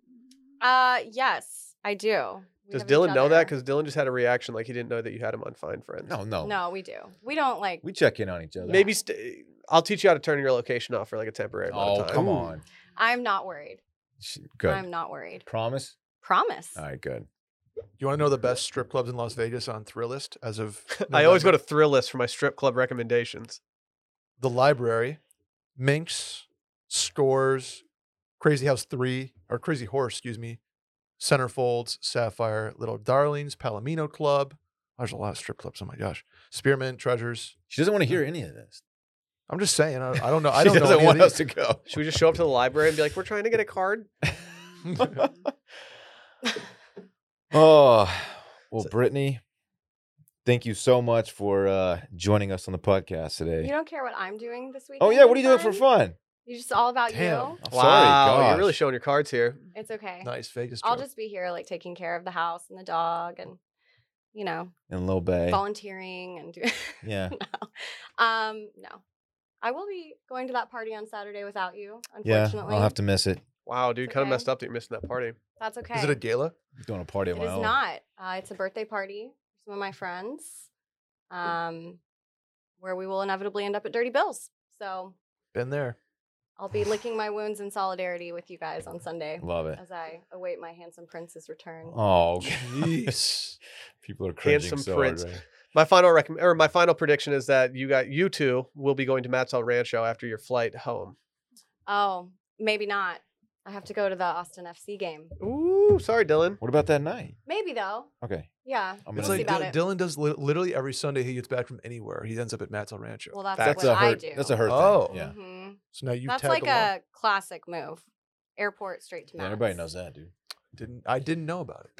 [SPEAKER 4] Uh, yes, I do. We
[SPEAKER 1] Does
[SPEAKER 4] have each
[SPEAKER 1] Dylan know that?
[SPEAKER 4] other.
[SPEAKER 1] Because Dylan just had a reaction like he didn't know that you had him on Fine Friends.
[SPEAKER 2] No, no.
[SPEAKER 4] no, we do. We don't like.
[SPEAKER 2] oh. We check in on each other.
[SPEAKER 1] Maybe st- I'll teach you how to turn your location off for like a temporary amount
[SPEAKER 2] Oh,
[SPEAKER 1] of time.
[SPEAKER 2] come on.
[SPEAKER 4] I'm not worried.
[SPEAKER 2] Sh- Good.
[SPEAKER 4] I'm not worried.
[SPEAKER 2] Promise.
[SPEAKER 4] Promise.
[SPEAKER 2] All right. Good.
[SPEAKER 3] You want to know the best strip clubs in Las Vegas on Thrillist as of
[SPEAKER 1] I always go
[SPEAKER 3] November?
[SPEAKER 1] to Thrillist for my strip club recommendations.
[SPEAKER 3] the library, Minx, Scores, Crazy House 3, or Crazy Horse, excuse me, Centerfolds, Sapphire, Little Darlings, Palomino Club. There's a lot of strip clubs. Oh my gosh. Spearmint, Treasures.
[SPEAKER 2] She doesn't want to hear any of this.
[SPEAKER 3] I'm just saying. I, I don't know.
[SPEAKER 2] She
[SPEAKER 3] I don't know.
[SPEAKER 2] doesn't
[SPEAKER 3] any of
[SPEAKER 2] want us
[SPEAKER 3] these.
[SPEAKER 2] to go.
[SPEAKER 1] Should we just show up to the library and be like, "We're trying to get a card"?
[SPEAKER 2] oh well,
[SPEAKER 1] So-
[SPEAKER 2] Brittany, thank you so much for uh, joining us on the podcast
[SPEAKER 4] You
[SPEAKER 2] today.
[SPEAKER 4] don't care what I'm doing this week.
[SPEAKER 2] Oh yeah, what are you doing for fun?
[SPEAKER 4] You just all about
[SPEAKER 3] Damn.
[SPEAKER 4] you.
[SPEAKER 3] I'm
[SPEAKER 1] Wow, you're really
[SPEAKER 2] gosh.
[SPEAKER 1] showing your cards here.
[SPEAKER 4] It's okay.
[SPEAKER 3] Nice Vegas.
[SPEAKER 4] I'll
[SPEAKER 3] joke.
[SPEAKER 4] just be here, like taking care of the house and the dog, and you know,
[SPEAKER 2] in Lil Bay.
[SPEAKER 4] volunteering and doing.
[SPEAKER 2] Yeah.
[SPEAKER 4] no. Um, no. I will be going to that party on Saturday without you,
[SPEAKER 2] Yeah,
[SPEAKER 4] unfortunately.
[SPEAKER 2] I'll have to miss it.
[SPEAKER 1] Wow, dude,
[SPEAKER 4] It's
[SPEAKER 1] kind of
[SPEAKER 4] okay.
[SPEAKER 1] messed up that you're missing that party.
[SPEAKER 4] That's okay.
[SPEAKER 3] Is it a gala?
[SPEAKER 2] Doing a party of
[SPEAKER 4] It
[SPEAKER 2] my
[SPEAKER 4] is
[SPEAKER 2] own.
[SPEAKER 4] not. Uh, it's a birthday party for some of my friends, um, where we will inevitably end up at Dirty Bills. So
[SPEAKER 3] Been there.
[SPEAKER 4] I'll be licking my wounds in solidarity with you guys on Sunday
[SPEAKER 2] Love it.
[SPEAKER 4] as I await my handsome prince's return.
[SPEAKER 2] Oh,
[SPEAKER 3] Jeez.
[SPEAKER 2] people are cringing
[SPEAKER 1] Handsome
[SPEAKER 2] so
[SPEAKER 1] Prince.
[SPEAKER 2] hard. right?
[SPEAKER 1] My final recomm or my final prediction is that you got you two will be going to Matt's El Rancho after your flight home.
[SPEAKER 4] Oh, maybe not. I have to go to the Austin FC game.
[SPEAKER 1] Ooh, sorry, Dylan.
[SPEAKER 2] What about that night? Oh.
[SPEAKER 4] Mm-hmm.
[SPEAKER 2] Uh, oh, Um,